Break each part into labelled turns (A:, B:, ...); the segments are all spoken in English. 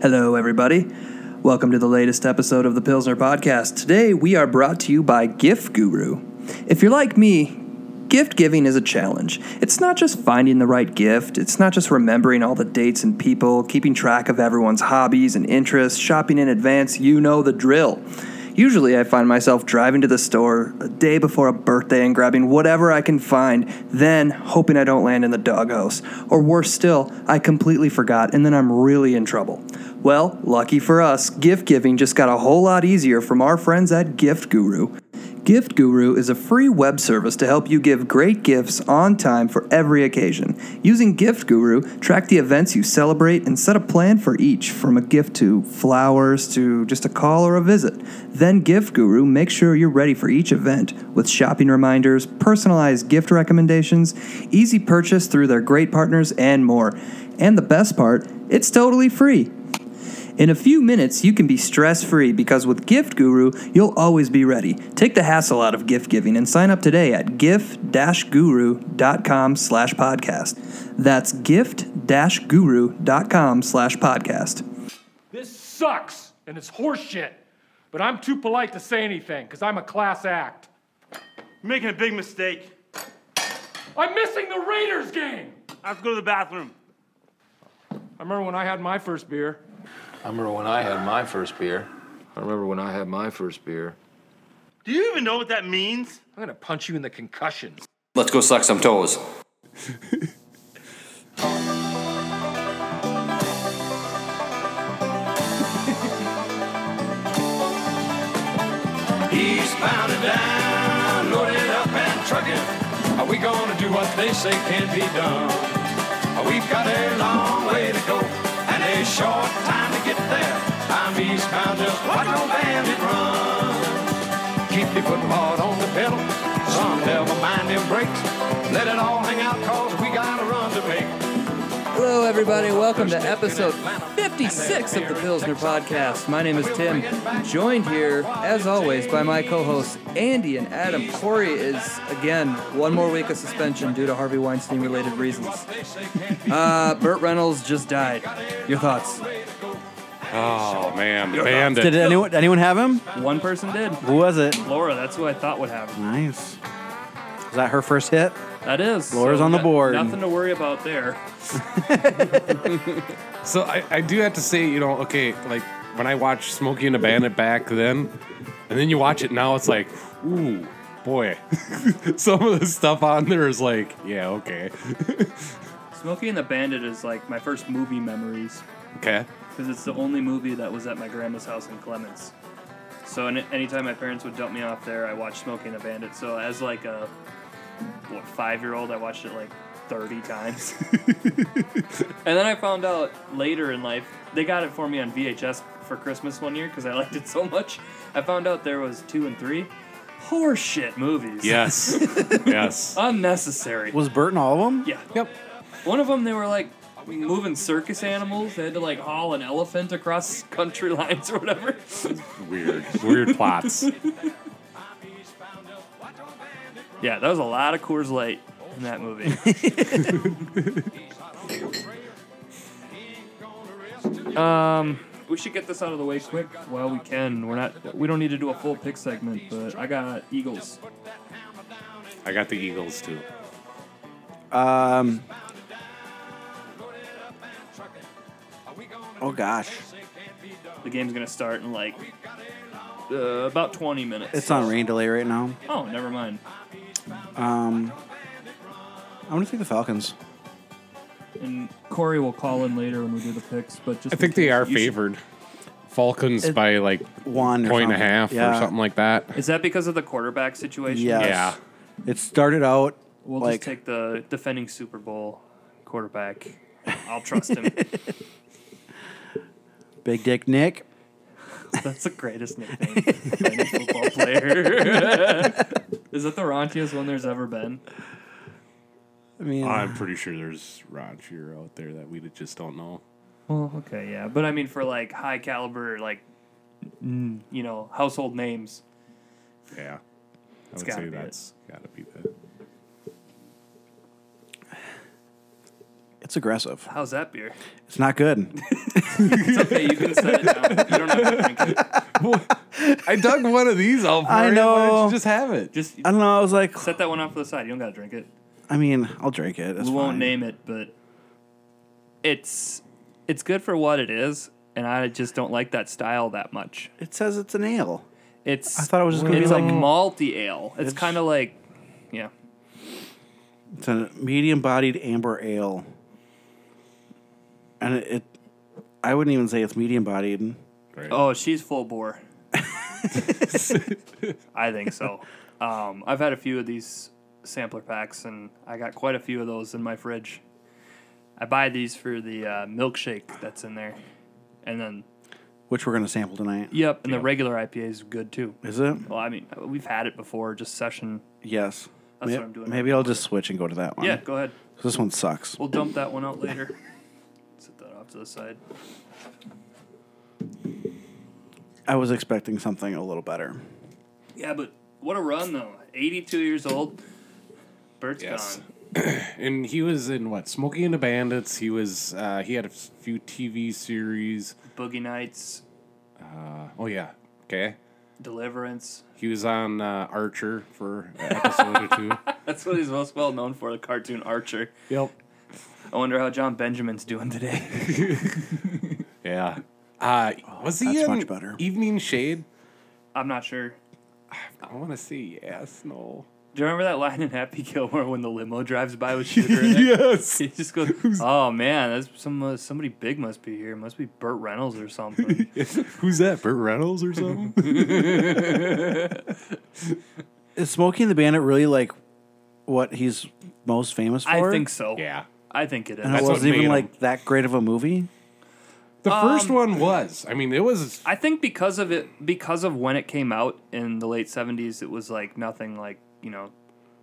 A: Hello, everybody. Welcome to the latest episode of the Pilsner Podcast. Today, we are brought to you by Gift Guru. If you're like me, gift giving is a challenge. It's not just finding the right gift, it's not just remembering all the dates and people, keeping track of everyone's hobbies and interests, shopping in advance. You know the drill. Usually, I find myself driving to the store a day before a birthday and grabbing whatever I can find, then hoping I don't land in the doghouse. Or worse still, I completely forgot and then I'm really in trouble. Well, lucky for us, gift giving just got a whole lot easier from our friends at Gift Guru. Gift Guru is a free web service to help you give great gifts on time for every occasion. Using Gift Guru, track the events you celebrate and set a plan for each, from a gift to flowers to just a call or a visit. Then Gift Guru makes sure you're ready for each event with shopping reminders, personalized gift recommendations, easy purchase through their great partners, and more. And the best part, it's totally free. In a few minutes, you can be stress free because with Gift Guru, you'll always be ready. Take the hassle out of gift giving and sign up today at gift-guru.com slash podcast. That's gift-guru.com slash podcast.
B: This sucks and it's horseshit. But I'm too polite to say anything because I'm a class act.
C: Making a big mistake.
B: I'm missing the Raiders game.
C: I have to go to the bathroom.
B: I remember when I had my first beer.
D: I remember when I had my first beer.
E: I remember when I had my first beer.
C: Do you even know what that means?
B: I'm gonna punch you in the concussions.
F: Let's go suck some toes.
G: He's pounded down, loaded up and trucking. Are we gonna do what they say can't be done? Oh, We've got a long way to go and a short time to get there. I'm eastbound, just watch old bandit run. Keep your foot hard on the pedal, son, never mind them brakes. Let it all hang out, cause we got a run to make.
A: Hello, everybody. Welcome to episode 56 of the Pilsner Podcast. My name is Tim. I'm joined here, as always, by my co-hosts Andy and Adam. Corey is, again, one more week of suspension due to Harvey Weinstein-related reasons. Uh, Burt Reynolds just died. Your thoughts?
H: Oh man, bandit.
I: Did anyone anyone have him?
A: One person did.
I: Who was it?
A: Laura, that's who I thought would have him.
I: Nice. Is that her first hit?
A: That is.
I: Laura's on the board.
A: Nothing to worry about there.
H: So I, I do have to say, you know, okay, like when I watched Smokey and the Bandit back then, and then you watch it now, it's like, ooh, boy, some of the stuff on there is like, yeah, okay,
J: Smokey and the Bandit is like my first movie memories
H: okay,
J: because it's the only movie that was at my grandma's house in Clements. So any, anytime my parents would dump me off there, I watched Smokey and the Bandit. So as like a what five year old, I watched it like thirty times. and then I found out later in life they got it for me on VHS for Christmas one year because I liked it so much. I found out there was two and three horseshit movies.
H: yes, yes,
J: unnecessary.
I: Was Burton all of them?
J: Yeah.
H: yep,
J: One of them, they were like moving circus animals. They had to like haul an elephant across country lines or whatever.
H: weird, weird plots.
J: yeah, that was a lot of Coors Light in that movie. um, we should get this out of the way quick while we can. We're not. We don't need to do a full pick segment, but I got Eagles.
H: I got the Eagles too.
I: Um. Oh gosh,
J: The game's gonna start in like uh, about 20 minutes.
I: it's on rain delay right now.
J: oh, never mind.
I: Um, I'm gonna take the Falcons.
J: And Corey will call in later when we do the picks, but just
H: I think they are favored. Falcons
I: It-
H: by like
I: One or
H: point and a
I: something.
H: half
I: Yeah.
H: or something like that.
J: Is that because of the quarterback situation?
I: Yes.
H: Yeah.
I: It started out
J: We'll
I: like
J: just take the defending Super Bowl quarterback. I'll trust him.
I: Big Dick Nick.
J: That's the greatest nickname for any football player. Is that the raunchiest one there's ever been?
I: I mean,
H: I'm pretty sure there's Roger out there that we just don't know.
J: Well, okay, yeah, but I mean for like high caliber, like you know, household names.
H: Yeah, I would
J: gotta
H: say
J: be it.
H: that's gotta be the.
I: it's That's aggressive.
J: How's that beer?
I: It's not good.
J: It's okay. You can set it down. You don't have to drink it.
F: I dug one of these out for
I: I
F: you. Why don't
I: know.
F: you just have it.
J: Just
I: I don't know. I was like,
J: set that one off to the side. You don't gotta drink it.
I: I mean, I'll drink it. It's
J: we won't
I: fine.
J: name it, but it's it's good for what it is, and I just don't like that style that much.
I: It says it's an ale.
J: It's
I: I thought it was just gonna
J: it's
I: be
J: like
I: like-
J: malty ale. It's kind of like yeah,
I: It's a medium-bodied amber ale, and it, it I wouldn't even say it's medium-bodied.
J: Oh, she's full bore. I think so. Um, I've had a few of these sampler packs, and I got quite a few of those in my fridge. I buy these for the uh, milkshake that's in there, and then
I: which we're going to sample tonight.
J: yep, and the regular IPA is good too.
I: Is it?
J: Well, I mean, we've had it before, just session.
I: Yes.
J: That's
I: May-
J: what I'm doing.
I: Maybe I'll just switch and go to that one.
J: Yeah, go ahead.
I: 'Cause This one sucks.
J: We'll dump that one out later. Set that off to the side.
I: I was expecting something a little better.
J: Yeah, but what a run though. 82 years old. Bert's
F: Yes.
J: gone.
F: And he was in what? Smokey and the Bandits. He was. Uh, he had a few TV series.
J: Boogie Nights,
F: Oh yeah. Okay.
J: Deliverance.
F: He was on uh, Archer for an episode or two.
J: That's what he's most well known for, the cartoon Archer.
F: Yep.
J: I wonder how John Benjamin's doing today.
F: Yeah. Uh, was he in
I: that's much better.
F: Evening Shade?
J: I'm not sure.
F: I want to say yes. No.
J: Do you remember that line in Happy Gilmore when the limo drives by with sugar in it?
F: Yes.
J: He just goes, "Oh man, that's some uh, somebody big must be here. Must be Burt Reynolds or something."
F: Who's that? Burt Reynolds or something?
I: Is Smokey and the Bandit really like what he's most famous for?
J: I think so.
F: yeah.
J: I think it is.
I: And it
F: That's what
I: wasn't even
F: made him-
I: like that great of a movie.
F: The
G: Um,
F: first one was. I mean, it was.
J: I think because of it, because of when it came out in the late seventies, it was like nothing like you know,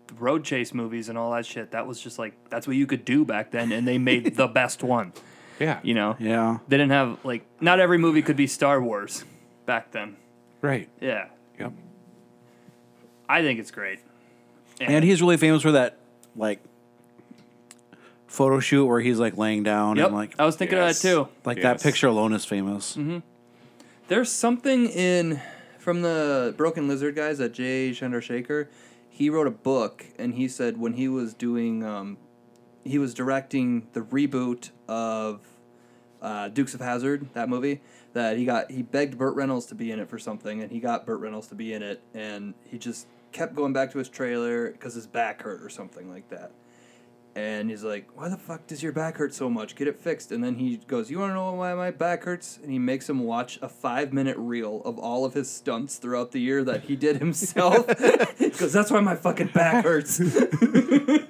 J: the road chase movies and all that shit. That was just like that's what you could do back then, and they made the best one.
F: Yeah.
J: You know,
I: Yeah.
J: they didn't have like not every movie could be Star Wars back then.
F: Right.
J: Yeah,
F: Yep.
J: I think it's great.
I: And he's really famous for that like photo shoot where he's like laying down
J: Yep, Oh.
I: and like
J: I was thinking
F: Yes.
J: of that too.
I: like
F: Yes.
I: that picture alone is famous.
K: There's something in from the Broken Lizard guys that Jay Chandrasekhar. He wrote a book, and he said when he was doing, um, he was directing the reboot of uh, Dukes of Hazard, that movie. That he got, he begged Burt Reynolds to be in it for something, and he got Burt Reynolds to be in it, and he just kept going back to his trailer because his back hurt or something like that. And he's like, "Why the fuck does your back hurt so much? Get it fixed." And then he goes, "You want to know why my back hurts?" And he makes him watch a five-minute reel of all of his stunts throughout the year that he did himself. Because that's why my fucking back hurts.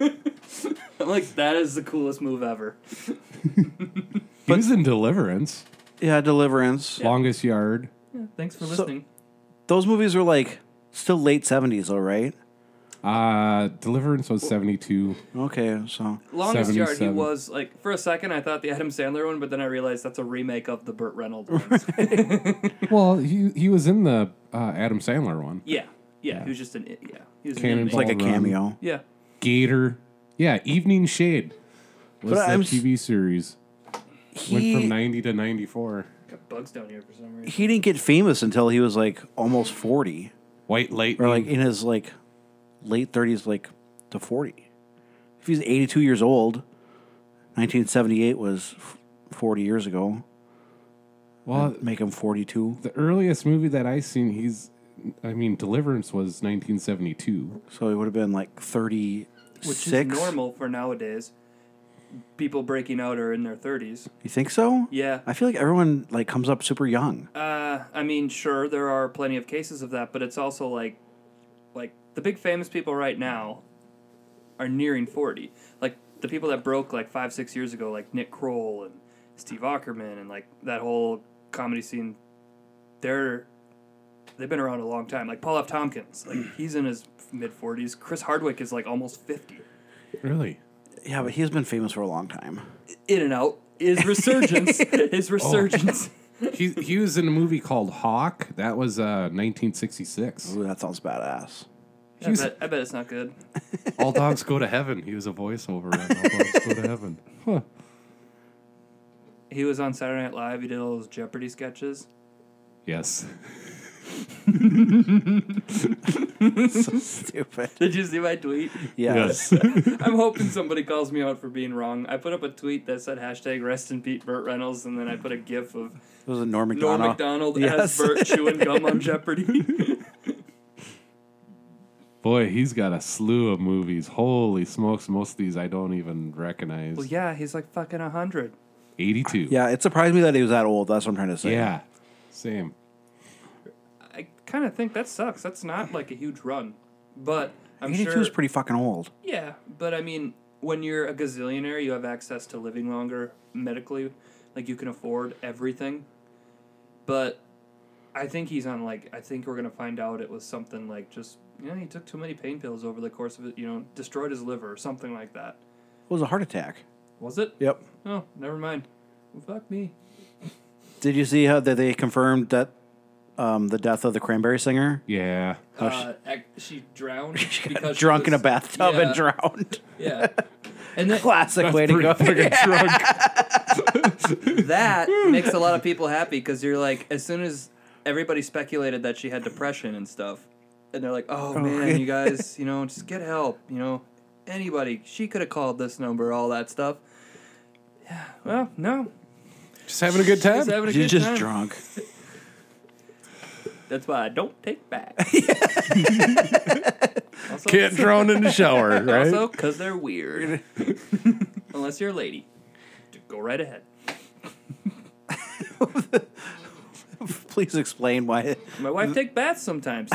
J: I'm like, that is the coolest move ever.
F: He was in Deliverance,
I: Yeah, Deliverance.
F: Longest Yard.
K: Thanks for listening.
I: Those movies were like still late 70s though, right?
F: Uh, Deliverance was 72.
I: Okay, so
K: Longest yard, he
F: 77.
K: was like for a second I thought the Adam Sandler one, but then I realized that's a remake of the Burt Reynolds one.
F: Well, he he was in the uh, Adam Sandler one.
K: yeah, yeah, he was just an i- yeah, he was an
F: Cannonball.
K: inmate.
I: like a
F: Ball Run.
I: cameo.
K: yeah.
F: Gator. Yeah, Evening Shade was
I: But
F: the
I: I'm s-
F: TV series.
I: He-
F: Went from 90 to 94.
K: Got bugs down here for some reason.
I: he didn't get famous until he was like almost 40
F: White Light.
I: or like in his like late 30s like to 40 if he's 82 years old 1978 was f- 40 years ago
F: well,
I: make him 42
F: the earliest movie that I seen, he's, I mean, Deliverance was 1972.
I: so he would have been like 36
K: Which is normal for nowadays. People breaking out are in their thirties.
I: you think so
K: Yeah.
I: i feel like everyone like comes up super young
K: Uh, I mean, sure, there are plenty of cases of that, but it's also like, like the big famous people right now are nearing forty. Like the people that broke like five, six years ago, like Nick Kroll and Steve Ackerman, and like that whole comedy scene. They're they've been around a long time. Like Paul F. Tompkins, like he's in his mid forties. Chris Hardwick is like almost fifty.
F: Really?
I: yeah but he's been famous for a long time
K: In and out. His resurgence. his resurgence.
F: he, he was in a movie called Hawk. That was uh, 1966.
I: Ooh, that sounds badass
K: I, bet, I bet it's not good.
F: All Dogs Go to Heaven. He was a voiceover on All Dogs Go to Heaven. Huh.
J: He was on Saturday Night Live. He did all those Jeopardy sketches.
F: Yes.
I: Stupid.
J: Did you see my tweet?
I: Yes.
J: I'm hoping somebody calls me out for being wrong. I put up a tweet that said hashtag rest in Pete Burt Reynolds, and then I put a gif of
I: It was a Norm
J: Norm
I: McDonald.
J: McDonald
I: Yes.
J: as Burt chewing gum on Jeopardy.
F: Boy, he's got a slew of movies. Holy smokes, most of these I don't even recognize.
J: well, yeah, he's like fucking a hundred.
F: 82.
I: Yeah, it surprised me that he was that old. That's what I'm trying to say.
F: Yeah. Same.
J: I kind of think that sucks. That's not like a huge run, but I'm
I: 82
J: sure.
I: is pretty fucking old.
J: yeah, but I mean, when you're a gazillionaire, you have access to living longer medically, like you can afford everything. But I think he's on like I think we're gonna find out it was something like just you know he took too many pain pills over the course of it, you know, destroyed his liver or something like that.
I: It was a heart attack.
J: Was it?
I: Yep.
J: Oh, never mind. Well, fuck me.
I: Did you see how that they confirmed that um, the death of the Cranberry singer?
F: Yeah.
J: Uh, ac- she drowned because she
I: drunk in a
J: was-
I: bathtub
J: yeah,
I: and drowned.
J: Yeah, and that,
I: Classic way to go.
K: that
F: Hmm.
K: makes a lot of people happy because you're like, as soon as everybody speculated that she had depression and stuff, and they're like, oh man, you guys, you know, just get help, you know, anybody. She could have called this number, all that stuff.
J: well, no,
F: Just having a good
J: she's
F: time.
J: having a
I: She's
J: good
I: just
J: time.
I: drunk.
K: That's why I don't take back.
J: Also,
F: Can't drown in the shower, right?
J: Also, because they're weird. Unless you're a lady. Dude, Go right ahead.
I: Please explain why.
J: My wife take baths sometimes.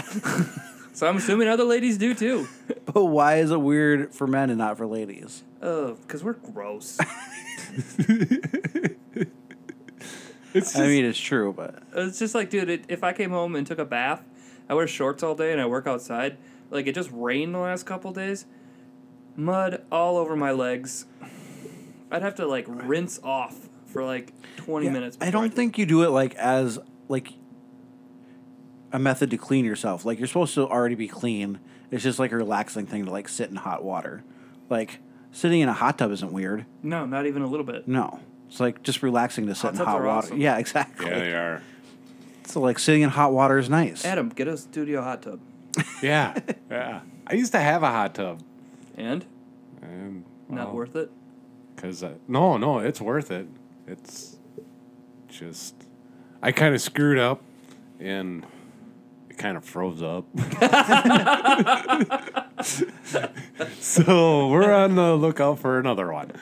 J: so I'm assuming other ladies do too.
I: But why is it weird for men and not for ladies?
J: Oh, because we're gross.
I: I mean, it's true, but
J: It's just like, dude, it, if I came home and took a bath, I wear shorts all day and I work outside. Like, it just rained the last couple days. Mud all over my legs. I'd have to, like, rinse off for, like, 20 minutes.
I: I
J: before
I: don't
J: did.
I: think you do it like as like a method to clean yourself. Like you're supposed to already be clean. It's just like a relaxing thing to like sit in hot water. Like sitting in a hot tub isn't weird.
J: No, not even a little bit.
I: No. It's like just relaxing to sit
J: Hot
I: in
J: tubs
I: hot
J: are
I: water.
J: awesome.
I: Yeah, exactly.
F: Yeah, they are.
I: So like sitting in hot water is nice.
K: Adam, get a studio hot tub.
F: Yeah. Yeah. I used to have a hot tub.
J: And?
F: And,
J: Not worth it.
F: Cause uh, no, no, it's worth it. It's just I kind of screwed up, and it kind of froze up. so we're on the lookout for another one.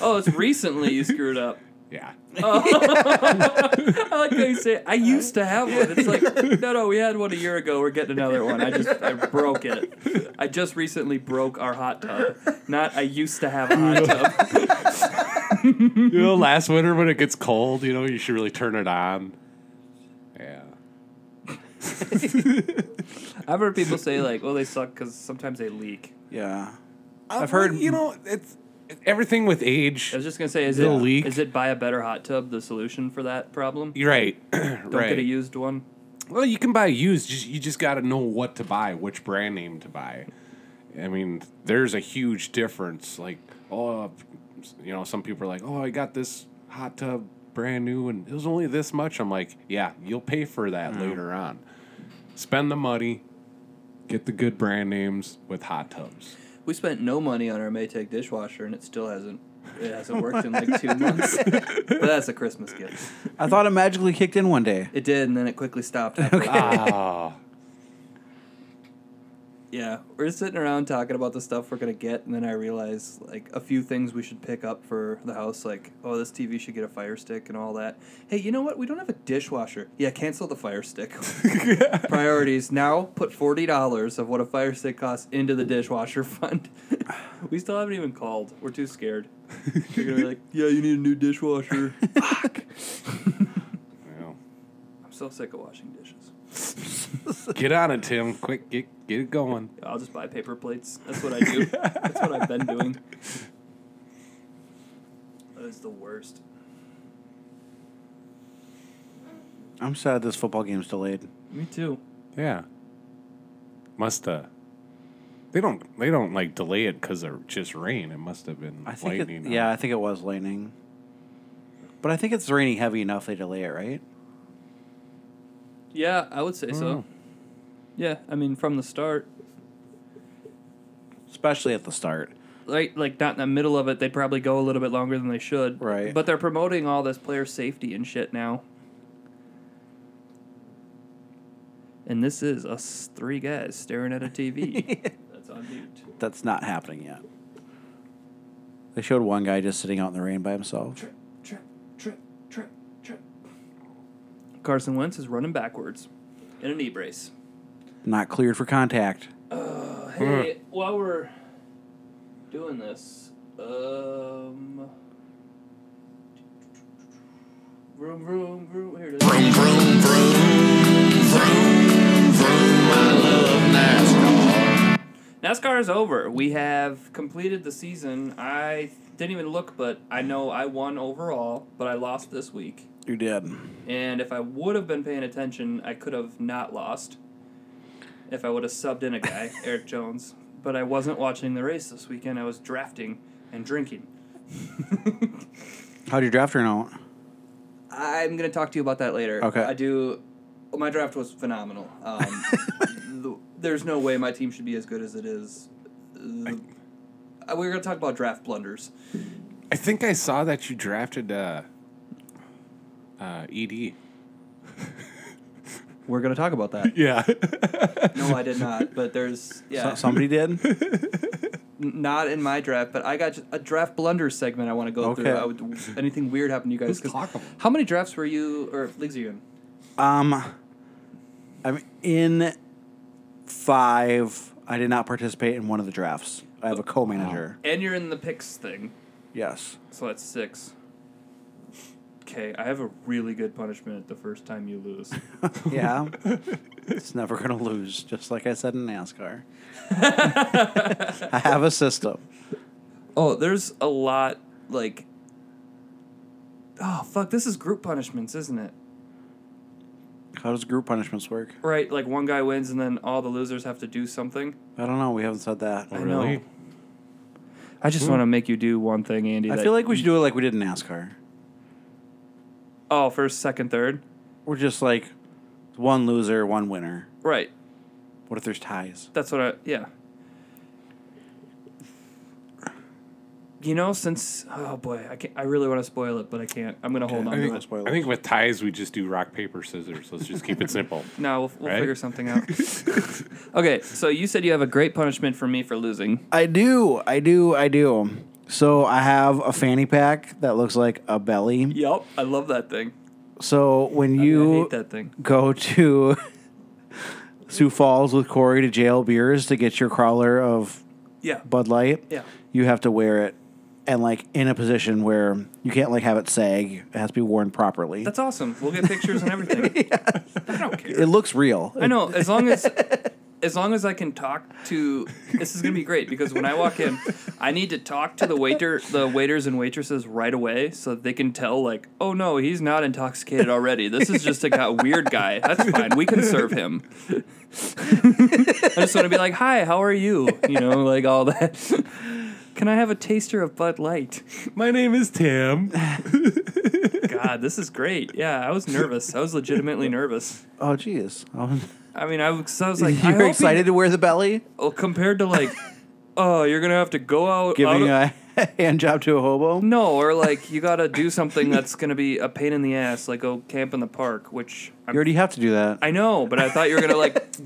J: Oh, it's recently you screwed up.
F: Yeah,
J: I like how you say I used to have one. It's like no, no, we had one a year ago. We're getting another one. I just I broke it. I just recently broke our hot tub. Not I used to have a hot tub.
F: you know, last winter when it gets cold, you know, you should really turn it on. Yeah,
J: I've heard people say like, well, they suck because sometimes they leak.
I: yeah.
F: I've
I: heard-
F: Uh, You know, it's everything with age.
J: I was just gonna say, is it
F: They'll
J: is
F: leak.
J: it buy a better hot tub the solution for that problem?
F: You're right.
J: Don't
F: right.
J: get a used one.
F: Well, you can buy used. Just, you just got to know what to buy, which brand name to buy. I mean, there's a huge difference. Like, oh, you know, some people are like, "Oh, I got this hot tub brand new, and it was only this much." I'm like, "Yeah, you'll pay for that later on. Spend the money, get the good brand names with hot tubs."
K: We spent no money on our Maytag dishwasher, and it still hasn't. It hasn't worked in like two months. but that's a Christmas gift.
I: I thought it magically kicked in one day.
K: It did, and then it quickly stopped. after that.
F: Ah,
K: Yeah, we're sitting around talking about the stuff we're gonna get, and then I realize like a few things we should pick up for the house, like oh, this TV should get a Fire Stick and all that. Hey, you know what? We don't have a dishwasher. Yeah, cancel the Fire Stick. Priorities now. Put forty dollars of what a Fire Stick costs into the dishwasher fund.
J: We still haven't even called. We're too scared.
K: You're gonna be like, yeah, you need a new dishwasher.
F: well,
J: I'm so sick of washing dishes.
F: get on it, Tim. Quick, get get it going.
J: I'll just buy paper plates. That's what I do. That's what I've been doing. That is the worst.
I: I'm sad this football game's delayed.
J: Me too.
F: Yeah. Must have. They don't. They don't like delay it because of just rain. It must have been
I: I think it,
F: lightning.
I: yeah, I think it was lightning. But I think it's raining heavy enough they delay it, right?
J: Yeah, I would say so. Yeah, I mean from the start,
I: Especially at the start.
J: like like not in the middle of it, they'd probably go a little bit longer than they should.
I: Right.
J: But they're promoting all this player safety and shit now. And this is us three guys staring at a TV. That's on mute.
I: That's not happening yet. They showed one guy just sitting out in the rain by himself.
J: Trip, trip, trip, trip. Carson Wentz is running backwards in a knee brace.
I: Not cleared for contact.
J: Hey, while we're doing this, um, vroom vroom vroom. Here it is. Vroom vroom NASCAR is over. We have completed the season. I didn't even look, but I know I won overall, but I lost this week.
I: You did.
J: And if I would have been paying attention, I could have not lost. If I would have subbed in a guy, Eric Jones. But I wasn't watching the race this weekend. I was drafting and drinking.
I: How'd you draft her out?
J: I'm gonna talk to you about that later.
I: Okay.
J: I do. My draft was phenomenal. Um, th- there's no way my team should be as good as it is. The- uh, we're gonna talk about draft blunders.
F: I think I saw that you drafted uh, uh, ED.
J: We're gonna talk about that.
F: Yeah.
J: No, I did not. But there's yeah,
I: So- Uh, somebody did?
J: n- not in my draft. But I got j- a draft blunder segment I want to go through.
I: Okay.
J: I would, anything weird happened to you guys? 'Cause
F: talk about-
J: how many drafts were you or leagues are you in?
I: Um, I'm in five. I did not participate in one of the drafts. I have a co manager.
J: And you're in the picks thing.
I: Oh, Yes.
J: So that's six. Okay, I have a really good punishment the first time you lose.
I: Yeah. it's never going to lose, just like I said in NASCAR. I have a system.
J: Oh, there's a lot like. Oh fuck! This is group punishments, isn't it?
I: How does group punishments work?
J: Right, like one guy wins and then all the losers have to do something.
I: I don't know. We haven't said that.
J: I know. I just want to make you do one thing, Andy.
I: Hmm. I
J: that-
I: feel like we should do it like we did in NASCAR.
J: oh, first, second, third.
I: We're just like one loser, one winner.
J: Right.
I: What if there's ties?
J: That's what I yeah. You know, since oh boy, I can not I really want to spoil it, but I can't. I'm gonna hold
F: I
J: on to it.
F: think, I think with ties, we just do rock, paper, scissors. Let's just keep it simple.
J: No, we'll, we'll
F: Right?
J: figure something out. okay, so you said you have a great punishment for me for losing.
I: I do. I do. I do. So I have a fanny pack that looks like a belly.
J: Yep, I love that thing.
I: So when
J: I
I: you
J: hate that thing.
I: go to Sioux Falls with Corey to jail beers to get your crawler of
J: Yeah.
I: Bud Light,
J: Yeah.
I: you have to wear it and like in a position where you can't like have it sag. It has to be worn properly.
J: That's awesome. We'll get pictures and everything. I don't care.
I: it looks real.
J: I know as long as as long as I can talk to this is gonna be great because when I walk in, I need to talk to the waiter, the waiters and waitresses right away so that they can tell like, oh no, he's not intoxicated already. This is just a guy, weird guy. That's fine. We can serve him. I just want to be like, hi, how are you? You know, like all that. Can I have a taster of Bud Light?
F: My name is Tim.
J: God, this is great. Yeah, I was nervous. I was legitimately nervous.
I: Oh, jeez. Um,
J: I mean, I was, I was like, I hope
I: You're
J: he-
I: excited to wear the belly?
J: Well, compared to like, oh, you're gonna have to go out. out
I: Giving
J: of-
I: a hand job to a hobo?
J: no, or like you gotta do something that's gonna be a pain in the ass, like go camp in the park, which
I: You
J: I'm,
I: already have to do that.
J: I know, but I thought you were gonna like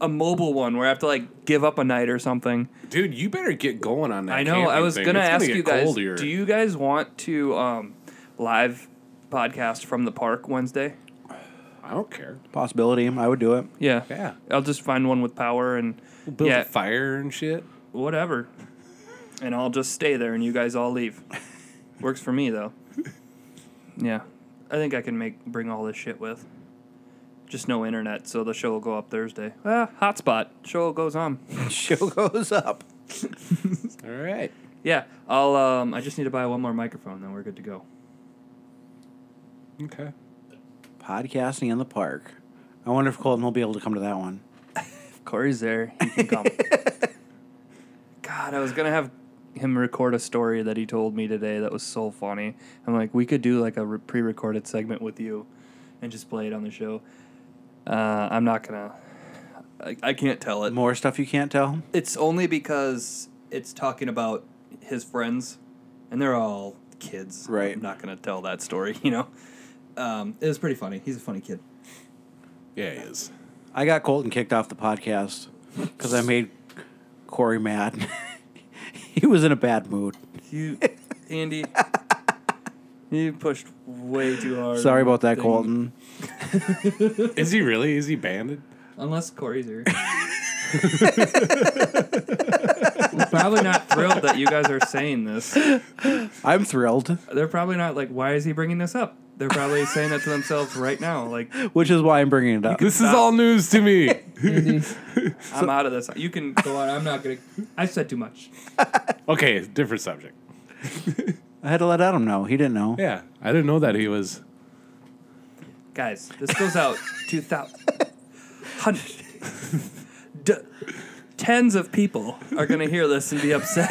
J: a mobile one where I have to like give up a night or something.
F: Dude, you better get going on that.
J: I know.
F: camping
J: I was
F: thing.
J: gonna
F: It's
J: ask
F: get
J: you guys.
F: colder.
J: Do you guys want to um, live podcast from the park Wednesday?
F: I don't care.
I: Possibility. I would do it.
J: Yeah.
F: Yeah.
J: I'll just find one with power and
F: Build
J: yeah,
F: a fire and shit.
J: whatever. And I'll just stay there and you guys all leave. Works for me though. Yeah. I think I can make bring all this shit with. Just no internet, so the show will go up Thursday. Ah, hotspot. Show goes on.
I: Show goes up.
F: All right.
J: Yeah. I'll um I just need to buy one more microphone, then we're good to go.
F: Okay.
I: Podcasting in the park. I wonder if Colton will be able to come to that one.
J: If Corey's there, he can come. God, I was gonna have him record a story that he told me today that was so funny. I'm like, we could do like a re- pre-recorded segment with you, and just play it on the show. Uh, I'm not gonna. I, I can't tell it.
I: More stuff you can't tell.
J: It's only because it's talking about his friends, and they're all kids.
I: Right.
J: I'm not gonna tell that story. You know. Um, it was pretty funny. He's a funny kid.
F: Yeah, he is.
I: I got Colton kicked off the podcast because I made Corey mad. he was in a bad mood.
J: You, Andy, you pushed way too hard.
I: Sorry
J: on
I: about that,
J: thing.
I: Colton.
F: Is he really? Is he banded?
J: Unless Corey's here. We're probably not thrilled that you guys are saying this.
I: I'm thrilled,
J: They're probably not like, why is he bringing this up? They're probably saying that to themselves right now. Like,
I: which is why I'm bringing it up.
F: This is all news to me.
J: I'm out of this. You can go on. I'm not going to. I said too much.
F: okay, different subject.
I: I had to let Adam know. He didn't know.
F: Yeah, I didn't know that he was.
J: Guys, this goes out 2,000. Hundred. D- tens of people are going to hear this and be upset.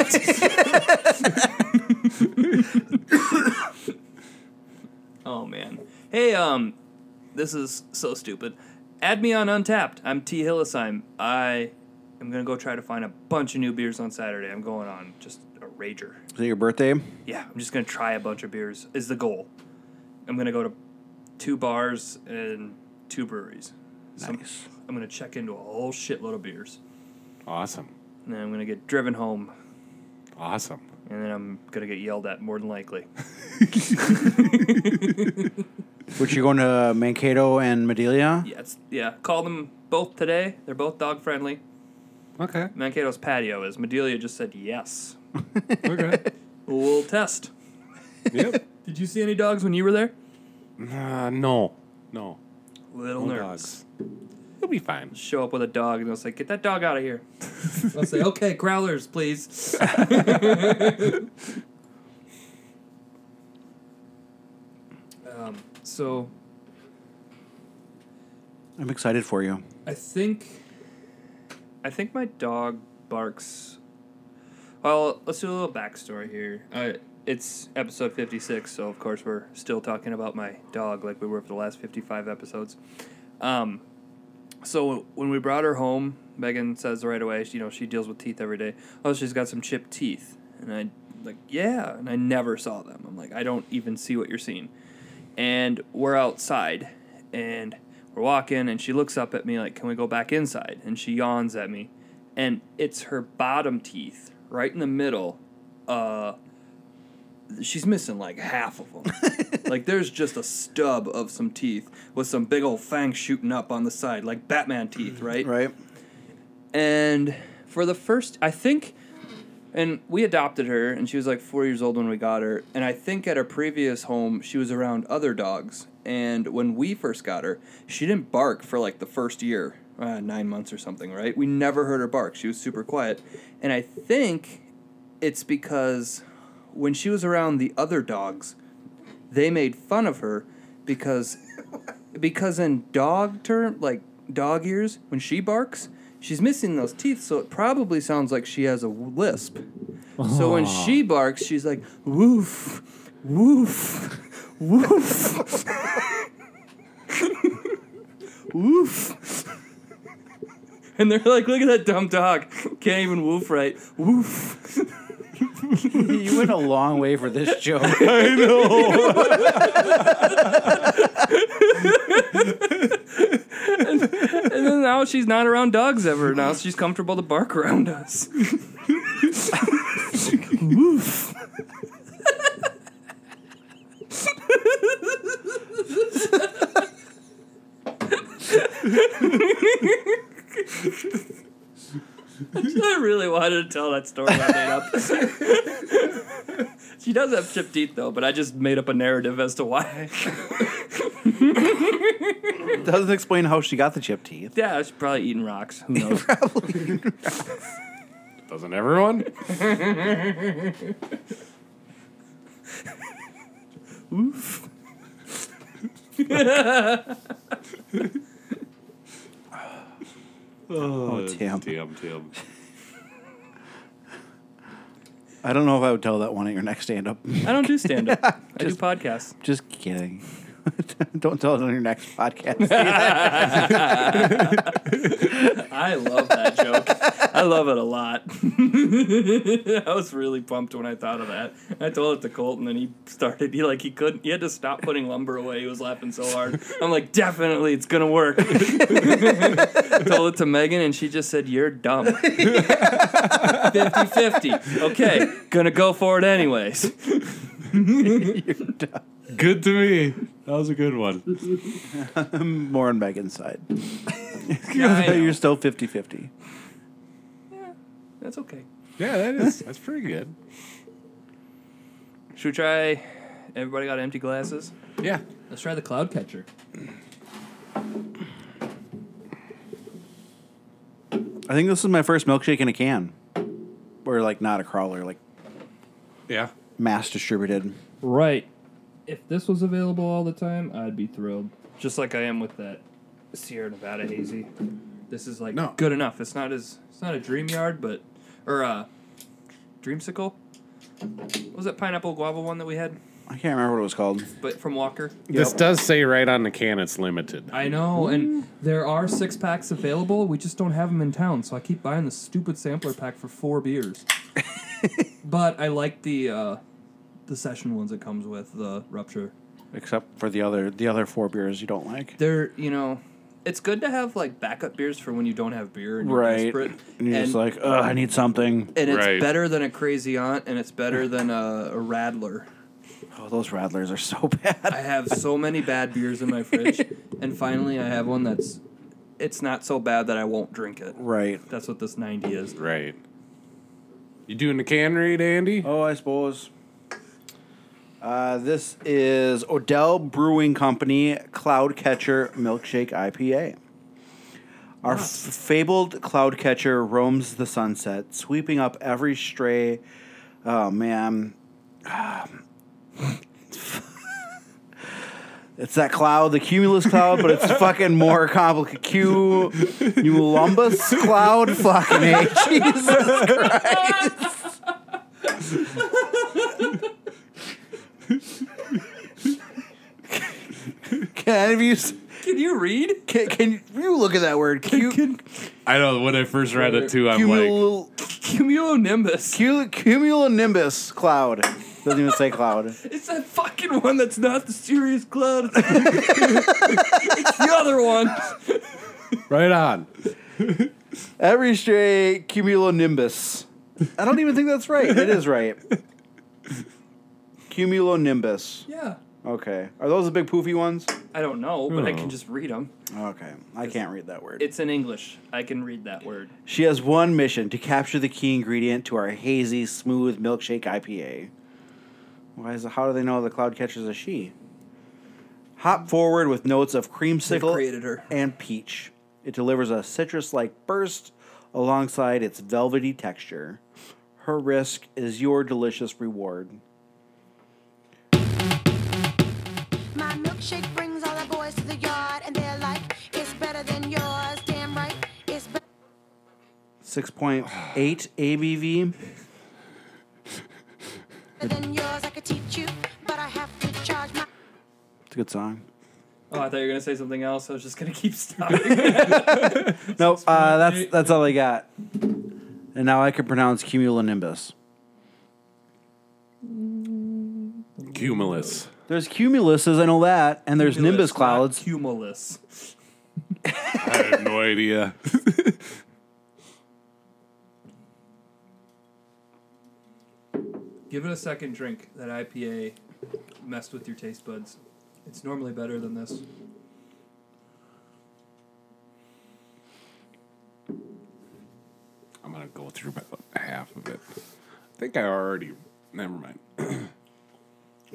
J: oh, man. Hey, um, this is so stupid. Add me on Untapped. I'm T. Hillisheim. I am going to go try to find a bunch of new beers on Saturday. I'm going on just a rager.
I: Is it your birthday?
J: Yeah, I'm just gonna try a bunch of beers. Is the goal? I'm gonna go to two bars and two breweries. So I'm-
I: Nice.
J: I'm, gonna check into a whole shitload of beers,
F: Awesome.
J: and then I'm gonna get driven home,
F: Awesome.
J: and then I'm gonna get yelled at more than likely.
I: Which you're going to Mankato and Medelia?
J: Yeah, it's, yeah. Call them both today. They're both dog friendly.
F: Okay.
J: Mankato's patio is. Medelia just said yes.
F: Okay.
J: We'll test.
F: yep.
J: Did you see any dogs when you were there?
F: Uh, no. No.
J: Little
F: No
J: nerds.
F: dogs. He'll be fine.
J: Show up with a dog, and they'll say, "Get that dog out of here." I'll say, "Okay, growlers, please." um, so
I: I'm excited for you.
J: I think, I think my dog barks. Well, let's do a little backstory here. Uh, it's episode fifty-six, so of course we're still talking about my dog, like we were for the last fifty-five episodes. Um, so when we brought her home, Megan says right away, you know, she deals with teeth every day. Oh, she's got some chipped teeth, and I like, yeah, and I never saw them. I'm like, I don't even see what you're seeing. And we're outside, and we're walking, and she looks up at me like, can we go back inside? And she yawns at me, and it's her bottom teeth right in the middle. Uh, she's missing like half of them. like there's just a stub of some teeth with some big old fangs shooting up on the side, like Batman teeth, right?
I: Right?
J: And for the first, I think, and we adopted her, and she was like four years old when we got her. And I think at her previous home, she was around other dogs. And when we first got her, she didn't bark for like the first year, uh, nine months or something, right? We never heard her bark. She was super quiet. And I think it's because when she was around the other dogs, they made fun of her because because in dog term like dog ears when she barks she's missing those teeth so it probably sounds like she has a lisp so when she barks she's like woof woof woof woof and they're like look at that dumb dog can't even woof right woof
I: you went a long way for this joke.
J: and then now she's not around dogs ever now she's comfortable to bark around us woof I really wanted to tell that story I made up. she does have chipped teeth though, but I just made up a narrative as to why.
I: Doesn't explain how she got the chipped teeth.
J: yeah, she's probably eating rocks. Who knows?
F: Doesn't everyone?
I: Oh, damn.
F: Tim, Tim.
I: I don't know if I would tell that one at your next stand up.
J: I don't do stand up. I do podcasts.
I: Just kidding. don't tell it on your next podcast.
J: I love that joke. I love it a lot. I was really pumped when I thought of that. I told it to Colt, and then he started. He like he couldn't. He had to stop putting lumber away. He was laughing so hard. I'm like, definitely, it's gonna work. told it to Megan, and she just said, "You're dumb." 50-50. Okay, gonna go for it anyways.
F: Good to me. That was a good one.
I: I'm more on Megan's side.
J: Yeah, I know.
I: You're still 50 50.
J: That's okay.
F: Yeah, that is. That's pretty good.
J: Should we try? Everybody got empty glasses.
F: Yeah.
L: Let's try the cloud catcher.
I: I think this is my first milkshake in a can. Or, like, not a crawler, like
F: Yeah.
I: mass distributed.
L: Right. If this was available all the time, I'd be thrilled.
J: Just like I am with that Sierra Nevada hazy. This is like
F: No.
J: good enough. It's not as it's not a dream yard, but or uh, dreamsicle. What was that pineapple guava one that we had?
I: I can't remember what it was called.
J: But from Walker.
F: This does say right on the can it's limited.
L: I know, and there are six packs available. We just don't have them in town, so I keep buying the stupid sampler pack for four beers. but I like the uh, the session ones it comes with the rupture.
I: Except for the other the other four beers you don't like.
J: They're you know, it's good to have like backup beers for when you don't have beer and you're
I: Right.
J: desperate.
I: And you're just like, ugh, I need something.
J: and it's
F: Right.
J: better than a crazy aunt, and it's better than a, a rattler.
I: Oh, those rattlers are so bad.
J: I have so many bad beers in my fridge, and finally I have one that's it's not so bad that I won't drink it.
I: Right.
J: That's what this 90 is.
F: Right. You doing the can read, Andy?
I: Oh, I suppose. Uh, this is Odell Brewing Company Cloud Catcher Milkshake IPA. Our f- fabled cloud catcher roams the sunset, sweeping up every stray. Oh man, it's that cloud, the cumulus cloud, but it's fucking more complicated. Q, cumulus cloud, fucking a Jesus Christ. Can any of you s-
J: Can you read?
I: can, can you look at that word? Q,
F: I know when I first read it too, I'm like
I: cumul-
J: Cumulonimbus.
I: Cumul- cumulonimbus cloud. Doesn't even say cloud.
J: It's that fucking one that's not the serious cloud. it's the other one.
F: right on.
I: Every stray cumulonimbus. I don't even think that's right. It is right. Cumulonimbus.
J: Yeah.
I: Okay. Are those the big poofy ones?
J: I don't know, but I
F: Oh.
J: can just read them.
I: Okay. I can't read that word.
J: It's in English. I can read that word.
I: She has one mission to capture the key ingredient to our hazy, smooth milkshake IPA. Why is how do they know the cloud catcher's a she? Hop forward with notes of
J: They've
I: creamsicle
J: created her.
I: and peach. It delivers a citrus like burst alongside its velvety texture. Her risk is your delicious reward.
M: My milkshake brings all the boys to the yard, and they're like, it's better than yours, damn right. It's better.
I: 6.8 ABV.
M: Than yours, I could teach you, but I have to charge my.
I: It's a good song.
J: Oh, I thought you were going to say something else. I was just going to keep stopping.
I: No, uh, that's that's all I got. And now I can pronounce cumulonimbus.
F: Cumulus.
I: There's cumuluses, I know that, and there's nimbus
J: Cumulus, not
I: clouds.
J: Cumulus.
F: I have no idea.
J: Give it a second drink. That IPA messed with your taste buds. It's normally better than this.
F: I'm gonna go through about half of it. I think I already never mind.
I: I'm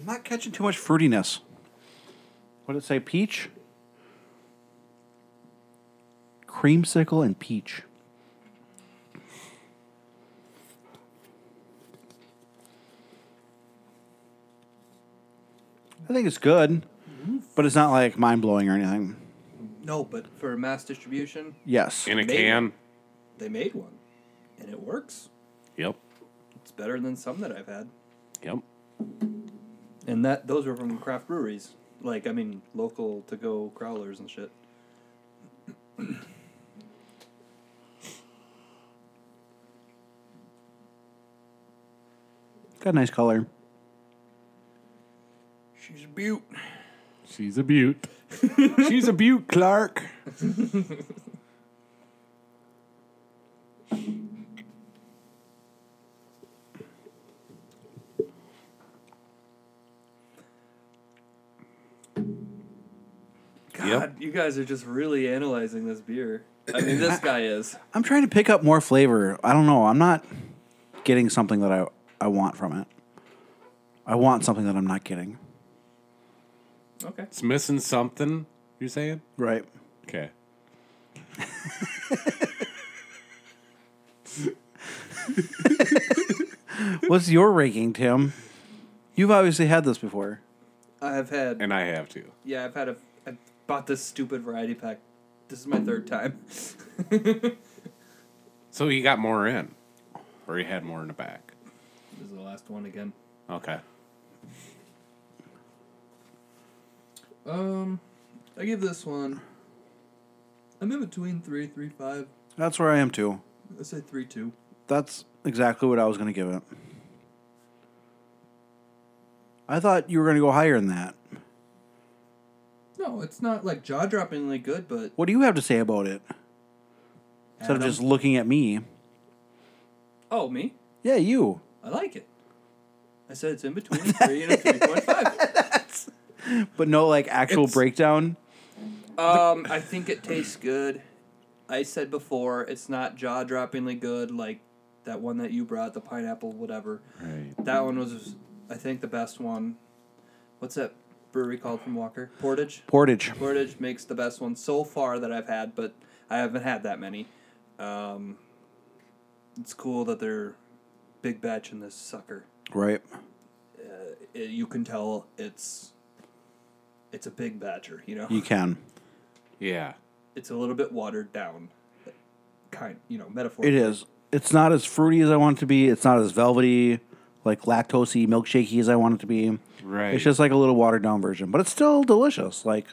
I: not catching too much fruitiness. What did it say? Peach, creamsicle, and peach. I think it's good, but it's not like mind blowing or anything.
J: No, but for mass distribution,
I: Yes.
F: In a
J: Maybe.
F: can.
J: they made one, and it works.
F: Yep.
J: It's
A: It's better than some that I've had.
F: Yep.
A: And that those were from craft breweries. Like I mean local to go growlers and shit.
I: Got a nice color.
A: She's a beaut.
F: She's a butte. She's a butte, Clark.
A: God, you guys are just really analyzing this beer. I mean this guy is.
I: I'm trying to pick up more flavor. I don't know. I'm not getting something that I, I want from it. I want something that I'm not getting.
A: Okay.
F: It's missing something, you're saying?
I: Right.
F: Okay.
I: What's your ranking, Tim? You've obviously had this before.
A: I've had
F: And I have to.
A: yeah, I've had a I bought this stupid variety pack. This is my third time.
F: So he got more in, or he had more in the back.
A: This is the last one again.
F: Okay.
N: Um, I give this one. I'm in between three, three, five.
I: That's where I am too.
N: I say three, two.
I: That's exactly what I was going to give it. I thought you were going to go higher than that.
N: No, it's not like jaw droppingly good, but
I: What do you have to say about it? Instead of
N: Adam.
I: just looking at me.
A: Oh, me?
I: Yeah, you.
A: I like it. I said it's in between a three and a three point five.
I: But no, like, actual breakdown.
A: Um, I think it tastes good. I said before it's not jaw droppingly good like that one that you brought, the pineapple, whatever.
F: Right.
A: That one was, I think, the best one. What's that brewery called from Walker? Portage.
I: Portage.
A: Portage makes the best one so far that I've had, but I haven't had that many. Um, it's cool that they're big batch in this sucker
I: Right.
A: i you can tell it's it's a big batcher, you know.
I: You can.
F: Yeah.
A: It's a little bit watered down, kind you know metaphorically.
I: It is. It's not as fruity as I want it to be. It's not as velvety, like lactosey, milkshakey as I want it to be.
F: Right.
I: It's just like a little watered down version, but it's still delicious. Like,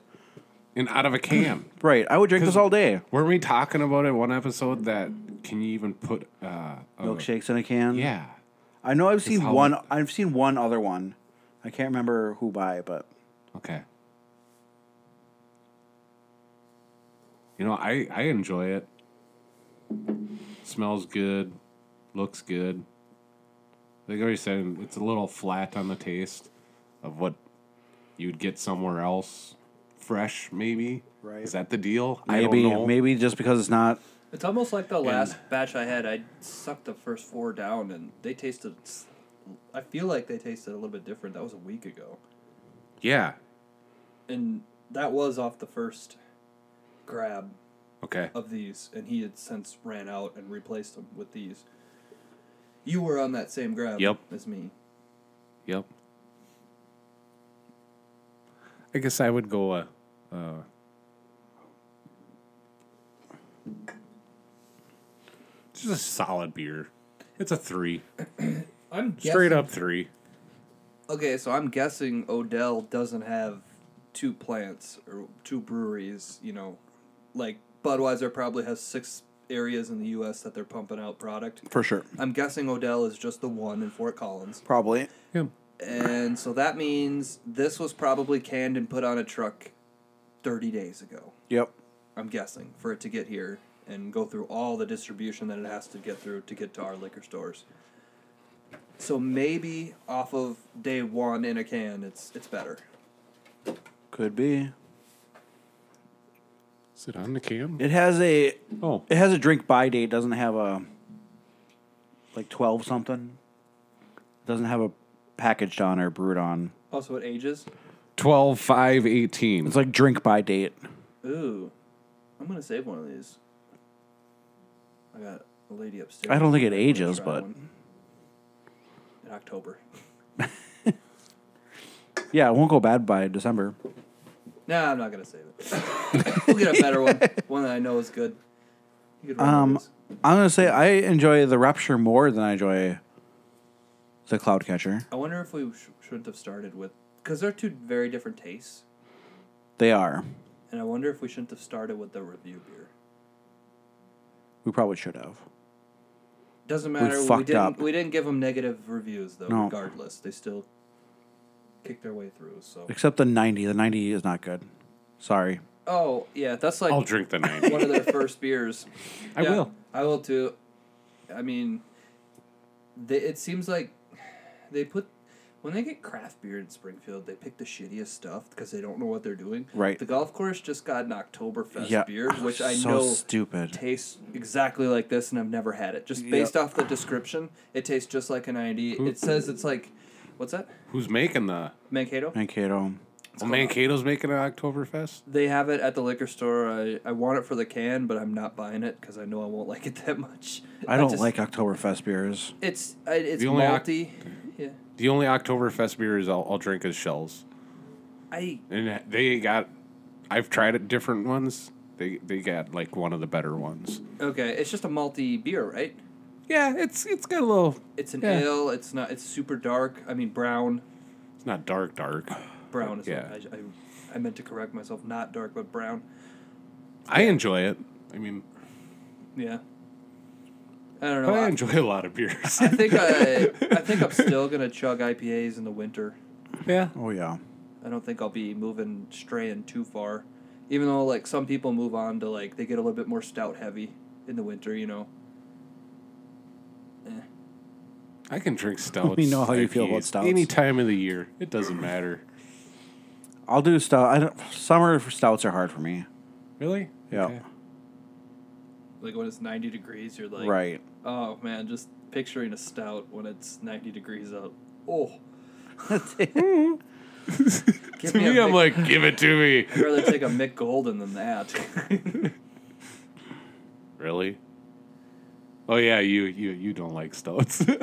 F: And out of a can.
I: right? I would drink this all day.
F: Weren't we talking about it one episode that can you even put uh, a-
I: Milkshakes in a can.
F: Yeah.
I: I know. I've seen
F: how-
I: one. I've seen one other one. I can't remember who by, but
F: Okay. You know, I I enjoy it. Smells good, looks good. Like I already said, it's a little flat on the taste of what you'd get somewhere else, fresh maybe.
I: Right.
F: Is that the deal?
I: maybe maybe just because it's not
A: It's almost like the last batch I had. I sucked the first four down, and they tasted. s- I feel like they tasted a little bit different. That was a week ago,
F: Yeah.
A: and that was off the first grab
F: Okay.
A: of these, and he had since ran out and replaced them with these. You were on that same grab
F: Yep.
A: as me.
F: Yep. I guess I would go a, uh, just a solid beer. It's a three,
A: I'm
F: straight
A: guessing-
F: up three.
A: Okay, so I'm guessing Odell doesn't have two plants or two breweries, you know. Like Budweiser probably has six areas in the US that they're pumping out product.
I: for sure.
A: I'm guessing Odell is just the one in Fort Collins.
I: Probably.
A: And so that means this was probably canned and put on a truck 30 days ago.
I: Yep.
A: I'm guessing for it to get here and go through all the distribution that it has to get through to get to our liquor stores. So maybe off of day one in a can, it's it's better.
I: Could be.
F: Is it on the can?
I: It has a.
F: Oh.
I: It has a drink by date. Doesn't have a. Like twelve something. Doesn't have a packaged on or brewed on.
A: Also, it ages.
F: 12, 5, 18.
I: It's like drink by date.
A: Ooh, I'm gonna save one of these. I got a lady upstairs.
I: I don't think it
A: I'll
I: ages,
A: try
I: but
A: one in October.
I: yeah, it won't go bad by December.
A: Nah, I'm not gonna save it. we'll get a better one, one that I know is good. You could run with
I: Um,
A: this.
I: I'm gonna say I enjoy the Rapture more than I enjoy The cloud catcher.
A: I wonder if we sh- shouldn't have started with because they're two very different tastes,
I: They are.
A: and I wonder if we shouldn't have started with the review beer.
I: We probably should have.
A: Doesn't
I: We
A: matter. We,
I: fucked
A: didn't.
I: up.
A: We didn't give them negative reviews though.
I: No.
A: Regardless, they still kicked their way through. So.
I: Except the 90. The 90 is not good. Sorry.
A: Oh yeah, that's like
I: I'll drink the 90.
A: One of their first beers.
I: I
A: Yeah,
I: will.
A: I will too. I mean, they, it seems like they put when they get craft beer in Springfield, they pick the shittiest stuff because they don't know what they're doing.
I: Right.
A: The golf course just got an Oktoberfest
I: Yeah. Oh,
A: beer, which I
I: So
A: know
I: stupid.
A: tastes exactly like this, and I've never had it. Just
F: Yeah.
A: based off the description, it tastes just like an ID.
F: Who-
A: It says it's like, what's that?
F: Who's making the?
A: Mankato.
I: Mankato.
F: Well, Mankato's making an Oktoberfest.
A: They have it at the liquor store. I, I want it for the can, but I'm not buying it because I know I won't like it that much.
I: I don't
A: just-
I: like Oktoberfest beers.
A: It's I- it's
F: The only oc-
A: malty. yeah,
F: The only Oktoberfest beers I'll, I'll drink is Shells,
A: I
F: and they got. I've tried it different ones. They they got like one of the better ones.
A: okay. It's just a malty beer, right?
F: Yeah, it's it's got a little.
A: It's an
F: yeah.
A: ale. It's not. It's super dark. I mean brown.
F: It's not dark dark.
A: Brown is.
F: yeah.
A: Yeah. I, I, I meant to correct myself. Not dark, but brown.
F: I enjoy it. I mean,
A: Yeah. I don't know.
F: but Oh, I
A: I,
F: enjoy a lot of beers.
A: I think I I think I'm still gonna chug IPAs in the winter.
F: yeah.
I: Oh, yeah.
A: I don't think I'll be moving straying too far. Even though like some people move on to like they get a little bit more stout heavy in the winter, you know.
F: I can drink stouts.
I: me know how you feel about
F: IPAs,
I: stouts.
F: Any time of the year, it doesn't matter.
I: I'll do stout. I don't, summer stouts are hard for me.
F: Really?
I: Yeah.
A: Like when it's ninety degrees, you're like
I: Right.
A: Oh man, just picturing a stout when it's ninety degrees out. Oh, Give
F: to
A: me a
F: me, I'm
A: big-
F: like, give it to me.
A: I'd rather take a Mick Golden than that.
F: Really? Oh yeah, you you you don't like stouts.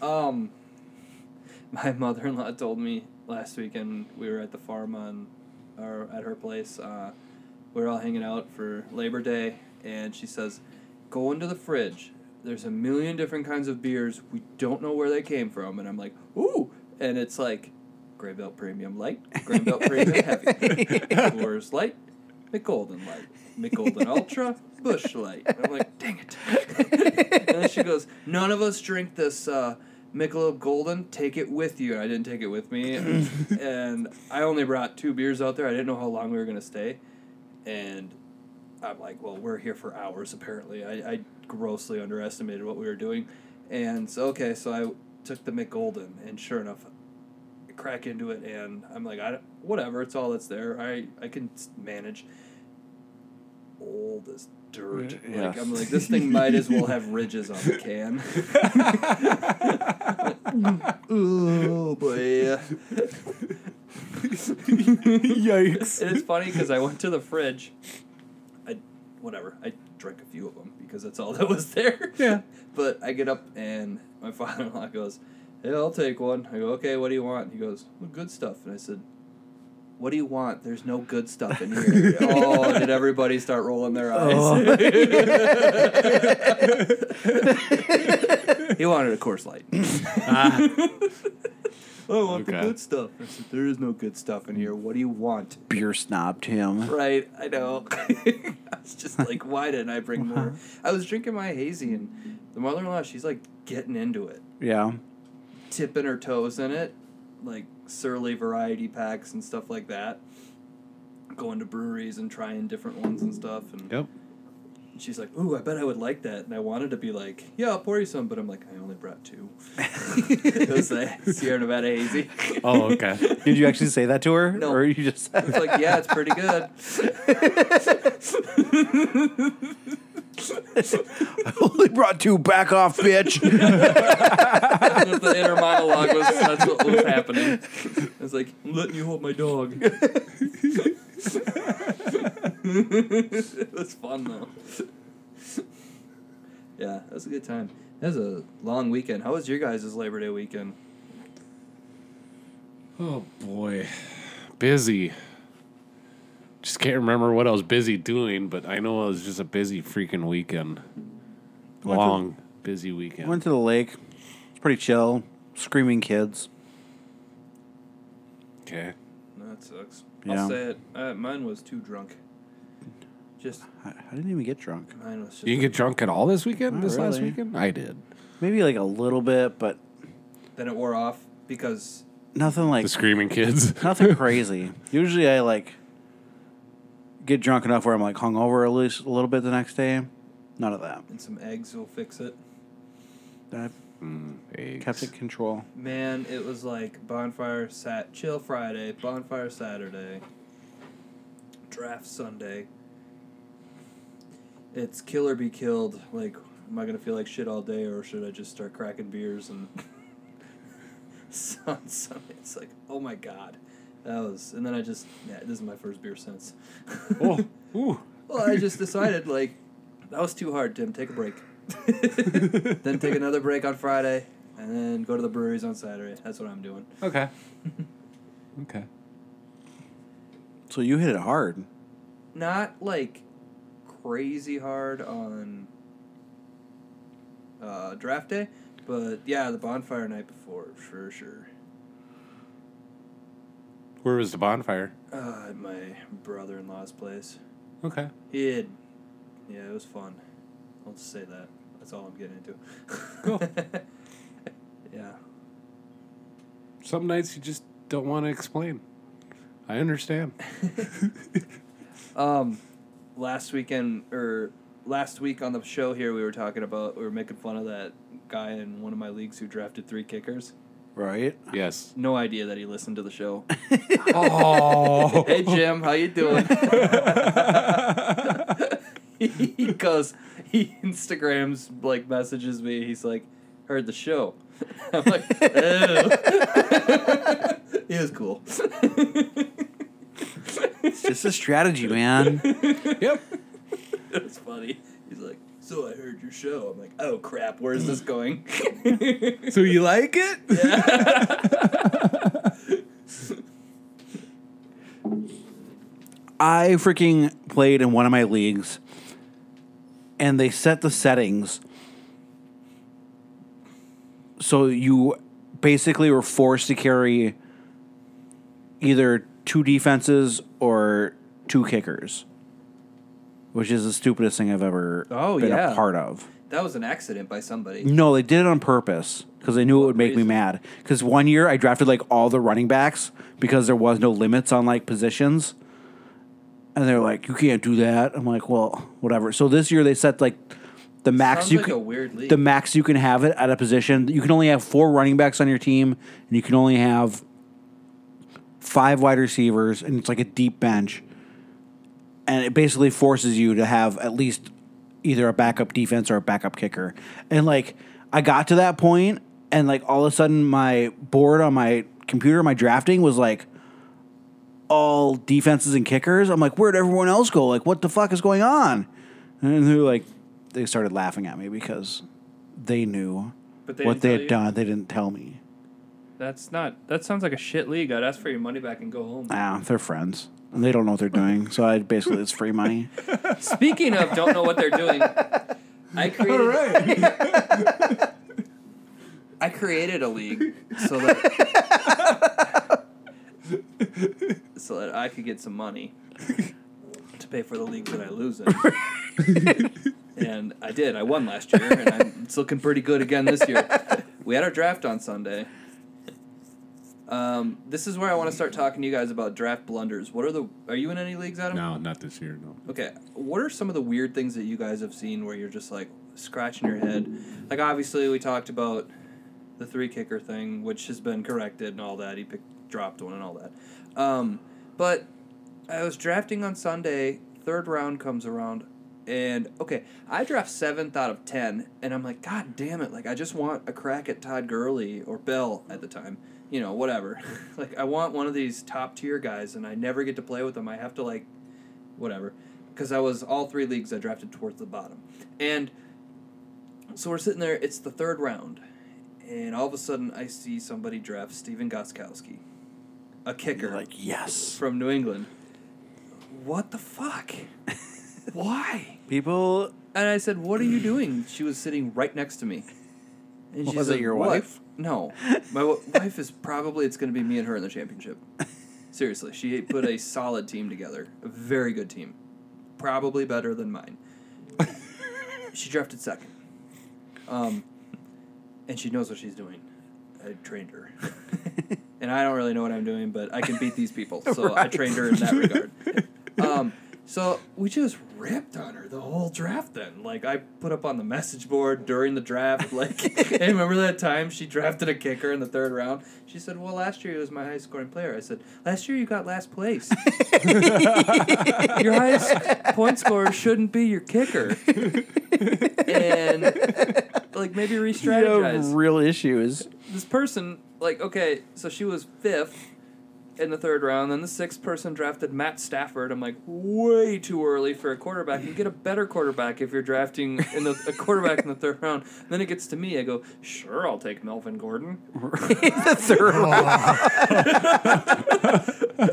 A: Um, my mother in law told me last weekend we were at the farm on, or at her place. Uh, we were all hanging out for Labor Day, and she says, "Go into the fridge. There's a million different kinds of beers. We don't know where they came from." And I'm like, "Ooh!" And it's like, Gray Belt Premium Light, Gray Belt Premium Heavy, Coors Light, McGolden Light, McGolden Ultra, Bush Light. And I'm like, "Dang it!" and then she goes, "None of us drink this uh, Michelob Golden. Take it with you." And I didn't take it with me, and I only brought two beers out there. I didn't know how long we were gonna stay, and I'm like, "Well, we're here for hours apparently." I, I grossly underestimated what we were doing, and so okay, so I took the McGolden, and sure enough, I crack into it, and I'm like, "I don't- whatever, it's all that's there. I I can s- manage." Old as dirt.
F: Yeah.
A: Like I'm like, this thing might as well have ridges on the can. Ooh, boy.
F: Yikes.
A: And it's funny because I went to the fridge. I, whatever. I drank a few of them because that's all that was there. Yeah. but I get up and my father in law goes, Yeah, I'll take one. I go, Okay, what do you want? He goes, well, Good stuff. And I said, What do you want? There's no good stuff in here. oh, and did everybody start rolling their eyes? he wanted a course light. Oh, I want the
I: Okay.
A: good stuff. I said, there is no good stuff in here. What do you want?
I: Beer snobbed him.
A: Right, I know. I was just like, why didn't I bring more? I was drinking my hazy, and the mother in law, she's like getting into it,
I: Yeah.
A: tipping her toes in it, like surly variety packs and stuff like that. Going to breweries and trying different ones and stuff. And
F: Yep.
A: she's like, ooh, I bet I would like that. And I wanted to be like, yeah, I'll pour you some, but I'm like, I only brought two. it was a Sierra Nevada hazy.
F: oh okay.
I: Did you actually say that to her?
A: No.
I: Or you just
A: It's like, yeah, it's pretty good.
I: I only brought two. Back off, bitch.
A: the inner monologue was that's what was happening. It's like I'm letting you hold my dog. it was fun though. Yeah, that was a good time. That was a long weekend. How was your guys' Labor Day weekend?
F: Oh boy, busy. Just can't remember what I was busy doing, but I know it was just a busy freaking weekend.
I: Went to-
F: Long, busy weekend.
I: Went to the lake. Pretty chill. Screaming kids.
F: Okay.
A: That sucks.
I: Yeah.
A: I'll say it. Uh, mine was too drunk. Just
I: I, I didn't even get drunk.
A: mine was. Just
F: You didn't get drunk at all this weekend?
I: Not
F: this last
I: really.
F: weekend? I did.
I: Maybe like a little bit, but
A: Then it wore off because
I: nothing like
F: The screaming kids.
I: nothing crazy. Usually I like get drunk enough where I'm like hungover at least a little bit the next day. None of that.
A: and some eggs will fix it.
I: I kept it control.
A: Man, it was like bonfire sat chill Friday, bonfire Saturday, draft Sunday. It's kill or be killed. Like, am I gonna feel like shit all day, or should I just start cracking beers and? So- on Sunday, it's like, oh my god, that was. And then I just, yeah, this is my first beer since.
F: oh, ooh.
A: Well, I just decided like that was too hard, Tim. Take a break. then take another break on Friday, and then go to the breweries on Saturday. That's what I'm doing.
F: Okay. okay.
I: So you hit it hard.
A: Not like crazy hard on uh, draft day, but yeah, the bonfire night before for sure.
F: Where was the bonfire?
A: Uh, at my brother-in-law's place.
F: Okay.
A: He had, yeah, it was fun. I'll just say that. That's all I'm getting into. yeah.
F: Some nights you just don't want to explain. I understand.
A: Um, last weekend or last week on the show here, we were talking about we were making fun of that guy in one of my leagues who drafted three kickers.
I: Right?
F: Yes.
A: No idea that he listened to the show.
F: Oh.
A: hey Jim, how you doing? he goes, he Instagrams like messages me. He's like, heard the show. I'm like, oh. he was cool.
I: It's just a strategy, man.
F: yep.
A: That's funny. He's like, so I heard your show. I'm like, oh crap, where's this going?
F: So you like it?
I: I freaking played in one of my leagues and they set the settings so you basically were forced to carry either two defenses or two kickers, which is the stupidest thing I've ever
A: Oh,
I: been
A: yeah.
I: a part of.
A: that was an accident by somebody.
I: No, they did it on purpose because they knew it would make me mad. Because one year I drafted like all the running backs because there was no limits on like positions, and they're like, "You can't do that." I'm like, "Well, whatever." So this year they set like the max
A: Sounds
I: you
A: like
I: can
A: a weird league.
I: the max you can have it at a position. You can only have four running backs on your team, and you can only have five wide receivers, and it's like a deep bench. And it basically forces you to have at least either a backup defense or a backup kicker. And like I got to that point and like all of a sudden my board on my computer, my drafting was like all defenses and kickers. I'm like, where'd everyone else go? Like what the fuck is going on? And they're like they started laughing at me because they knew
A: But they
I: what
A: didn't
I: they
A: tell
I: had
A: you?
I: done. They didn't tell me.
A: That's not. That sounds like a shit league. I'd ask for your money back and go home.
I: Ah, they're friends. And they don't know what they're doing. So I basically it's free money.
A: Speaking of, don't know what they're doing. I created. I created a league so that so that I could get some money to pay for the leagues that I lose in. and I did. I won last year, and I'm, it's looking pretty good again this year. We had our draft on Sunday. Um, this is where I want to start talking to you guys about draft blunders. What are the? Are you in any leagues, Adam?
F: No, not this year. No.
A: Okay, what are some of the weird things that you guys have seen where you're just like scratching your head? Like obviously we talked about the three kicker thing, which has been corrected and all that. He picked, dropped one and all that. Um, but I was drafting on Sunday. Third round comes around, and okay, I draft seventh out of ten, and I'm like, God damn it! Like I just want a crack at Todd Gurley or Bell at the time, you know, whatever. like I want one of these top tier guys, and I never get to play with them. I have to like whatever. Because I was all three leagues I drafted towards the bottom. And so we're sitting there, it's the third round, and all of a sudden I see somebody draft Steven Goskowski, a kicker
I: like, yes.
A: from New England. What the fuck? Why?
I: People
A: And I said, What are you doing? She was sitting right next to me. And she
I: Was it
A: said,
I: your
A: "What?"
I: wife?
A: No, my w- wife is probably it's going to be me and her in the championship. Seriously, she put a solid team together, a very good team, probably better than mine. she drafted second, um, and she knows what she's doing. I trained her, and I don't really know what I'm doing, but I can beat these people, so I
K: Right.
A: trained her in that regard. Um, so we just ripped on her the whole draft. Then, like, I put up on the message board during the draft, like, hey, remember that time she drafted a kicker in the third round? She said, "Well, last year he was my highest scoring player." I said, "Last year you got last place. your highest point scorer shouldn't be your kicker." and like maybe re-strategize
I: real issue is
A: this person, like, okay, so she was fifth in the third round. Then the sixth person drafted Matt Stafford. I'm like, way too early for a quarterback. You get a better quarterback if you're drafting in the, a quarterback in the third round. then it gets to me. I go, sure, I'll take Melvin Gordon.
I: the third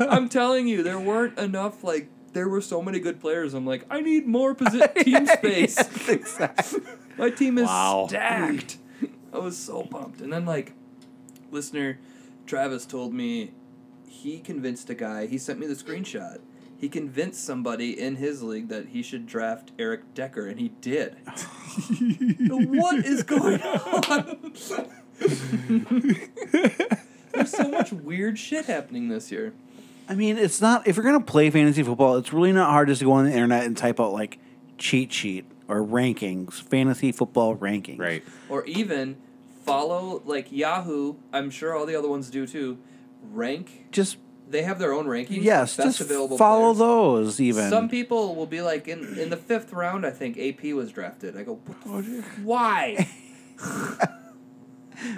A: I'm telling you, there weren't enough, like, there were so many good players. I'm like, I need more posi- team space. My team is
F: Wow.
A: stacked. I was so pumped. And then, like, listener Travis told me he convinced a guy, he sent me the screenshot. He convinced somebody in his league that he should draft Eric Decker, and he did. what is going on? There's so much weird shit happening this year.
I: I mean, it's not if you're gonna play fantasy football, it's really not hard just to go on the internet and type out like cheat sheet or rankings, fantasy football rankings. Right.
A: Or even follow, like, Yahoo, I'm sure all the other ones do too, rank.
I: Just
A: They have their own rankings.
I: yes,
A: best
I: just
A: available
I: follow
A: players.
I: those even.
A: Some people will be like in in the fifth round. I think AP was drafted. I go, "What
I: Oh,
A: the f- why?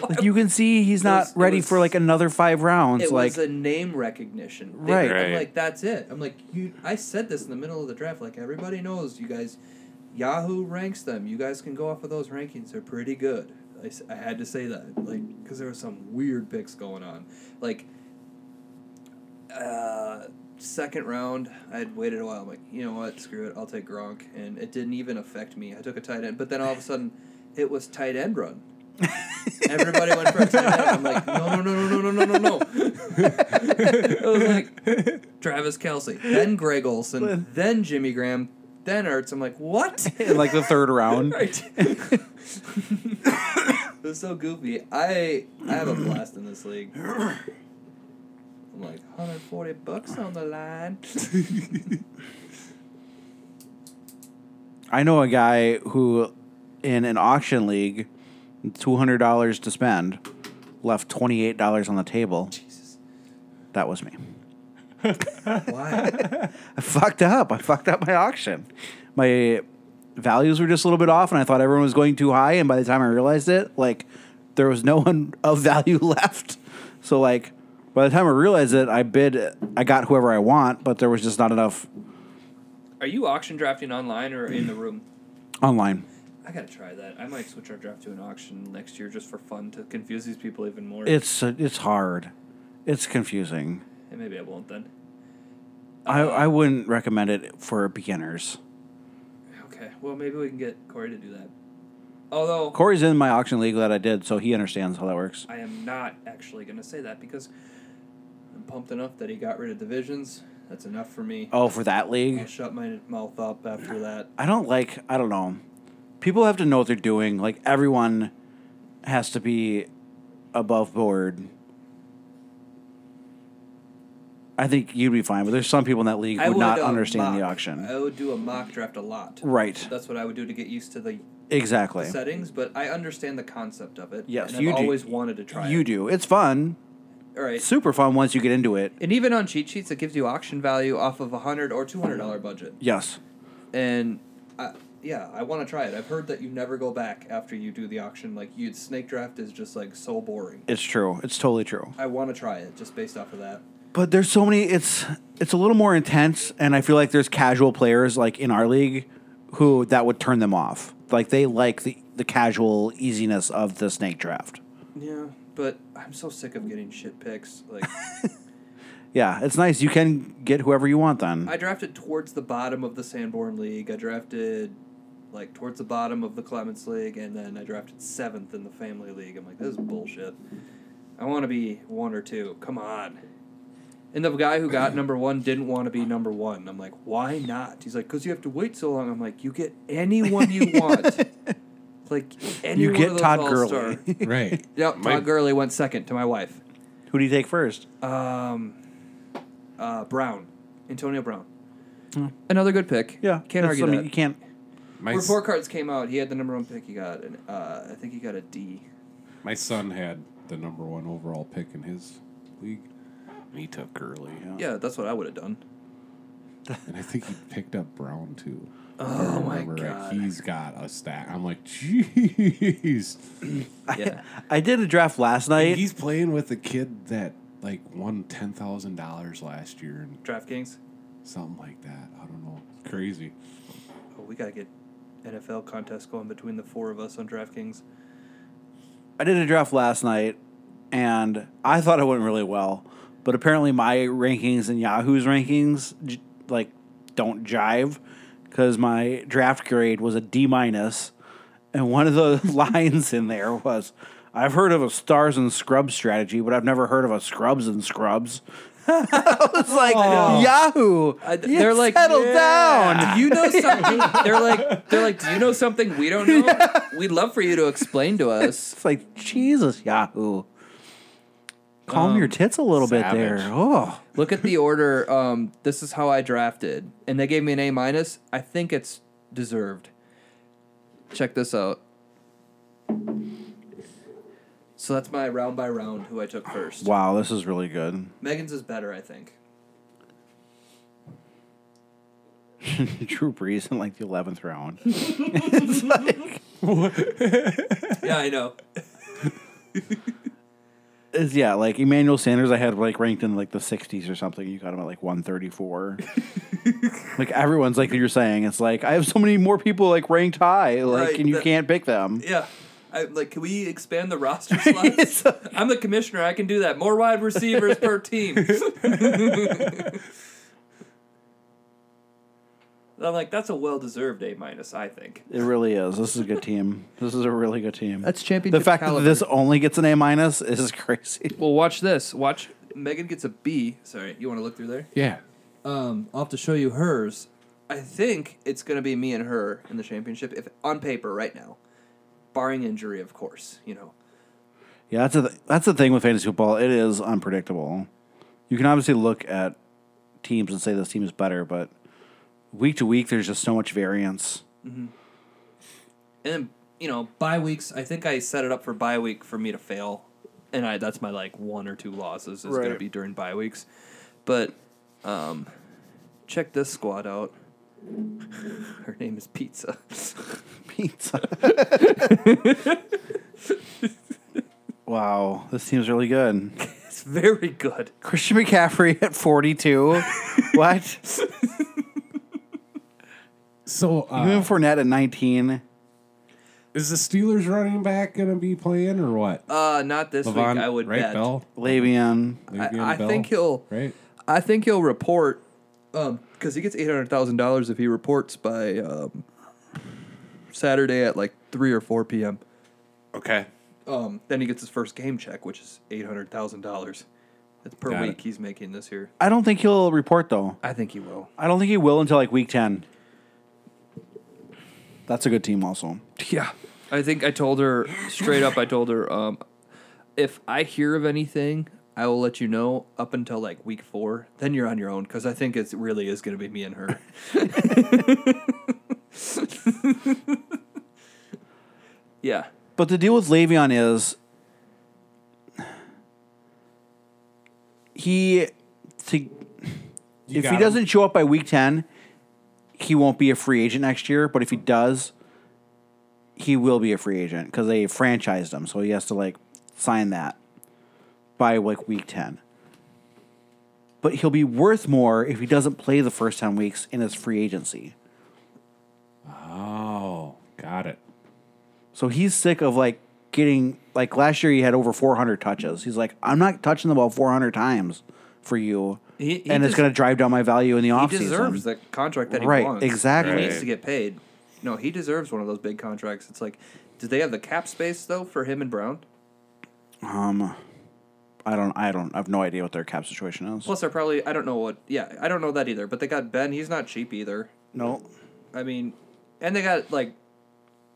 I: like you can see he's not
A: was- it
I: ready
A: was-
I: for like another five rounds.
A: it
I: like
A: was a name recognition, They-
I: Right.
A: I'm
I: Right.
A: like that's it. I'm like you. I said this in the middle of the draft. Like everybody knows, you guys. Yahoo ranks them. You guys can go off of those rankings. They're pretty good. I, s- I had to say that, like, because there were some weird picks going on. Like, uh, second round, I had waited a while. I'm like, you know what? Screw it. I'll take Gronk, and it didn't even affect me. I took a tight end, but then all of a sudden, it was tight end run. Everybody went for a tight end. I'm like, no, no, no, no, no, no, no, no, no. it was like Travis Kelsey, then Greg Olson, then Jimmy Graham, then Ertz. I'm like, what?
I: in like the third round.
A: Right. it was so goofy. I I have a blast in this league. I'm like 140 bucks on the line.
I: I know a guy who, in an auction league, two hundred dollars to spend, left twenty eight dollars on the table. Jesus, that was me.
A: Why?
I: I fucked up. I fucked up my auction. My values were just a little bit off, and I thought everyone was going too high. And by the time I realized it, like there was no one of value left. So like by the time I realized it, I bid. I got whoever I want, but there was just not enough
A: Are you auction drafting online or in the room?
I: online.
A: I gotta try that. I might switch our draft to an auction next year just for fun to confuse these people even more.
I: It's it's hard. It's confusing.
A: and maybe I won't then.
I: I, I wouldn't recommend it for beginners.
A: Okay. Well, maybe we can get Corey to do that. Although
I: Corey's in my auction league that I did, so he understands how that works.
A: I am not actually going to say that because I'm pumped enough that he got rid of divisions. That's enough for me.
I: Oh, for that league?
A: I'll shut my mouth up after that.
I: I don't like, I don't know. People have to know what they're doing. Like, everyone has to be above board. I think you'd be fine, but there's some people in that league
A: I
I: who would not
A: uh,
I: understand the
A: mock-
I: auction.
A: I would do a mock draft a lot.
I: Right.
A: That's what I would do to get used to the
I: Exactly.
A: the settings, but I understand the concept of it.
I: Yes,
A: and
I: you
A: I've
I: do.
A: always wanted to try
I: you
A: it.
I: do. It's fun.
A: All right.
I: Super fun once you get into it.
A: And even on cheat sheets, it gives you auction value off of a hundred or two hundred dollar budget.
I: Yes.
A: And I, yeah, I want to try it. I've heard that you never go back after you do the auction. Like you, snake draft is just like so boring.
I: It's true. It's totally true.
A: I want to try it just based off of that.
I: But there's so many. It's it's a little more intense, and I feel like there's casual players like in our league who that would turn them off. Like they like the the casual easiness of the snake draft.
A: Yeah, but I'm so sick of getting shit picks. Like
I: Yeah, it's nice. You can get whoever you want then.
A: I drafted towards the bottom of the Sanborn League. I drafted like towards the bottom of the Clements League, and then I drafted seventh in the Family League. I'm like, this is bullshit. I want to be one or two. Come on. And the guy who got number one didn't want to be number one. I'm like, why not? He's like, because you have to wait so long. I'm like, you get anyone you want. like, any
I: You
A: one
I: get
A: of those
I: Todd
A: all-star.
I: Gurley. Right.
A: Yep.
I: My-
A: Todd Gurley went second to my wife.
I: Who do you take first?
A: Um, uh, Brown, Antonio Brown. Another good pick. Yeah, can't
I: Hmm. that's-
A: argue
I: I mean,
A: that.
I: you can't-
F: My s-
A: Report cards came out. He had the number one pick. He got, and uh, I think he got a D.
F: My son had the number one overall pick in his league. And he took Gurley.
A: Yeah, that's what I would have done.
F: And I think he picked up Brown too. If I
A: Oh, my
F: remember right.
A: God.
F: He's got a stack. I'm like, jeez.
A: Yeah.
I: I did a draft last night.
F: He's playing with a kid that like won ten thousand dollars last year and
A: DraftKings.
F: something like that. I don't know. Crazy.
A: Oh, we gotta get NFL contest going between the four of us on DraftKings.
I: I did a draft last night, and I thought it went really well, but apparently my rankings and Yahoo's rankings j- like don't jive because my draft grade was a D minus, and one of the lines in there was, "I've heard of a stars and scrubs strategy, but I've never heard of a scrubs and scrubs." I was like, Yahoo. you
A: they're like,
I: settle
A: "Yeah."
I: down.
A: Do you know something? they're like, they're like, do you know something we don't know? We'd love for you to explain to us.
I: It's like Jesus, Yahoo. Calm your tits a little bit there. Oh,
A: Look at the order. Um, this is how I drafted, and they gave me an A minus. I think it's deserved. Check this out. So that's my round by round who I took first.
I: wow, this is really good.
A: Megan's is better, I think.
I: Drew Brees in like the eleventh round.
A: yeah, I know.
I: It's- yeah, like Emmanuel Sanders, I had like ranked in like the sixties or something. You got him at like one thirty four. like everyone's like you're saying, it's like I have so many more people like ranked high, like
A: Right,
I: and you
A: that-
I: can't pick them.
A: Yeah. I, like, can we expand the roster slots? I'm the commissioner. I can do that. More wide receivers per team. I'm like, that's a well deserved A minus, I think.
I: It really is. This is a good team. This is a really good team.
A: That's championship
I: The fact
A: caliber.
I: that this only gets an A minus is crazy.
A: Well, watch this. Watch. Megan gets a B. Sorry, you want to look through there?
F: Yeah.
A: Um, I'll have to show you hers. I think it's gonna be me and her in the championship, if on paper right now, barring injury, of course. You know,
I: Yeah, that's a th- that's the thing with fantasy football. It is unpredictable. You can obviously look at teams and say this team is better, but week to week, there's just so much variance.
A: Mm-hmm. And then, you know, bye weeks. I think I set it up for bye week for me to fail, and I that's my like one or two losses is going to
O: Right.
A: be during bye weeks. But um, check this squad out. Her name is Pizza.
I: Pizza. wow, this team's really good.
A: it's very good.
I: Christian McCaffrey at 42. what?
F: So uh,
I: Even Fournette at 19.
F: Is the Steelers running back gonna be playing or what?
A: Uh, not this
F: Levon,
A: week. I would
F: right,
A: bet.
F: Bell?
I: Le'Veon.
A: I, I think he'll.
F: Right.
A: I think he'll report. Um, because he gets eight hundred thousand dollars if he reports by um, Saturday at like three or four p.m.
F: Okay.
A: Um, then he gets his first game check, which is eight hundred thousand dollars. That's per
I: Got it.
A: week he's making this year.
I: I don't think he'll report though.
A: I think he will.
I: I don't think he will until like week 10. That's a good team, also.
A: Yeah, I think I told her straight up. I told her, um, if I hear of anything, I will let you know up until like week four. Then you're on your own because I think it really is going to be me and her. yeah,
I: But the deal with Le'Veon is he to if
F: got
I: he
F: him.
I: doesn't show up by week ten, he won't be a free agent next year. But if he does, he will be a free agent because they franchised him, so he has to like sign that by like week ten. But he'll be worth more if he doesn't play the first ten weeks in his free agency.
F: Oh, got it.
I: So he's sick of like getting like last year he had over 400 touches. He's like, I'm not touching the ball 400 times for you,
A: He- he
I: and it's
A: des-
I: going to drive down my value in the
A: he
I: offseason.
A: deserves the contract that he
I: Right,
A: wants.
I: exactly.
A: He needs to get paid. No, he deserves one of those big contracts. It's like, do they have the cap space though for him and Brown?
I: Um, I don't. I don't. I have no idea what their cap situation is.
A: Plus, they're probably I don't know what. Yeah, I don't know that either. But they got Ben. He's not cheap either.
I: No.
A: I mean, and they got like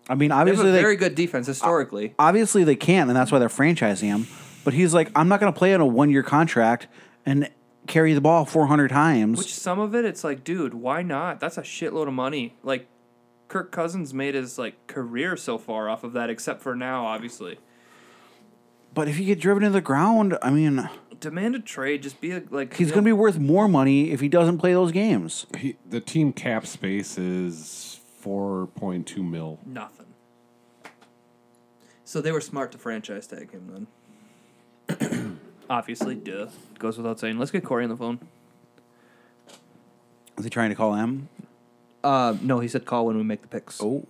I: I mean,
A: they have a
I: obviously they
A: very good defense historically.
I: Obviously they can, and that's why they're franchising him. But he's like, I'm not going to play on a one year contract and carry the ball 400 times.
A: Which some of it, it's like, dude, why not? That's a shitload of money. Like, Kirk Cousins made his like career so far off of that, except for now, obviously.
I: but if you get driven to the ground, I mean,
A: Demand a trade. Just be a, like
I: he's
A: you
I: going to
A: know,
I: be worth more money if he doesn't play those games.
F: He, the team cap space is 4.2 mil.
A: nothing. So they were smart to franchise tag him then. obviously, duh. Goes without saying. Let's get Corey on the phone.
I: Is he trying to call him?
A: Uh, no, he said call when we make the picks.
I: Oh,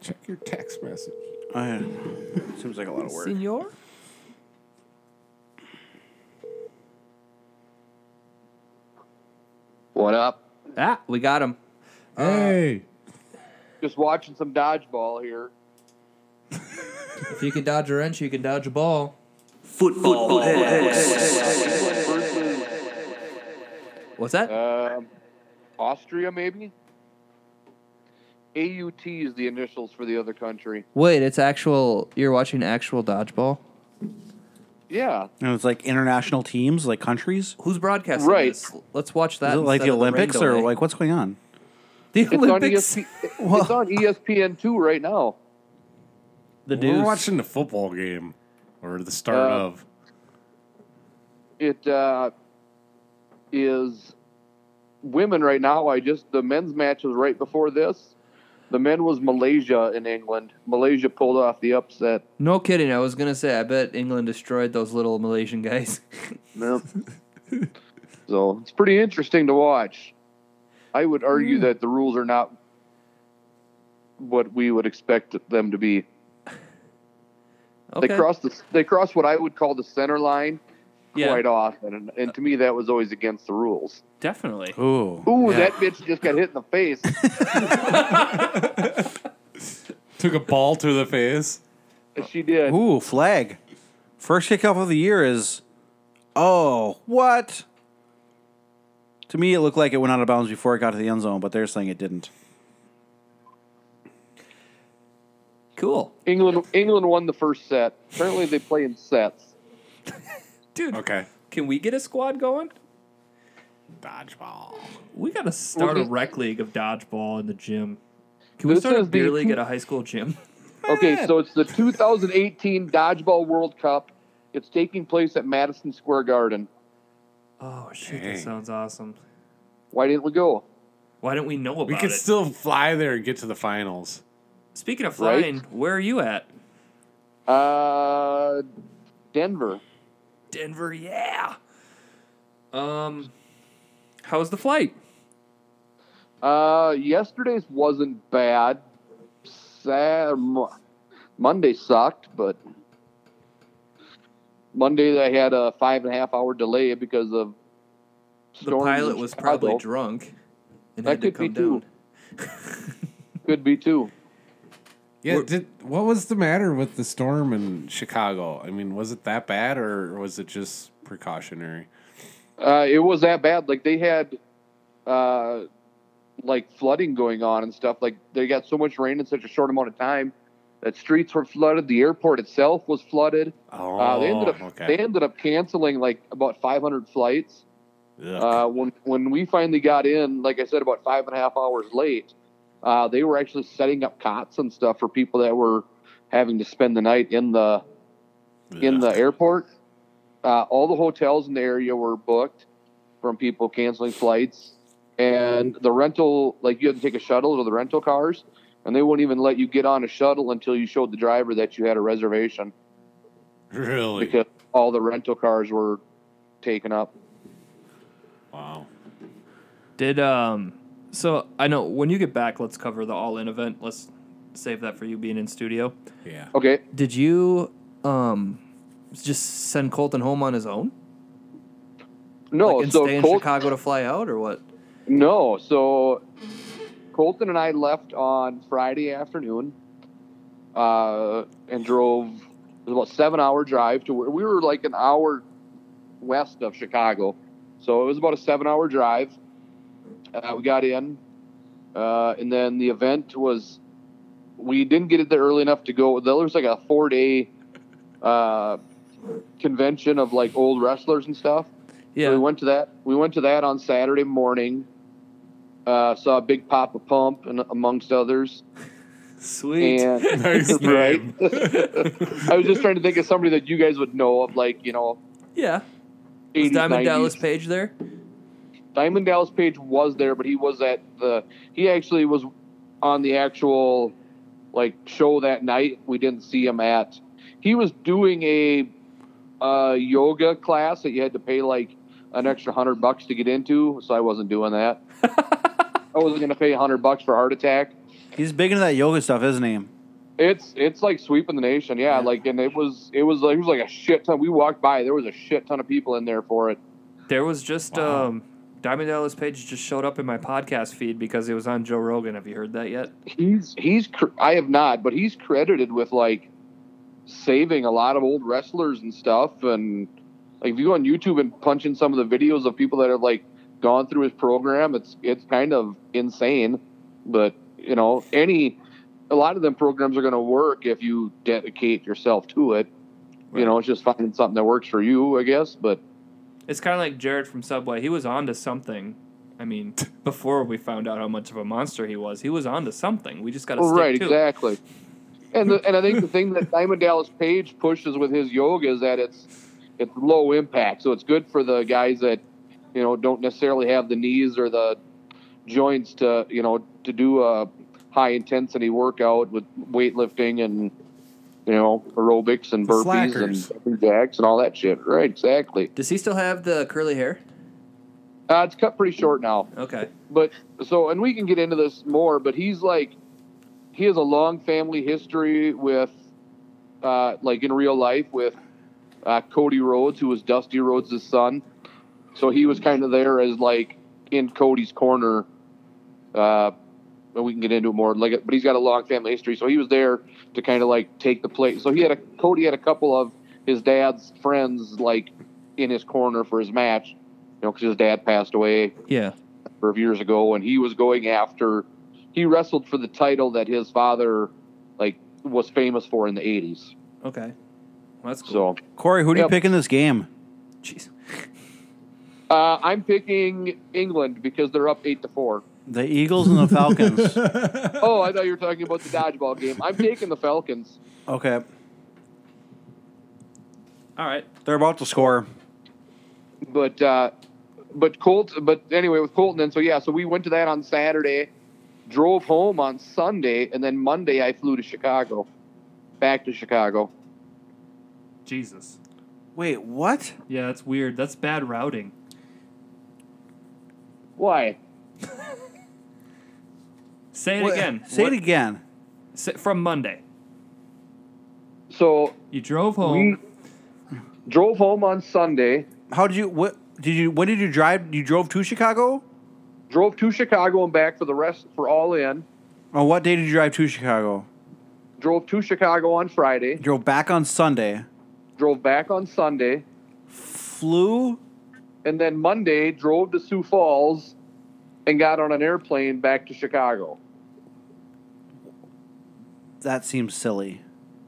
F: Check your text message.
I: I, seems like a lot of work.
A: Senor?
B: What up?
A: Ah, we got him.
F: Hey.
B: Just watching some dodgeball here.
P: If you can dodge a wrench, you can dodge a ball.
A: Football. What's that?
B: Um, Austria, maybe? AUT is the initials for the other country.
A: Wait, it's actual. You're watching actual dodgeball.
B: Yeah.
I: And it's like international teams, like countries.
A: Who's broadcasting
B: Right.
A: this? Let's watch that.
I: Is it like
A: instead
I: the
A: of rain
I: Olympics or
A: delay.
I: like what's going on?
A: the
B: It's on, ESP, E it's on E ESPN2 right now.
I: The
F: We're
B: news.
F: watching the football game or the start
B: Uh,
F: of.
B: It uh, is women right now. I just, the men's match was right before this. The men was Malaysia in England. Malaysia pulled off the upset.
A: No kidding. I was gonna say. I bet England destroyed those little Malaysian guys.
B: No. so it's pretty interesting to watch. I would argue
A: Hmm.
B: that the rules are not what we would expect them to be. They
A: Okay.
B: cross the they cross what I would call the center line
A: Yeah.
B: quite often, and, and to me that was always against the rules.
A: Definitely.
I: Ooh.
B: Ooh,
F: Yeah.
B: that bitch just got hit in the face.
F: Took a ball to the face.
B: she did.
I: Ooh, flag. First kickoff of the year is. Oh, what? To me, it looked like it went out of bounds before it got to the end zone, but they're saying it didn't.
A: Cool.
B: England England won the first set. Apparently they play in sets.
A: Dude.
F: Okay.
A: Can we get a squad going?
F: Dodgeball.
P: We gotta start
B: Well,
P: a
B: this-
P: rec league of dodgeball in the gym. Can we
B: This
P: start a
B: is the-
P: beer league at a high school gym?
B: Okay, so it's the 2018 Dodgeball World Cup. It's taking place at Madison Square Garden.
A: Oh shit, that sounds awesome.
B: Why didn't we go?
A: Why don't we know about
F: We could
A: it?
F: still fly there and get to the finals.
A: Speaking of
B: Right?
A: flying, where are you at?
B: Uh, Denver.
A: Denver. Yeah. Um, how was the flight?
B: Uh, yesterday's wasn't bad. Sam, Monday sucked, but Monday I had a five and a half hour delay because of
A: The
B: storms in
A: pilot was probably
B: Chicago.
A: drunk and
B: That
A: had to
B: could be
A: come down.
B: Could be too.
F: Yeah, did what was the matter with the storm in Chicago? I mean, was it that bad or was it just precautionary?
B: Uh, it was that bad. Like they had, uh, like flooding going on and stuff. Like they got so much rain in such a short amount of time that streets were flooded. The airport itself was flooded.
F: Oh,
B: Uh, they ended up
F: okay.
B: they ended up canceling like about 500 flights. Uh, when when we finally got in, like I said, about five and a half hours late, uh, they were actually setting up cots and stuff for people that were having to spend the night in the in the airport. Uh, all the hotels in the area were booked from people canceling flights, and the rental like you had to take a shuttle to the rental cars, and they wouldn't even let you get on a shuttle until you showed the driver that you had a reservation
F: Really?
B: because all the rental cars were taken up.
F: Wow.
A: Did um so I know when you get back let's cover the all in event. Let's save that for you being in studio.
F: Yeah.
B: Okay.
A: Did you um just send Colton home on his own?
B: No,
A: like, and
B: so
A: stay in
B: Colt-
A: Chicago to fly out or what?
B: No, so
G: Colton and I left on Friday afternoon, uh, and drove it was about seven hour drive to where we were like an hour west of Chicago, so it was about a seven hour drive. Uh, we got in, uh, and then the event was we didn't get it there early enough to go. There was like a four day uh, convention of like old wrestlers and stuff. Yeah, so we went to that. We went to that on Saturday morning. Uh, saw Big Papa Pump and amongst others.
A: Sweet,
G: And-
A: Nice
G: right? I was just trying to think of somebody that you guys would know of, like you know,
A: Yeah. Was
G: 80s,
A: Diamond
G: 90s.
A: Dallas Page there?
G: Diamond Dallas Page was there, but he was at the he actually was on the actual like show that night. We didn't see him at. He was doing a uh, yoga class that you had to pay like an extra hundred bucks to get into, so I wasn't doing that. I wasn't going to pay hundred bucks for heart attack.
I: He's big into that yoga stuff, isn't he?
G: It's it's like sweeping the nation, yeah. Like, and it was it was like it was like a shit ton. We walked by, there was a shit ton of people in there for it.
A: There was just um, Diamond Dallas Page just showed up in my podcast feed because it was on Joe Rogan. Have you heard that yet?
G: He's he's cr- I have not, but he's credited with like saving a lot of old wrestlers and stuff. And like, if you go on YouTube and punch in some of the videos of people that have like gone through his program, it's it's kind of insane. But you know, any a lot of them programs are going to work if you dedicate yourself to it. You know, it's just finding something that works for you, I guess. But
A: It's kind of like Jared from Subway. He was onto something. I mean, before we found out how much of a monster he was, he was onto something. We just got to
G: Well,
A: stick
G: right,
A: to it.
G: exactly. And the, and I think the thing that Diamond Dallas Page pushes with his yoga is that it's it's low impact, so it's good for the guys that you know don't necessarily have the knees or the joints to you know to do a high intensity workout with weightlifting and you know aerobics and
A: The
G: burpees
A: slackers.
G: and jumping jacks and all that shit. Right, exactly.
A: Does he still have the curly hair?
G: Uh, it's cut pretty short now.
A: Okay.
G: But so, and we can get into this more, but he's like, he has a long family history with, uh, like in real life with uh, Cody Rhodes, who was Dusty Rhodes' son. So he was kind of there as like in Cody's corner. Uh, and we can get into it more. Like, but he's got a long family history, so he was there to kind of like take the place. So he had a Cody had a couple of his dad's friends like in his corner for his match, you know, because his dad passed away
A: Yeah.
G: number of years ago, and he was going after. He wrestled for the title that his father, like, was famous for in the '80s.
A: Okay. Well, that's
G: cool.
I: Corey, who do
G: Yep.
I: you pick in this game?
A: Jeez.
G: So uh, I'm picking England because they're up eight to four.
I: The Eagles and the Falcons.
G: oh, I thought you were talking about the dodgeball game. I'm taking the Falcons.
I: okay.
A: All right.
I: They're about to score.
G: but uh, but Colt. But anyway, with Colton, and so yeah, so we went to that on Saturday, drove home on Sunday, and then Monday I flew to Chicago, back to Chicago.
A: Jesus.
I: Wait, what?
A: Yeah, that's weird. That's bad routing.
G: Why?
A: say it
I: What-
A: again.
I: say it again.
A: Say, from Monday.
G: So
A: you drove home.
G: drove home on Sunday.
I: How did you? What did you? When did you drive? You drove to Chicago.
G: Drove to Chicago and back for the rest for all in.
I: On what day did you drive to Chicago?
G: Drove to Chicago on Friday.
I: Drove back on Sunday.
G: Drove back on Sunday.
I: Flew.
G: And then Monday drove to Sioux Falls, and got on an airplane back to Chicago.
I: That seems silly.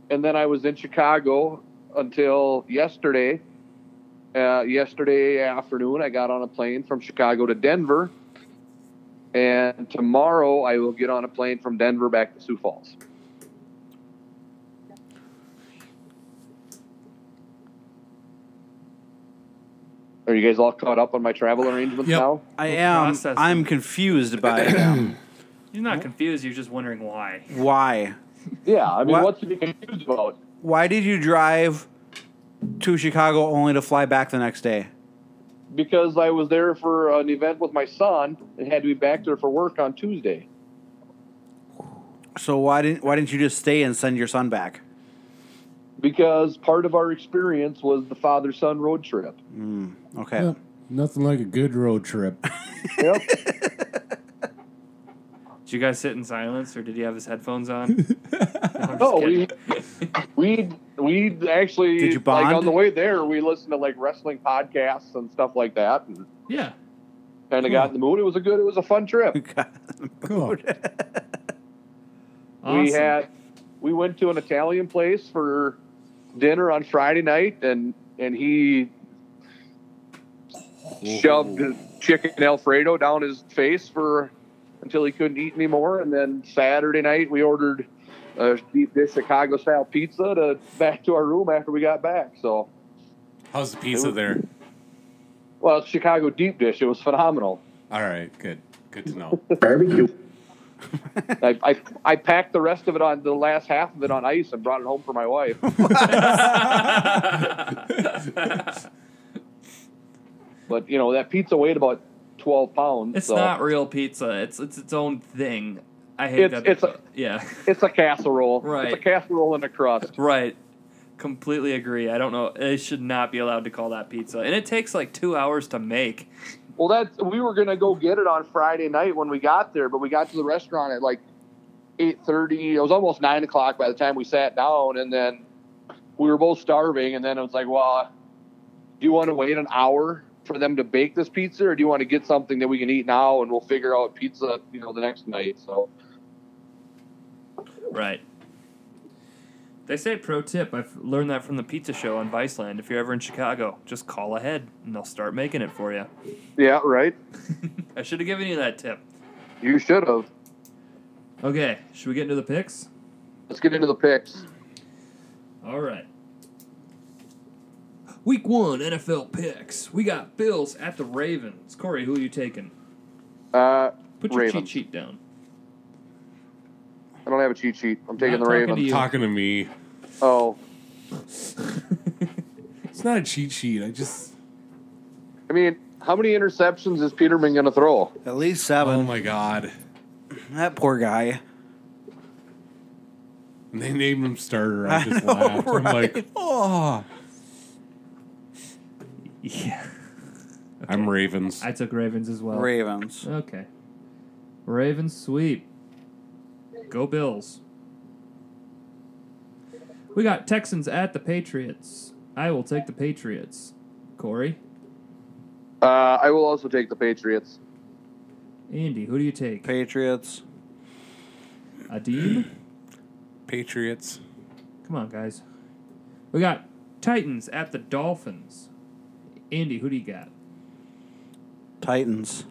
G: and then I was in Chicago until yesterday. Uh, yesterday afternoon, I got on a plane from Chicago to Denver, and tomorrow I will get on a plane from Denver back to Sioux Falls. Are you guys all caught up on my travel arrangements now?
I: I am.
A: processing.
I: I'm confused by um,
A: You're not confused. You're just wondering why.
I: why.
G: Yeah, I
I: mean, What- what's
G: to be confused about?
I: Why did you drive to Chicago only to fly back the next day?
G: Because I was there for an event with my son and had to be back there for work on Tuesday.
I: So why didn't why didn't you just stay and send your son back?
G: because part of our experience was the father son road trip.
I: Mm, okay.
Q: Nothing like a good road trip.
G: Yep.
J: Did you guys sit in silence, or did he have his headphones on?
G: No, we we we actually
J: Did you
G: like on
J: bond?
G: the way there we listened to like wrestling podcasts and stuff like that and
J: yeah.
G: kind of got in the mood. It was a good it was a fun trip.
I: cool.
G: We had we went to an Italian place for dinner on Friday night and and he shoved chicken alfredo down his face for until he couldn't eat anymore and then Saturday night we ordered a deep dish Chicago style pizza to back to our room after we got back. So
F: How's the pizza there?
G: Well, it's Chicago deep dish. It was phenomenal.
F: All right, good. Good to know.
G: Barbecue. I, I I packed the rest of it on the last half of it on ice and brought it home for my wife. but you know that pizza weighed about twelve pounds.
A: It's
G: so
A: not real pizza. It's it's its own thing. I hate
G: It's-
A: that.
G: it's a-
A: yeah.
G: It's a casserole.
A: Right.
G: It's a casserole and a crust.
A: Right. Completely agree. I don't know. They should not be allowed to call that pizza. And it takes like two hours to make.
G: Well, that's we were gonna go get it on Friday night when we got there, but we got to the restaurant at like eight thirty. It was almost nine o'clock by the time we sat down, and then we were both starving. And then it was like, well, do you want to wait an hour for them to bake this pizza, or do you want to get something that we can eat now, and we'll figure out pizza, you know, the next night? So
A: Right. They say pro tip. I've learned that from the pizza show on Viceland. If you're ever in Chicago, just call ahead and they'll start making it for you.
G: yeah, right.
A: I should have given you that tip.
G: You should have.
A: Okay, should we get into the picks?
G: Let's get into the picks.
A: All right. Week one NFL picks. We got Bills at the Ravens. Corey, who are you taking?
G: Uh,
A: Put your
G: Ravens.
A: cheat sheet down.
G: I don't have a cheat sheet. I'm taking
A: Not
G: the
A: talking to
G: Ravens.
A: you.
F: Talking to me.
G: Oh,
F: It's not a cheat sheet. I just.
G: I mean, how many interceptions is Peterman gonna throw?
I: At least seven.
F: Oh my god.
I: That poor guy.
F: And they named him starter. I
I: I
F: just
I: know,
F: laughed. I'm like,
I: right?
F: oh.
A: Yeah.
F: I'm Ravens.
A: I took Ravens as well.
I: Ravens.
A: Okay. Ravens sweep. Go Bills. We got Texans at the Patriots. I will take the Patriots. Corey,
G: Uh, I will also take the Patriots.
A: Andy, who do you take?
I: Patriots.
A: Adeem?
F: Patriots.
A: Come on, guys. We got Titans at the Dolphins. Andy, who do you got?
I: Titans.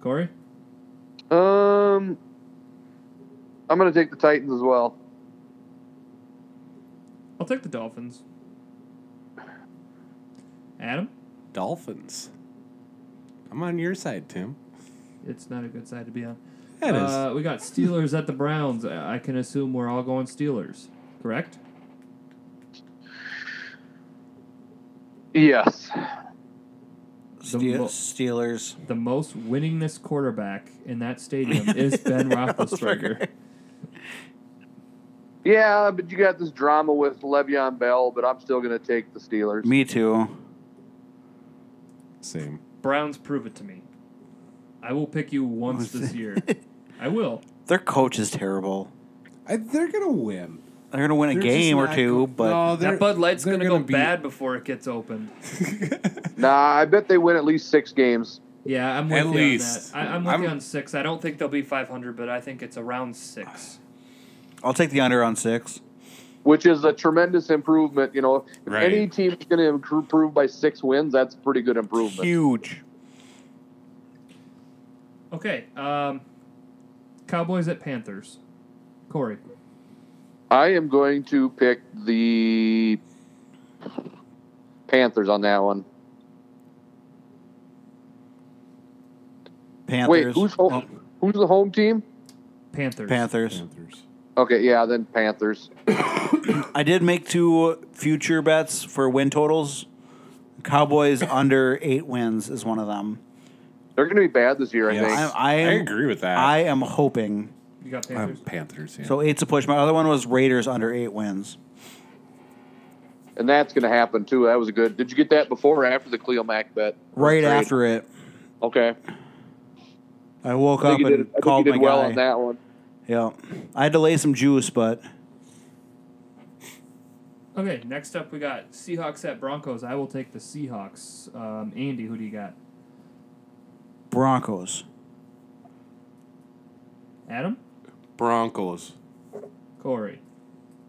A: Corey?
G: Um, I'm going to take the Titans as well.
A: I'll take the Dolphins. Adam?
F: Dolphins. I'm on your side, Tim.
A: It's not a good side to be on.
F: That is.
A: uh, We got Steelers at the Browns. I I can assume we're all going Steelers, correct?
G: Yes.
I: Steel- Steelers.
A: The most winningest quarterback in that stadium is Ben Roethlisberger.
G: Yeah, but you got this drama with Le'Veon Bell, but I'm still going to take the Steelers.
I: Me too.
F: Same.
A: Browns, prove it to me. I will pick you once this year. I will.
I: Their coach is terrible.
F: I, they're going to win.
I: They're gonna win a
F: They're just
I: game or
F: not
I: two,
F: go-
I: but
F: No, they're-
A: that Bud Light's
F: they're
A: gonna, go
F: gonna be-
A: bad before it gets opened.
G: Nah, I bet they win at least six games.
A: Yeah, I'm with
F: At
A: you
F: least.
A: on that. I, I'm with
F: I'm-
A: you on six. I don't think they'll be 500, but I think it's around six.
I: I'll take the under on six.
G: Which is a tremendous improvement. You know, if
I: Right.
G: any team's going to improve by six wins, that's a pretty good improvement.
I: Huge.
A: Okay. Um, Cowboys at Panthers. Corey.
G: I am going to pick the Panthers on that one.
I: Panthers. Oh,
G: Wait, who's home, who's the home team?
A: Panthers.
I: Panthers.
G: Okay, yeah, then Panthers.
I: I did make two future bets for win totals. Cowboys under eight wins is one of them.
G: They're going to be bad this year, I
I: I,
G: think.
I: I, am,
F: agree with that.
I: I am hoping.
A: You got
F: I'm
A: Panthers.
F: um, Panthers. Yeah.
I: So eight's a push. My other one was Raiders under eight wins.
G: And that's going to happen too. That was a good. Did you get that before or after the Cleo Mack bet?
I: Right
G: Trade.
I: after it.
G: Okay.
I: I woke
G: I
I: up
G: think you
I: and
G: did, I think
I: called
G: you did
I: my
G: well
I: guy.
G: on that one.
I: Yeah, I had to lay some juice, but
A: Okay, next up we got Seahawks at Broncos. I will take the Seahawks. Um, Andy, who do you got?
I: Broncos.
A: Adam?
F: Broncos.
A: Corey.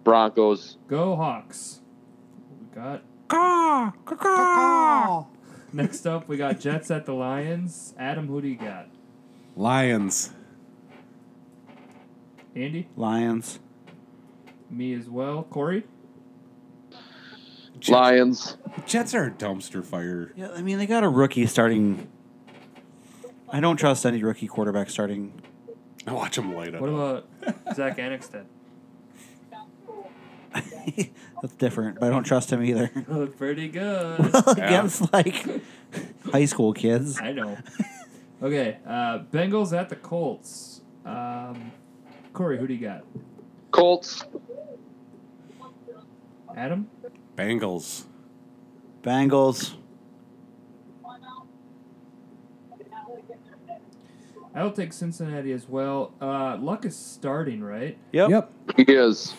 G: Broncos.
A: Go Hawks. We got. Next up we got Jets at the Lions. Adam, who do you got?
F: Lions.
A: Andy?
I: Lions.
A: Me as well. Corey?
G: Lions.
F: Jets are a dumpster fire.
I: Yeah, I mean they got a rookie starting. I don't trust any rookie quarterback starting.
F: I watch him light
A: What about Zach Anixted?
I: That's different, but I don't trust him either.
A: Look pretty good.
I: Well, against like high school kids.
A: I know. Okay, uh, Bengals at the Colts. Um, Corey, who do you got?
G: Colts.
A: Adam?
F: Bengals.
I: Bengals.
A: I'll take Cincinnati as well. Uh, Luck is starting, right?
I: Yep.
F: Yep.
G: He is.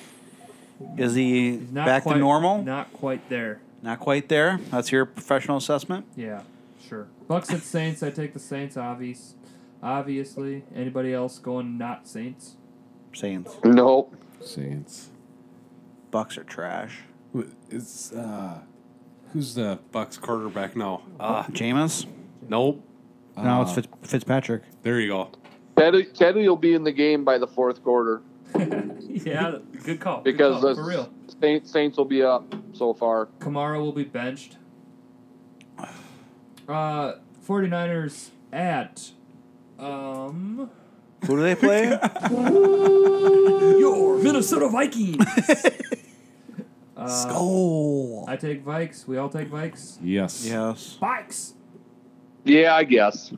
I: Is he
A: He's not
I: back
A: quite,
I: to normal?
A: Not quite there.
I: Not quite there. That's your professional assessment.
A: Yeah, sure. Bucks at Saints. I take the Saints, obvious, obviously. Anybody else going not Saints?
I: Saints.
G: Nope.
F: Saints.
I: Bucks are trash.
F: It's uh, who's the Bucks quarterback now?
I: Uh, Jameis.
F: Nope.
I: No, it's
F: Uh,
I: Fitz, Fitzpatrick.
F: There you go.
G: Teddy, Teddy will be in the game by the fourth quarter
A: Yeah, good call. good call,
G: because the
A: Oh, for real,
G: Saints, Saints will be up so far.
A: Kamara will be benched. Uh, 49ers at um
I: Who do they play?
A: your Minnesota Vikings. uh,
I: Skull.
A: I take Vikes. We all take Vikes.
F: Yes.
I: Yes.
A: Vikes.
G: Yeah, I guess.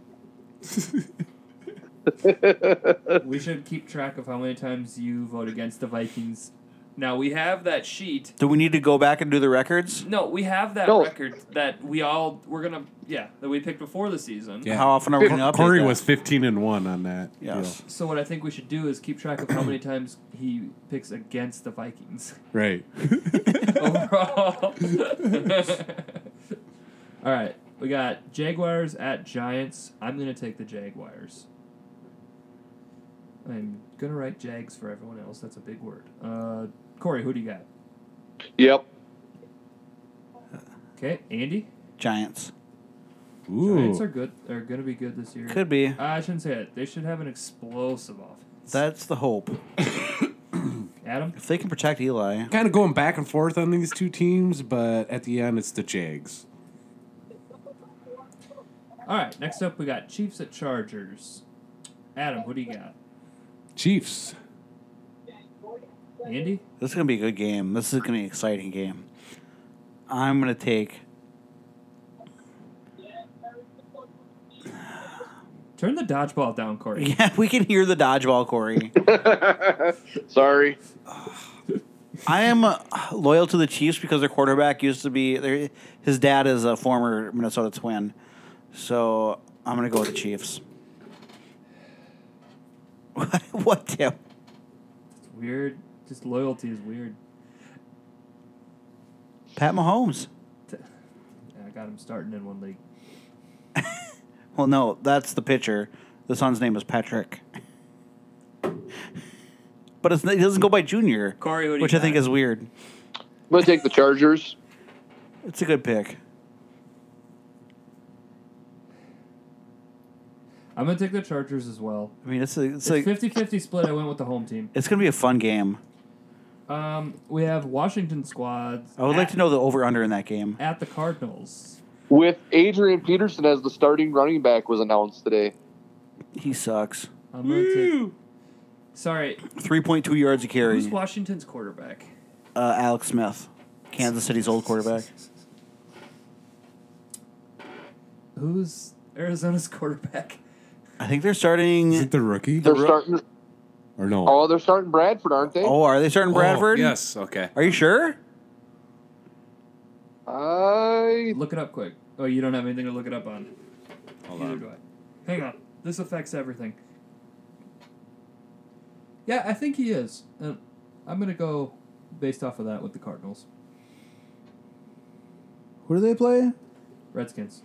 A: we should keep track of how many times you vote against the Vikings. Now we have that sheet.
I: Do we need to go back and do the records?
A: No, we have that
I: No.
A: record that we all we're gonna yeah that we picked before the season.
I: How often are we
F: Cor-
I: gonna update
F: Corey
I: that?
F: was 15 and 1 on that.
I: Yes.
A: So what I think we should do is keep track of how many times he picks against the Vikings
F: Right.
A: overall. all right, we got Jaguars at Giants. I'm gonna take the Jaguars. I'm gonna write Jags for everyone else. That's a big word. Uh, Corey, who do you got?
G: Yep.
A: Okay, Andy.
I: Giants.
F: Ooh.
A: Giants are good. Are going to be good this year.
I: Could be.
A: Uh, I shouldn't say it. They should have an explosive off.
I: That's the hope.
A: Adam.
I: If they can protect Eli,
F: Kind of going back and forth on these two teams, but at the end, it's the Jags.
A: All right. Next up, we got Chiefs at Chargers. Adam, what do you got?
F: Chiefs.
A: Andy.
I: this is gonna be a good game. This is gonna be an exciting game. I'm gonna take.
A: Turn the dodgeball down, Corey.
I: Yeah, we can hear the dodgeball, Corey.
G: Sorry.
I: I am uh, loyal to the Chiefs because their quarterback used to be their, his dad is a former Minnesota Twin, so I'm gonna go with the Chiefs. What? What? Tim?
A: It's weird. Just loyalty is weird.
I: Pat Mahomes.
A: I got him starting in one league.
I: Well, no, that's the pitcher. The son's name is Patrick. But it's, it doesn't go by Junior,
A: Corey, what do
I: which
A: you
I: I think
A: got?
I: is weird.
G: I'm gonna take the Chargers.
I: It's a good pick.
A: I'm gonna take the Chargers as well.
I: I mean, it's a, it's
A: It's
I: a,
A: 50-50 split. I went with the home team.
I: it's gonna be a fun game.
A: Um, we have Washington squads.
F: Oh.
I: I would
A: at,
I: like to know the over under in that game.
A: at the Cardinals.
G: With Adrian Peterson as the starting running back was announced today.
I: He sucks.
A: I'm gonna take. Sorry,
I: Three point two yards a
R: Who's
I: carry.
R: Washington's quarterback?
I: Uh, Alex Smith, Kansas City's old quarterback.
A: who's Arizona's quarterback?
I: I think they're starting.
F: Is it the rookie?
G: They're starting.
F: Or no?
G: Oh, they're starting Bradford, aren't they?
I: Oh, are they starting Bradford?
F: yes. Okay.
I: Are you sure?
G: I
A: Look it up quick. Oh, you don't have anything to look it up on.
F: Hold
A: Neither
F: on.
A: do I. Hang on.
N: This affects everything. Yeah, I think he is. And I'm going to go based off of that with the Cardinals.
I: Who do they play?
N: Redskins.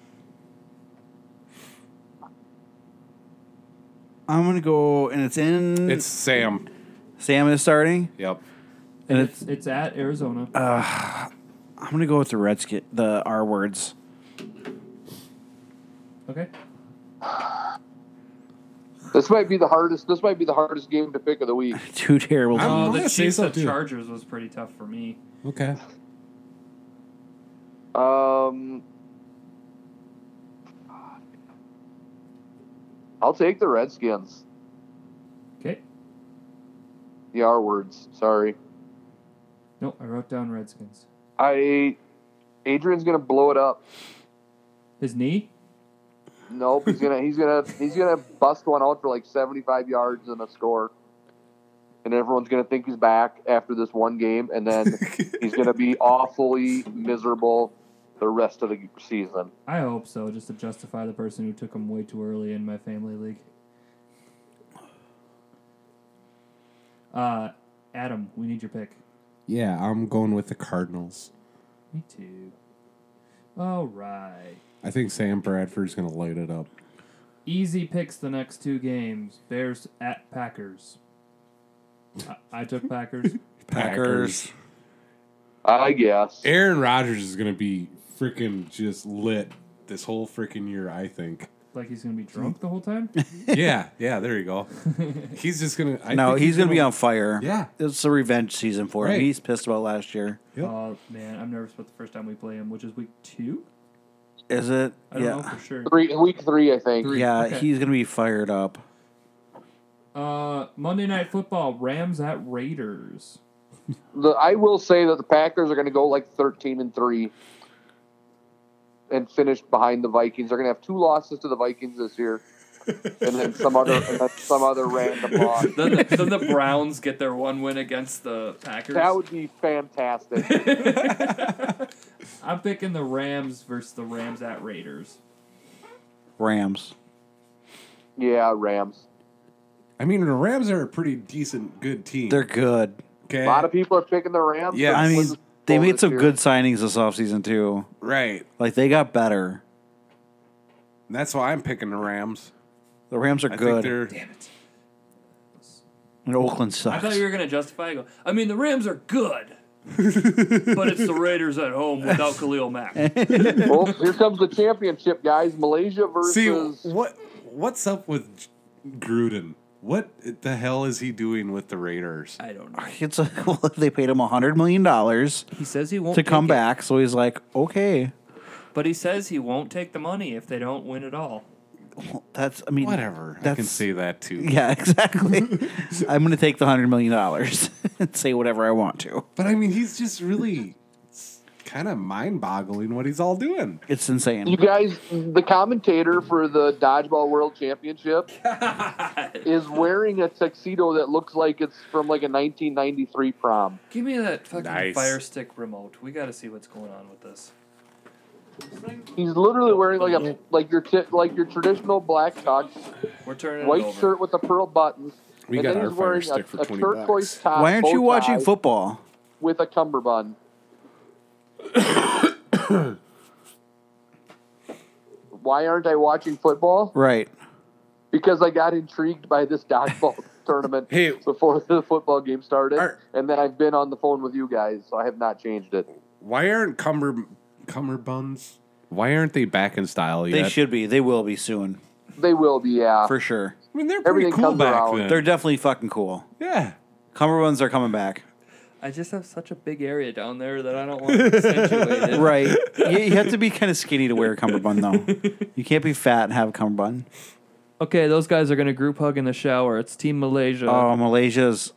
I: I'm gonna go, and it's in.
F: It's Sam.
I: Sam is starting.
F: Yep.
I: And
N: it's it's at Arizona.
I: Uh, I'm gonna go with the Redskin, the R words.
N: Okay.
G: This might be the hardest. This might be the hardest game to pick of the week.
I: Two terrible.
F: I'm
I: teams.
F: gonna
N: the
F: Oh, say
N: Chiefs
F: so,
N: at
F: too.
N: Chargers was pretty tough for me.
F: Okay.
G: Um, I'll take the Redskins.
N: 'Kay.
G: The R words. Sorry.
N: Nope, I wrote down Redskins.
G: I. Adrian's gonna blow it up.
N: His knee?
G: Nope. He's gonna. he's gonna. He's gonna bust one out for like seventy-five yards and a score. And everyone's gonna think he's back after this one game, and then he's gonna be awfully miserable the rest of the season.
N: I hope so, just to justify the person who took him way too early in my family league. Uh, Adam, we need your pick.
F: Yeah, I'm going with the Cardinals.
N: Me too. All right.
F: I think Sam Bradford's going to light it up.
N: Easy picks the next two games. Bears at Packers. I, I took Packers.
F: Packers.
G: I guess.
F: Aaron Rodgers is going to be freaking just lit this whole freaking year, I think.
N: like he's gonna be drunk the whole time.
F: yeah, yeah, there you go. He's just going to.
I: no, he's gonna, be on fire.
F: Yeah.
I: It's the revenge season for him.
F: Right.
I: He's pissed about last year.
N: Oh man, I'm nervous about the first time we play him, which is week two.
I: Is it?
N: I don't
I: yeah.
N: know for sure.
G: Three week three, I think.
I: Yeah,
N: okay.
I: he's gonna be fired up.
N: Uh, Monday Night Football: Rams at Raiders.
G: The, I will say that the Packers are going to go like thirteen and three, and finish behind the Vikings. They're going to have two losses to the Vikings this year, and then some other and then some other random loss.
A: then, the, then the Browns get their one win against the Packers.
G: That would be fantastic.
N: I'm picking the Rams versus the Rams at Raiders.
I: Rams.
G: Yeah, Rams.
F: I mean, the Rams are a pretty decent, good team.
I: They're good.
F: Okay.
G: A
I: Eh.
G: lot of people are picking the Rams.
F: Yeah.
I: I mean, they
G: Bowl
I: made
G: this
I: some
G: year.
I: good signings this offseason too.
F: Right.
I: Like they got better.
F: That's why I'm picking the Rams.
I: The Rams are
F: I think
I: good.
F: they're.
I: and Oakland
A: I
I: sucks.
A: thought you were gonna justify. it. Go. I mean, the Rams are good, but it's the Raiders at home without Khalil Mack.
G: well, here comes the championship, guys. Malaysia versus.
F: See what what's up with J- Gruden? What the hell is he doing with the Raiders?
A: I don't know.
I: It's a, well, they paid him hundred million dollars
A: He says he won't
I: to come
A: take it.
I: back, so he's like, okay,
A: But he says he won't take the money if they don't win at all.
I: that's. I mean,
F: Whatever. I
I: That's,
F: can say that too.
I: Yeah, exactly. I'm going to take the hundred million dollars and say whatever I want to.
F: But I mean, he's just really kind of mind-boggling what he's all doing.
I: It's insane.
G: You guys, the commentator for the Dodgeball World Championship is wearing a tuxedo that looks like it's from like a 1993 prom.
A: Give me that fucking
F: Nice.
A: Fire Stick remote. We got to see what's going on with this.
G: He's literally wearing like a like your ti- like your traditional black tux,
A: We're turning it
G: white
A: over.
G: shirt with the pearl buttons.
F: We
G: and
F: got
G: then
F: our
G: he's
F: Fire
G: wearing
F: Stick
G: a,
F: for
G: a
F: 20
G: turquoise
F: bucks.
G: top.
I: Why aren't
G: bow
I: you watching
G: tie
I: football?
G: with a cummerbund? Why aren't I watching football?
I: Right.
G: because I got intrigued by this dodgeball tournament
F: Hey.
G: before the football game started,
F: Are-
G: and then I've been on the phone with you guys, so I have not changed it.
F: Why aren't cumber cummerbunds? Why aren't they back in style yet?
I: They should be. They will be soon
G: They will be, yeah.
I: for sure.
F: I mean, they're pretty
G: Everything
F: cool
G: comes
F: back
G: around.
F: then.
I: They're definitely fucking cool.
F: yeah.
I: Cumberbands are coming back.
A: I just have such a big area down there that I don't want to accentuate it.
I: Right. you, you have to be kind of skinny to wear a cummerbund though. You can't be fat and have a cummerbund.
A: Okay, those guys are gonna group hug in the shower. It's Team Malaysia.
I: Oh, Malaysia's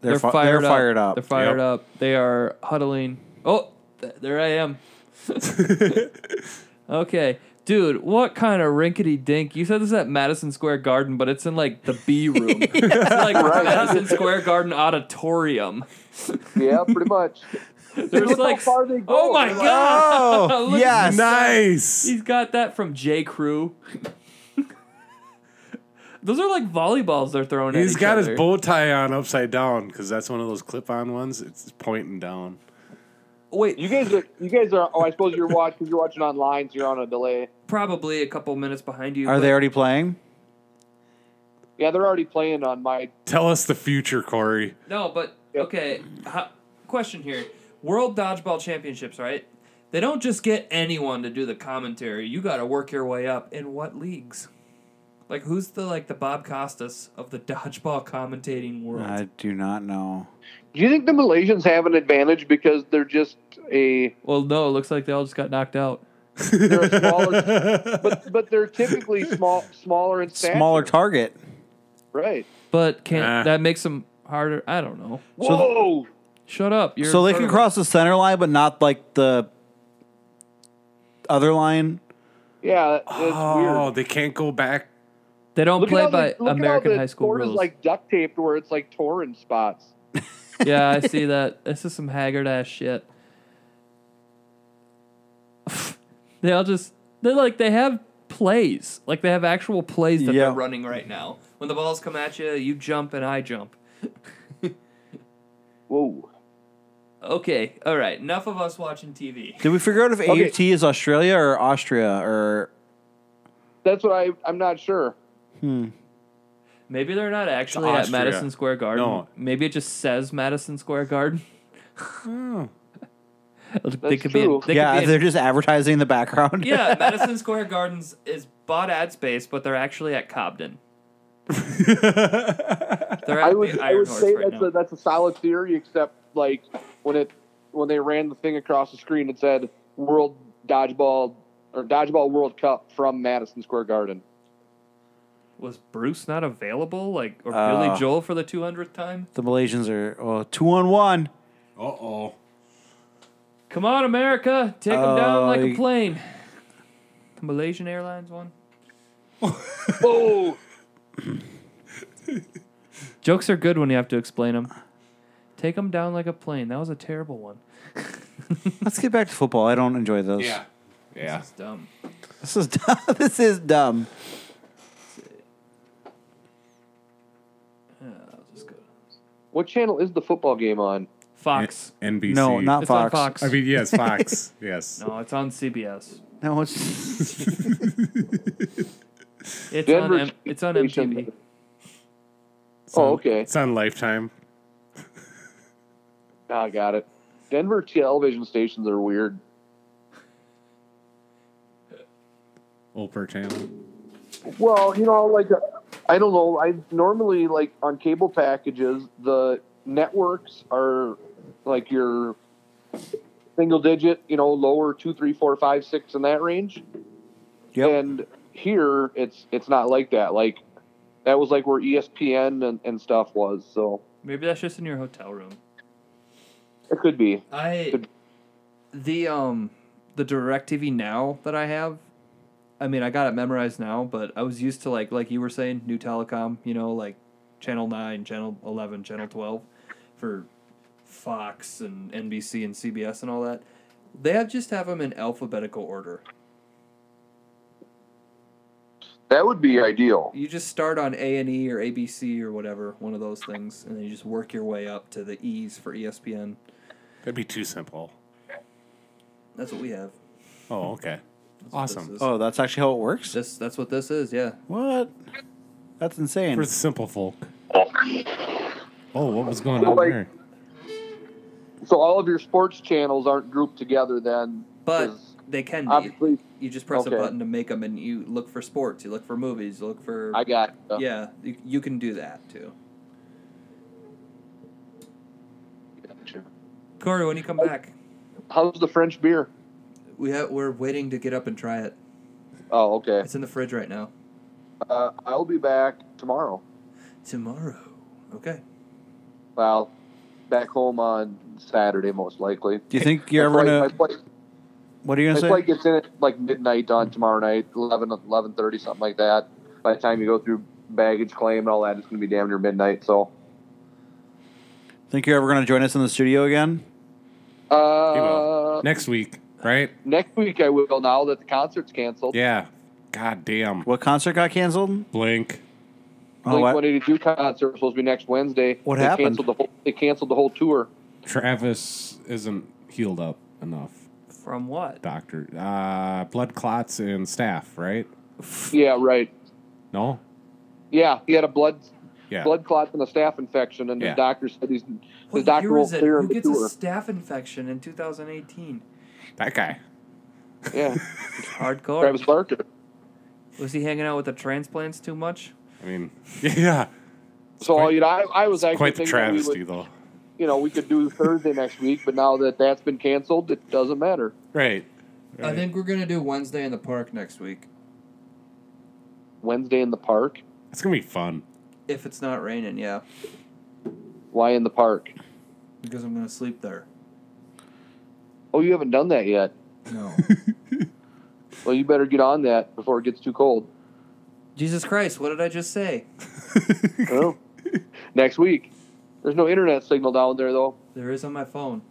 I: they're, fi- they're fired up.
A: They're fired
F: Yep.
A: up. They are huddling. Oh, th- there I am. okay, dude, what kind of rinkety dink? You said this is at Madison Square Garden, but it's in like the B room. It's like Madison Square Garden auditorium.
G: Yeah, pretty much.
A: There's
G: Look how
A: like,
G: far they go.
A: oh my
G: They're like,
A: god!
I: Oh,
A: Look-
I: yes.
F: Nice.
A: He's got that from J Crew. Those are like volleyballs they're throwing at
F: He's
A: each
F: got
A: other.
F: his bow tie on upside down because that's one of those clip-on ones. It's pointing down.
A: Wait,
G: you guys are you guys are. Oh, I suppose you're watching because you're watching online, so you're on a delay.
A: Probably a couple minutes behind you.
I: Are
A: but-
I: they already playing?
G: Yeah, they're already playing on my.
F: Tell us the future, Corey.
A: No, but okay. ho- question here: World Dodgeball Championships, right? They don't just get anyone to do the commentary. You got to work your way up. In what leagues? Like, who's the like the Bob Costas of the dodgeball commentating world?
I: I do not know.
G: Do you think the Malaysians have an advantage because they're just a
A: well? No, it looks like they all just got knocked out.
G: they're a smaller, but but they're typically small, smaller in stature.
I: Smaller target.
G: right?
A: But can't
I: Nah.
A: that makes them harder? I don't know.
I: So- Whoa!
A: Shut up! You're
I: so they
A: in
I: can
A: front of
I: cross the center line, but not like the other line.
G: Yeah, that's
F: oh, they can't go back.
A: They don't
G: Look at all the- look at all the court is, like duct taped where it's like torn spots.
A: me. yeah, I see that. This is some haggard ass shit. they all just they like they have plays, like they have actual plays that they're
I: Yeah.
A: running right now. When the balls come at you, you jump and I jump.
G: Whoa.
A: Okay, all right. Enough of us watching TV.
I: Did we figure out if
A: Okay.
I: AUT is Australia or Austria or
G: That's what I I'm not sure.
I: hmm?
A: Maybe they're not actually at
I: Austria.
A: Madison Square Garden.
I: No.
A: Maybe it just says Madison Square Garden. they could be. They
I: Oh. yeah,
A: could be
I: they're just advertising in the background.
A: yeah, Madison Square Gardens is bought ad space, but they're actually at Cobden. they're at
G: I would
A: the
G: I
A: Iron
G: would
A: Horse
G: say
A: right
G: that's
A: now.
G: a that's a solid theory, except like when it when they ran the thing across the screen and said World Dodgeball or Dodgeball World Cup from Madison Square Garden.
A: Was Bruce not available? Like or
I: Uh,
A: Billy Joel for the two hundredth time?
I: The Malaysians are oh, two on one.
F: Uh oh.
A: Come on, America, take them down like a
I: Uh,
A: plane. The Malaysian Airlines one.
G: Whoa!
A: Jokes are good when you have to explain them. Take them down like a plane. That was a terrible one.
I: Let's get back to football. I don't enjoy those. Yeah.
F: Yeah.
A: It's dumb.
I: This is dumb. this is dumb.
G: What channel is the football game on? Oh,
A: Fox.
F: NBC.
I: No, not
A: It's on Fox. Fox.
F: I mean, yes, Fox. yes.
A: No, it's on CBS.
I: No, it's
A: It's
F: Denver
A: on M- it's on MTV.
G: Oh, okay.
F: It's on Lifetime.
G: Ah, I got it. Denver television stations are weird.
F: Oprah channel.
G: Well, you know, like I don't know. I normally like on cable packages, the networks are like your single digit, you know, lower two, three, four, five, six in that range. And here, it's it's not like that. Like that was like where E ESPN and, and stuff was. So
A: Maybe that's just in your hotel room.
G: it could be.
A: I the um the DirecTV Now that I have, I mean I got it memorized now, but I was used to like like you were saying New Telecom, you know, like Channel Nine, Channel Eleven, Channel Twelve, for Fox and NBC and CBS and all that. They have, just have them in alphabetical order.
G: That would be ideal.
A: You just start on A and E or ABC or whatever one of those things, and then you just work your way up to the E's for E ESPN.
F: That'd be too simple.
A: That's what we have.
F: Oh, okay.
A: That's
F: Awesome.
A: what this is.
I: Oh, that's actually how it works.
A: This that's what this is. Yeah.
I: What? That's insane.
F: For the simple folk. Oh, what was going
G: Well,
F: on
G: like-
F: there?
G: So all of your sports channels aren't grouped together then.
A: But they can be.
G: Obviously,
A: You just press
G: Okay.
A: a button to make them, and you look for sports, you look for movies, you look for.
G: I got. uh,
A: Yeah, you, you can do that too. Corey, when you come back,
G: How's the French beer?
A: we have, we're waiting to get up and try it.
G: Oh, okay.
A: It's in the fridge right now.
G: Uh, I'll be back tomorrow.
A: Tomorrow. Okay.
G: Well, back home on Saturday, most likely.
I: Do you think you're
G: My
I: ever
G: flight-
I: gonna?
G: My flight,
I: What are you
G: my
I: gonna
G: flight
I: say?
G: gets in at like midnight on tomorrow night, 11, 11.30, something like that. By the time you go through baggage claim and all that, it's going to be damn near midnight. So,
I: Think you're ever gonna join us in the studio again?
G: uh,
F: Next week, right?
G: next week I will now that the concert's canceled.
F: Yeah. God damn.
I: What concert got canceled?
F: Blink.
I: Oh,
G: Blink
I: I-
G: 182 concert was supposed to be next Wednesday.
F: What
G: they
F: happened?
G: Canceled the whole, they canceled the whole tour.
F: Travis isn't healed up enough.
A: From what?
F: Doctor, uh, blood clots and staff, right?
G: Yeah, right.
F: No,
G: Yeah, he had a blood
F: Yeah.
G: blood clot and a staph infection, and
F: Yeah.
G: the doctor said he's
A: What
G: his doctor
A: year
G: won't
A: is it?
G: clear
A: Who
G: him the
A: gets a
G: tour.
A: staph infection in 2018?
F: that guy.
G: Yeah,
A: hardcore.
G: Travis Barker.
A: Was he hanging out with the transplants too much?
F: I mean, yeah,
G: So you know, I, I was actually
F: quite the
G: thinking that we would-
F: travesty, though.
G: you know, we could do Thursday next week, but now that that's been canceled, it doesn't matter.
F: Right.
N: I think we're gonna do Wednesday in the park next week
G: Wednesday in the park.
F: It's gonna be fun.
N: if it's not raining. Yeah,
G: Why in the park?
N: because I'm gonna sleep there.
G: Oh, you haven't done that yet.
N: No.
G: well, you better get on that before it gets too cold.
A: Jesus Christ! What did I just say?
G: well, next week. There's no internet signal down there though.
N: There is on my phone.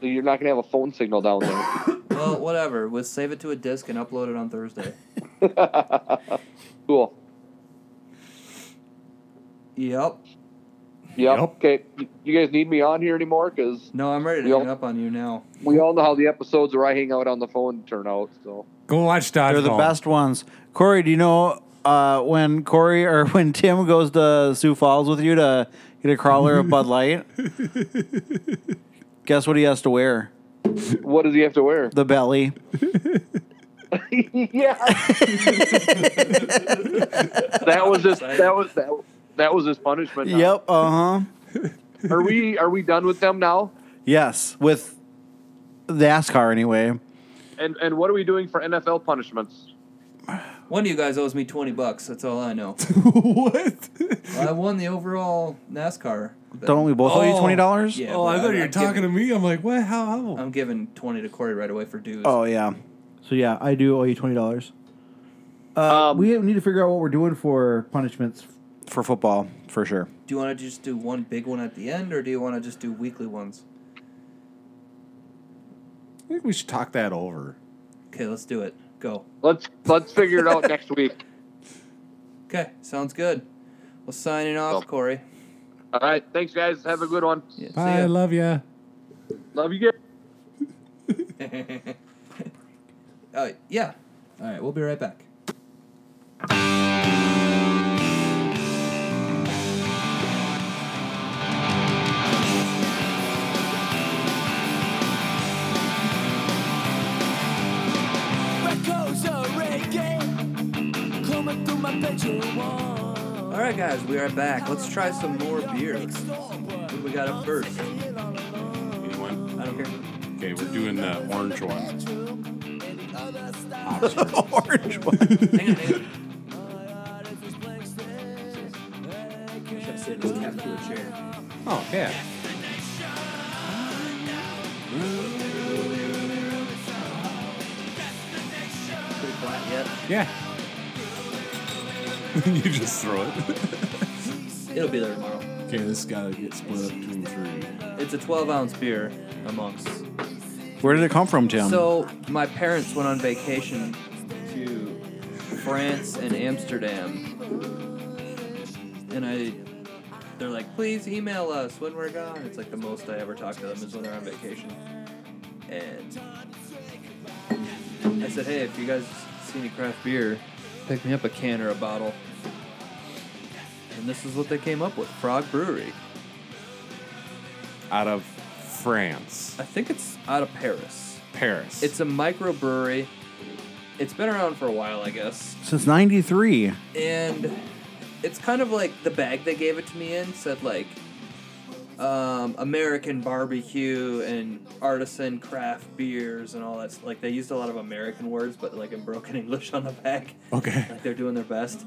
G: So You're not gonna have a phone signal down there.
A: Well, whatever. We'll save it to a disc and upload it on Thursday.
G: cool.
N: Yep.
G: Yep. Okay. You guys need me on here anymore? Because
N: no, I'm ready
G: to hang
N: up on you now.
G: We all know how the episodes where I hang out on the phone turn out. So
F: Go watch Dodgeball.
I: They're the best ones. Corey, do you know uh, when Corey or when Tim goes to Sioux Falls with you to get a crawler of Bud Light? Guess what he has to wear?
G: What does he have to wear?
I: The belly.
G: yeah. that was just that was that, that was his punishment. now.
I: Yep. Uh huh.
G: Are we are we done with them now?
I: Yes, with the NASCAR anyway.
G: And and what are we doing for NFL punishments?
A: One of you guys owes me twenty bucks. That's all I know.
F: what?
N: I won the overall NASCAR. bet.
I: Don't we both owe you $20?
N: Yeah.
F: Oh, I
N: but
F: thought you were
N: I'm
F: talking
N: giving-
F: to me. I'm like, what? How? how?
N: I'm giving twenty to Corey right away for dues.
I: Oh yeah.
Q: So yeah, I do owe you twenty dollars. Uh, we need to figure out what we're doing for punishments.
I: For football, for sure.
N: Do you want to just do one big one at the end, or do you want to just do weekly ones?
F: I think we should talk that over.
N: Okay, let's do it. Go.
G: Let's let's figure it out next week.
N: Okay, sounds good. Well, signing off, Corey.
G: All right. Thanks, guys. Have a good one.
F: Bye. Love ya.
G: Love you guys.
A: Oh,
N: Uh, yeah. All right, we'll be right back.
S: Echoes of reggae coming through my bedroom wall.
A: All right, guys, we are back. Let's try some more beer. What do we got up first? I don't care.
F: Okay, we're doing the orange one.
I: orange one.
A: hang on, hang on. Should I say this cap to a chair?
F: Oh yeah.
A: Pretty flat yet.
F: Yeah. you just throw it.
A: It'll be there tomorrow.
F: Okay, this gotta get split up between three.
A: It's a 12 ounce beer amongst.
I: Where did it come from, Tim?
A: So my parents went on vacation to France and Amsterdam, and I, they're like, please email us when we're gone. It's like the most I ever talk to them is when they're on vacation, and I said, hey, if you guys see any craft beer, pick me up a can or a bottle. And this is what they came up with: Frog Brewery.
F: Out of France,
A: I think it's out of Paris.
F: Paris.
A: It's a microbrewery. It's been around for a while, I guess.
I: Since '93.
A: And it's kind of like the bag they gave it to me in said like um, American barbecue and artisan craft beers and all that. s- Like they used a lot of American words, but like in broken English on the bag.
F: Okay.
A: Like they're doing their best.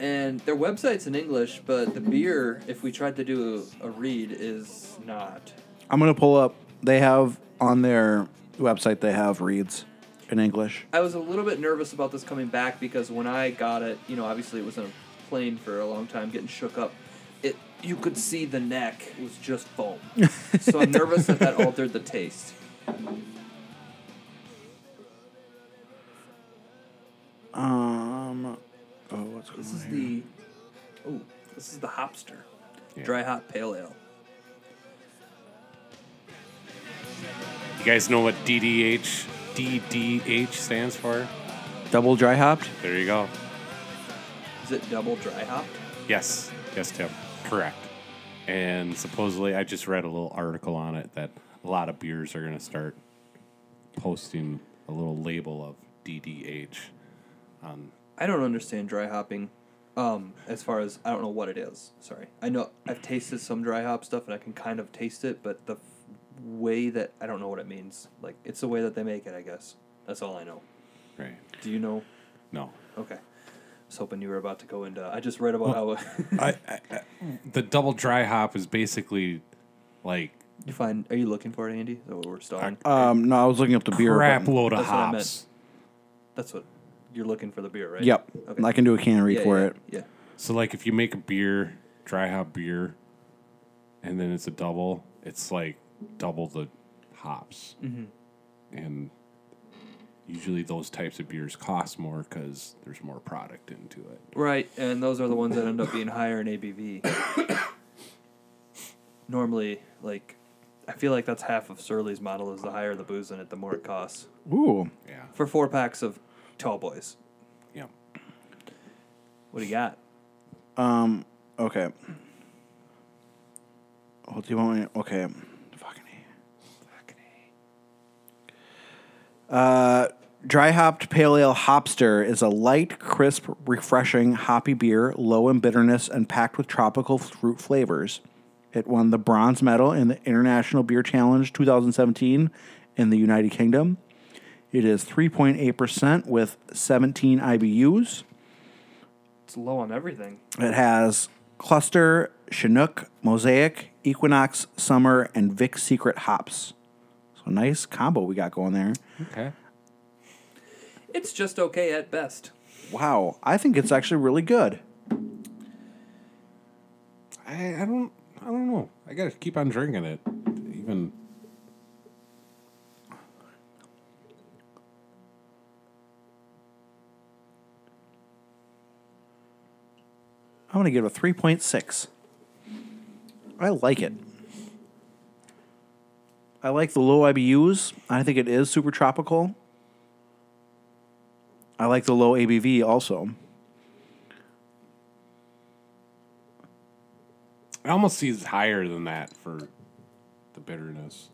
A: And their website's in English, but the beer, if we tried to do a read, is not.
I: I'm gonna pull up. They have on their website. They have reads in English.
A: I was a little bit nervous about this coming back because when I got it, you know, obviously it was in a plane for a long time, getting shook up. It you could see the neck was just foam, so I'm nervous that that altered the taste.
I: Um. Oh, what's going
A: This
I: on
A: is
I: oh, here?
A: the Oh, this is the Hopster. Dry hop pale ale.
F: You guys know what DDH DDH stands for?
I: Double dry hopped.
F: There you go.
A: Is it double dry hopped?
F: Yes, yes, Tim. Correct. And supposedly, I just read a little article on it that a lot of beers are going to start posting a little label of DDH. On
A: I don't understand dry hopping. Um, as far as I don't know what it is. Sorry, I know I've tasted some dry hop stuff and I can kind of taste it, but the f- way that I don't know what it means. Like it's the way that they make it, I guess. That's all I know.
F: Right.
A: Do you know?
F: No.
A: Okay. I was hoping you were about to go into. I just read about
F: Well,
A: how uh,
F: I, I, I- the double dry hop is basically like
A: you find. Are you looking for it, Andy? Is that what we're stalling?
I: Um, no, I was looking up the beer.
F: Crap
I: button.
F: load of
A: That's what I
F: hops.
A: meant. That's what you're looking for the beer, right?
I: Yep.
A: Okay.
I: I can do a can read
A: Yeah,
I: for
A: yeah,
I: it.
A: Yeah.
F: So like if you make a beer, dry hop beer, and then it's a double, it's like double the hops.
A: Mhm.
F: And usually those types of beers cost more because there's more product into it.
A: Right, and those are the ones that end up being higher in ABV. Normally, like, I feel like that's half of Surly's model is the higher the booze in it, the more it costs.
I: Ooh.
F: Yeah.
A: For four packs of tall boys.
F: Yeah.
A: What do you got?
I: Um. Okay. What do you want me? Okay. Fucking A. Fucking A. Uh, dry hopped pale ale hopster is a light, crisp, refreshing hoppy beer, low in bitterness and packed with tropical fruit flavors. It won the bronze medal in the International Beer Challenge 2017 in the United Kingdom. It is 3.8% with 17 IBUs.
A: It's low on everything.
I: It has Cluster, Chinook, Mosaic, Equinox, Summer, and Vic Secret hops. So nice combo we got going there.
F: Okay.
A: It's just okay at best.
I: Wow, I think it's actually really good.
F: I, I don't I don't know. I gotta keep on drinking it. Even
I: I'm gonna give it a three point six. I like it. I like the low IBUs. I think it is super tropical. I like the low ABV also.
F: I almost see it's higher than that for the bitterness.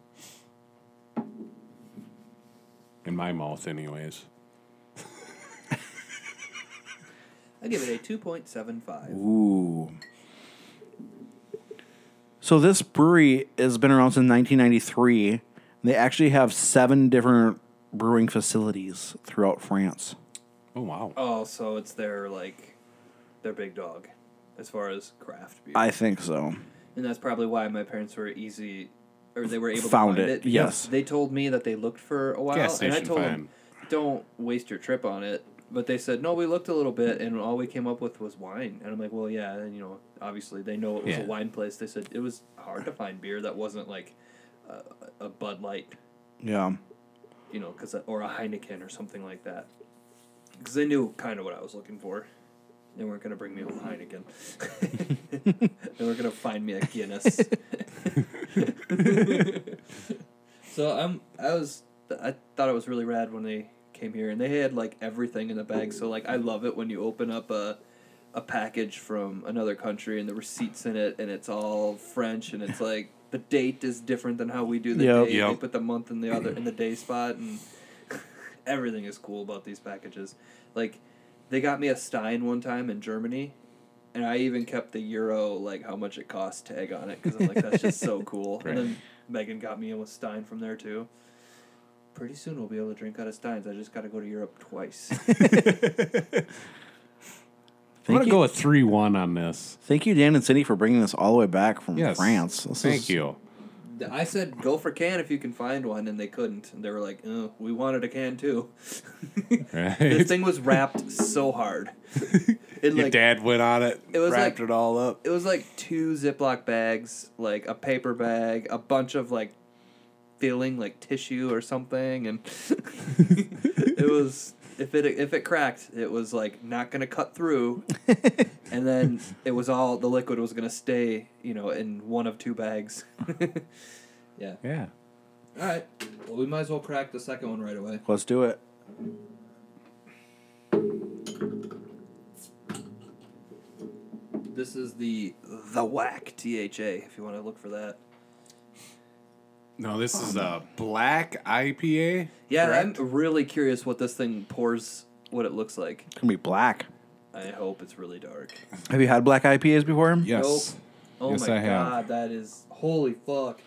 F: In my mouth anyways.
A: I give it a 2.75.
I: Ooh. So this brewery has been around since 1993. They actually have seven different brewing facilities throughout France.
F: Oh, wow.
A: Oh, so it's their, like, their big dog as far as craft beer.
I: I think so.
A: and that's probably why my parents were easy or they were able
I: Found
A: to find
I: it,
A: it.
I: yes.
A: they told me that they looked for a while,
I: Gas
A: and I
I: station
A: told them, "Don't waste your trip on it." But they said, "No, we looked a little bit, and all we came up with was wine." And I'm like, "Well, yeah, and you know, obviously they know it was
F: Yeah.
A: a wine place." They said it was hard to find beer that wasn't like a, a Bud Light,
I: Yeah.
A: you know, cause or a Heineken or something like that, because they knew kind of what I was looking for. They weren't gonna bring me a Heineken. they weren't gonna find me a Guinness. so I'm. I was. I thought it was really rad when they came here, and they had like everything in the bag. So like, I love it when you open up a. A package from another country and the receipts in it, and it's all French, and it's like the date is different than how we do the
I: Yep.
A: date. They
I: Yep.
A: put the month in the other in the day spot, and everything is cool about these packages. Like, they got me a Stein one time in Germany, and I even kept the euro, like how much it cost tag on it, because I'm like, that's just so cool.
F: Right.
A: And then Megan got me a Stein from there too. Pretty soon we'll be able to drink out of Steins. I just got to go to Europe twice.
F: I'm
I: Thank
F: gonna
I: you.
F: go with three one on this.
I: Thank you, Dan and Cindy, for bringing this all the way back from
F: Yes.
I: France. This
F: Thank
I: is-
F: you.
A: I said go for can if you can find one, and they couldn't. And they were like, oh, we wanted a can too.
F: Right?
A: this thing was wrapped so hard. It
F: Your
A: like
F: dad went on it.
A: It was
F: wrapped
A: like-
F: it all up.
A: it was like two Ziploc bags, like a paper bag, a bunch of like filling, like tissue or something, and it was if it if it cracked, it was like not gonna cut through, and then it was all the liquid was gonna stay, you know, in one of two bags. yeah.
I: Yeah.
A: All right. Well, we might as well crack the second one right away.
I: Let's do it.
A: This is the the whack THA. If you want to look for that.
F: No, this is a black IPA.
A: Yeah, I'm really curious what this thing pours, what it looks like.
I: It's gonna be black.
A: I hope it's really dark.
I: Have you had black IPAs before?
A: Nope. Oh
F: Yes,
A: my
F: I have.
A: god, that is holy fuck.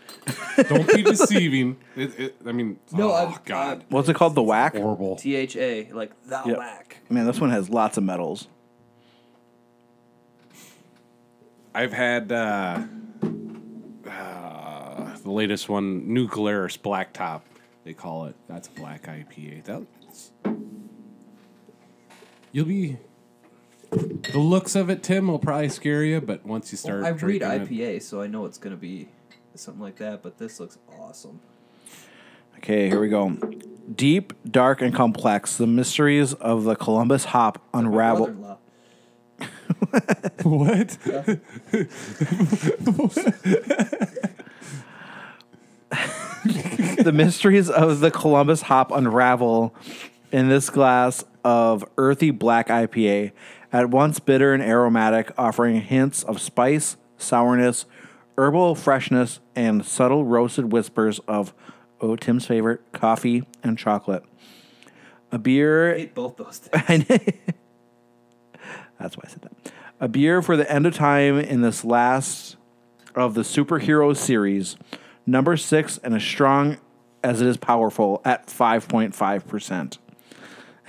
F: Don't be deceiving. It, it, I mean,
A: No,
F: oh
A: I'm-
F: God,
I: What's it called? The whack.
F: horrible.
A: THA, like the
I: Yep.
A: whack.
I: Man, this one has lots of metals.
F: I've had uh, uh, the latest one, Nuclearis Blacktop. They call it. That's a black IPA. That's, you'll be. The looks of it, Tim, will probably scare you, but once you start,
A: I read
F: drinking it-
A: IPA, so I know it's gonna be something like that. But this looks awesome.
I: Okay, here we go. Deep, dark, and complex. The mysteries of the Columbus hop unravel.
A: Brother-in-law.
F: What?
I: the mysteries of the Columbus hop unravel in this glass of earthy black IPA, at once bitter and aromatic, offering hints of spice, sourness, herbal freshness, and subtle roasted whispers of oh Tim's favorite coffee and chocolate. A beer.
A: hate both those
I: I know. That's why I said that. A beer for the end of time in this last of the superhero series, number six, and as strong as it is powerful at 5.5%.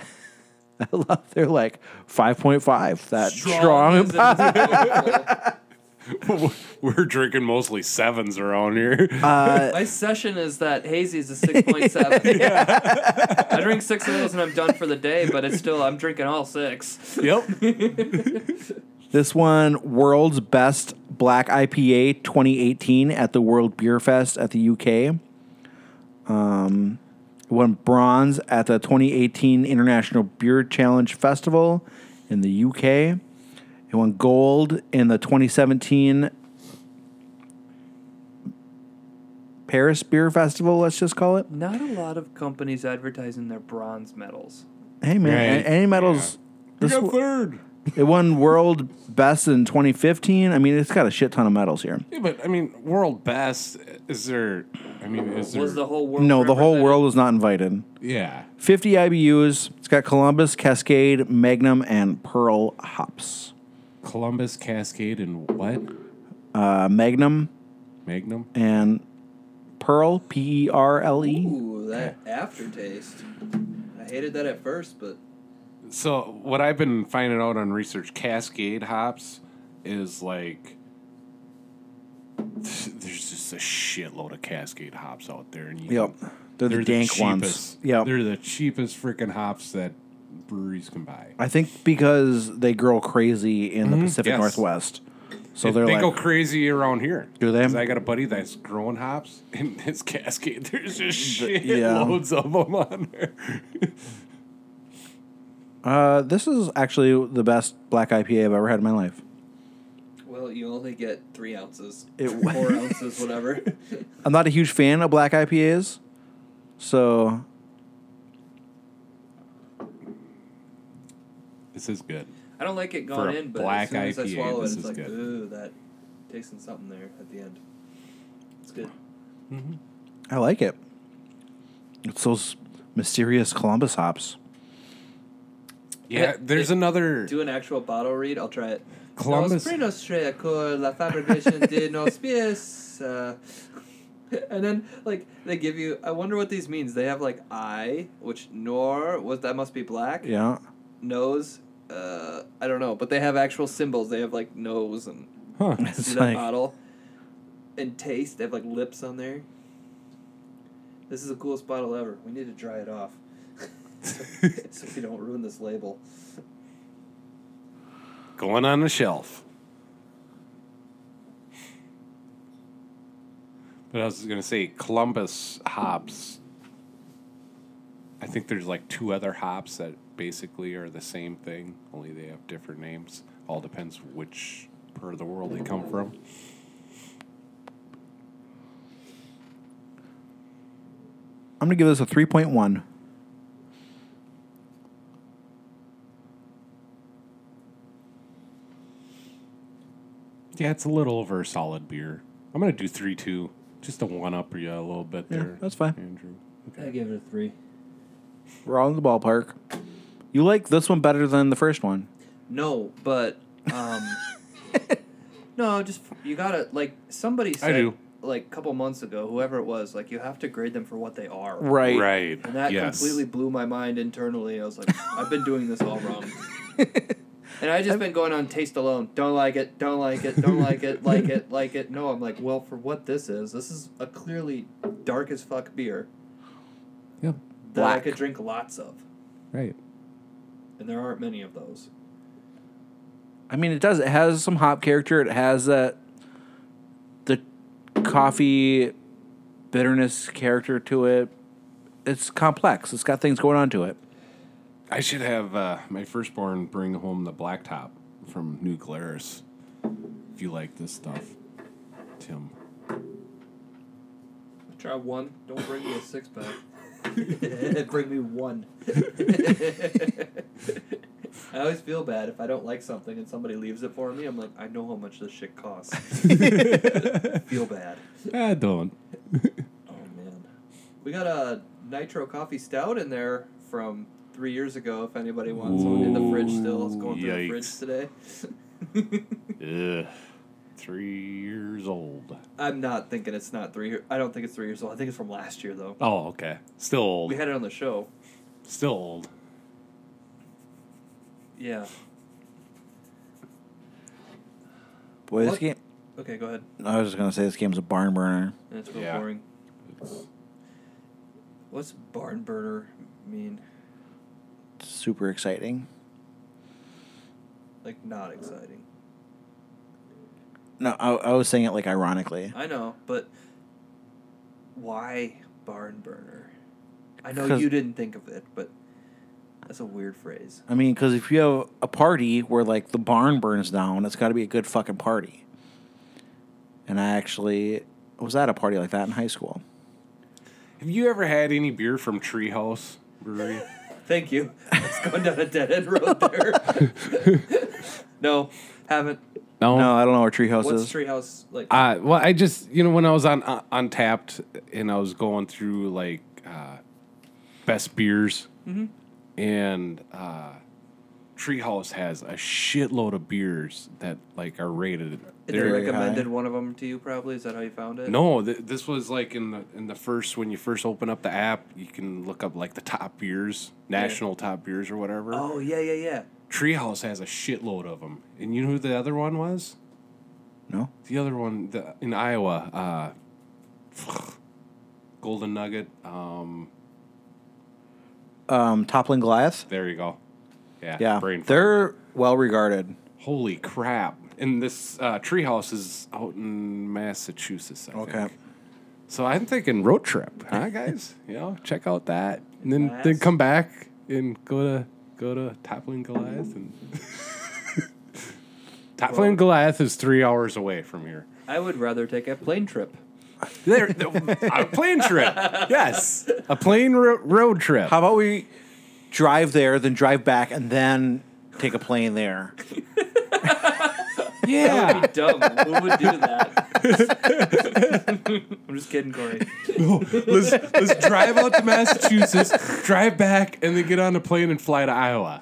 I: I love they're like 5.5. That strong.
F: We're drinking mostly sevens around here.
I: Uh,
B: My session is that hazy is a six point seven. I drink six of those and I'm done for the day, but it's still I'm drinking all six.
F: Yep.
I: This one, world's best black IPA 2018 at the World Beer Fest at the UK. Um, it won bronze at the 2018 International Beer Challenge Festival in the UK. It won gold in the 2017 Paris Beer Festival, let's just call it.
B: Not a lot of companies advertising their bronze medals.
I: Hey, man,
B: Right.
I: a- any medals.
B: We got
F: third.
I: It won world best in 2015. I mean, it's got a shit ton of medals here.
F: Yeah, but I mean, world best. Is there? I mean, is there?
B: Was the whole world?
I: No, the whole world was not invited.
F: Yeah.
I: 50 IBUs. It's got Columbus, Cascade, Magnum, and Pearl hops.
F: Columbus, Cascade, and what?
I: Uh, Magnum.
F: Magnum.
I: And Pearl, P E R L E.
A: Ooh, that aftertaste. I hated that at first, but
F: So what I've been finding out on research, Cascade hops is like there's just a shitload of Cascade hops out there, and you
I: Yep. They're the dank ones.
F: Yeah, they're the cheapest freaking hops that breweries can buy.
I: I think because they grow crazy in
F: Mhm.
I: the Pacific
F: Yes.
I: Northwest. So
F: If
I: they're
F: they
I: like,
F: go crazy around here.
I: Do they?
F: 'Cause I got a buddy that's growing hops, and his Cascade there's just shit
I: yeah.
F: loads of them on there.
I: uh, this is actually the best black IPA I've ever had in my life.
A: well, you only get three ounces,
I: It wa-
A: four ounces, whatever.
I: I'm not a huge fan of black IPAs. So
F: This is good.
B: I don't like it
F: For
B: going
F: a
B: in, but as
F: black
B: soon as I
F: IPA,
B: swallow it,
F: this
B: it's
F: is
B: like
F: good.
A: Ooh, that tasting something there at the end. It's good.
I: I like it. It's those mysterious Columbus hops.
F: Yeah, there's another.
A: Do an actual bottle read. I'll try it.
I: Columbus-
A: Nos prenostre cor la fabrication de nos pies. Uh, and then, like, they give you. I wonder what these means. They have like I, which nor was that must be black.
I: Yeah.
A: Nose. Uh, I don't know, but they have actual symbols. They have like nose and
I: Huh.
A: you
I: It's
A: see that
I: like-
A: bottle. And taste. They have like lips on there. This is the coolest bottle ever. We need to dry it off. so, so we don't ruin this label.
F: Going on the shelf. But I was going to say Columbus hops. I think there's like two other hops that basically are the same thing, only they have different names. All depends which part of the world they come from.
I: I'm gonna give this a three point one.
F: Yeah, it's a little over a solid beer. I'm gonna do three two, just to one up you a little bit
I: Yeah,
F: there.
I: that's fine.
F: Andrew.
T: I give it a three.
I: We're all in the ballpark. You like this one better than the first one.
A: No, but um, no, just you gotta like somebody said
I: do.
A: like a couple months ago, whoever it was, like you have to grade them for what they are.
I: Right.
F: Right,
A: And that
F: yes.
A: completely blew my mind internally. I was like, I've been doing this all wrong. And I just been going on taste alone. Don't like it. Don't like it. Don't like it. Like it. Like it. No, I'm like, well, for what this is, this is a clearly dark as fuck beer.
F: Yep.
A: That I could drink lots of,
F: Right.
A: and there aren't many of those.
I: I mean, it does. It has some hop character. It has that the coffee bitterness character to it. It's complex. It's got things going on to it.
F: I should have uh, my firstborn bring home the blacktop from New Glarus. If you like this stuff, Tim.
A: Try one. Don't bring me a six pack. bring me one. I always feel bad if I don't like something and somebody leaves it for me. I'm like, I know how much this shit costs. feel bad. Oh,
F: I don't.
A: We got a nitro coffee stout in there from three years ago. If anybody wants one in the fridge still, it's going through the fridge
F: Yikes.
A: today.
F: Ugh. Three years old.
A: I'm not thinking it's not three. year- I don't think it's three years old. I think it's from last year though.
F: Oh, okay. Still old.
A: We had it on the show.
F: Still old.
A: Yeah.
I: Boy, this
A: What?
I: game.
A: Okay, go ahead.
I: I was just gonna say this game's a barn burner.
A: And it's real boring. What's barn burner mean?
I: It's super exciting.
A: Like not exciting.
I: No, I, I was saying it like ironically.
A: I know, but why barn burner? I know
I: 'Cause-
A: you didn't think of it, but that's a weird phrase.
I: I mean, because if you have a party where like the barn burns down, it's got to be a good fucking party. And I actually was at a party like that in high school.
F: Have you ever had any beer from Treehouse Brewery?
A: Thank you. It's going down a dead end road there. no, haven't.
F: No,
I: no, I don't know where Treehouse
A: What's
I: is.
A: treehouse like?
F: Uh, well, I just you know when I was on uh, Untapped and I was going through like uh, best beers,
A: Mhm.
F: and uh, Treehouse has a shitload of beers that like are rated.
A: they recommended one of them to you. Probably is that how you found it?
F: No, th- this was like in the in the first when you first open up the app, you can look up like the top beers,
A: Yeah.
F: national top beers or whatever.
A: Oh yeah, yeah, yeah.
F: Treehouse has a shitload of them, and you know who the other one was?
I: No.
F: The other one the, in Iowa, uh, Golden Nugget. Um,
I: Um, Toppling Goliath.
F: there you go. Yeah,
I: Yeah,
F: brain fart.
I: they're well regarded.
F: Holy crap! And this uh, Treehouse is out in Massachusetts. I
I: Okay.
F: Think. So I'm thinking road trip, huh, guys? you know, check out that, and then then come back and go to go to Toppling Goliath and. Toppling Goliath is three hours away from here.
A: I would rather take a plane trip.
F: There, a plane trip. Yes, a plane ro- road trip.
I: How about we drive there, then drive back, and then take a plane there?
F: Yeah.
A: That would be dumb. Who would do that? I'm just kidding, Corey.
F: No, let's, let's drive out to Massachusetts, drive back, and then get on a plane and fly to Iowa.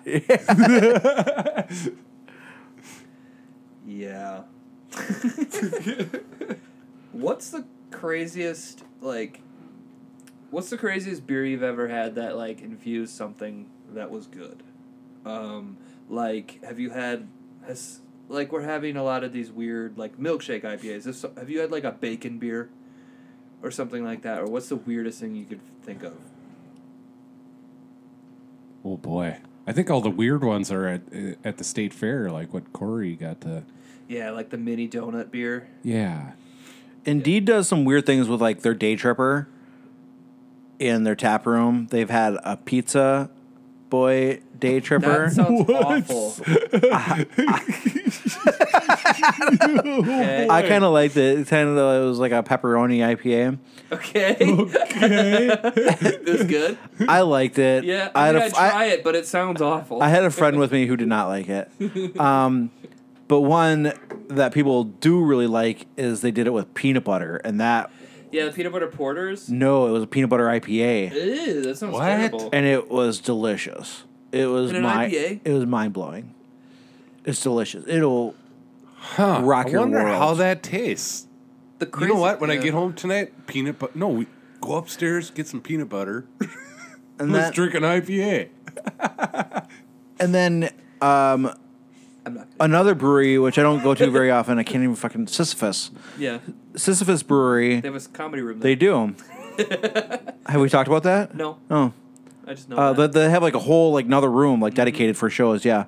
A: Yeah. what's the craziest like? What's the craziest beer you've ever had that like infused something that was good? Um, like, have you had has like we're having a lot of these weird like milkshake IPAs. If so- have you had like a bacon beer or something like that? Or what's the weirdest thing you could think of?
F: Oh boy, I think all the weird ones are at at the state fair, like what Corey got to.
A: Yeah, like the mini donut beer.
F: Yeah.
I: Indeed does some weird things with like their day tripper in their tap room. They've had a pizza boy day tripper.
A: That sounds awful.
I: I, kind of liked it. It kind of it was like a pepperoni IPA.
A: Okay. Okay. this good?
I: I liked it.
A: Yeah,
I: I
A: I,
I: had
A: mean,
I: a
A: I'd
I: f- I-
A: try it, but it sounds awful.
I: I had a friend with me who did not like it. Um, but one that people do really like is they did it with peanut butter, and that
A: yeah, the peanut butter porters.
I: no, it was a peanut butter IPA.
A: Ew, that sounds terrible.
I: And it was delicious. It was
A: In an
I: my
A: IPA?
I: it was mind blowing. It's delicious. It'll
F: huh,
I: rock
F: I
I: your
F: wonder
I: world.
F: how that tastes.
A: The
F: you
A: crazy-
F: know what? When I
A: yeah.
F: get home tonight, peanut butter. No, we go upstairs, get some peanut butter.
I: And
F: Let's
I: that-
F: drink an IPA.
I: And then um, another brewery which I don't go to very often. I can't even fucking Sisyphus.
A: Yeah.
I: Sisyphus Brewery.
A: They have a comedy room there.
I: They do. have we talked about that?
A: No.
I: Oh.
A: I just know
I: Uh,
A: that.
I: but they have like a whole like another room
A: Mm-hmm.
I: like dedicated for shows. Yeah.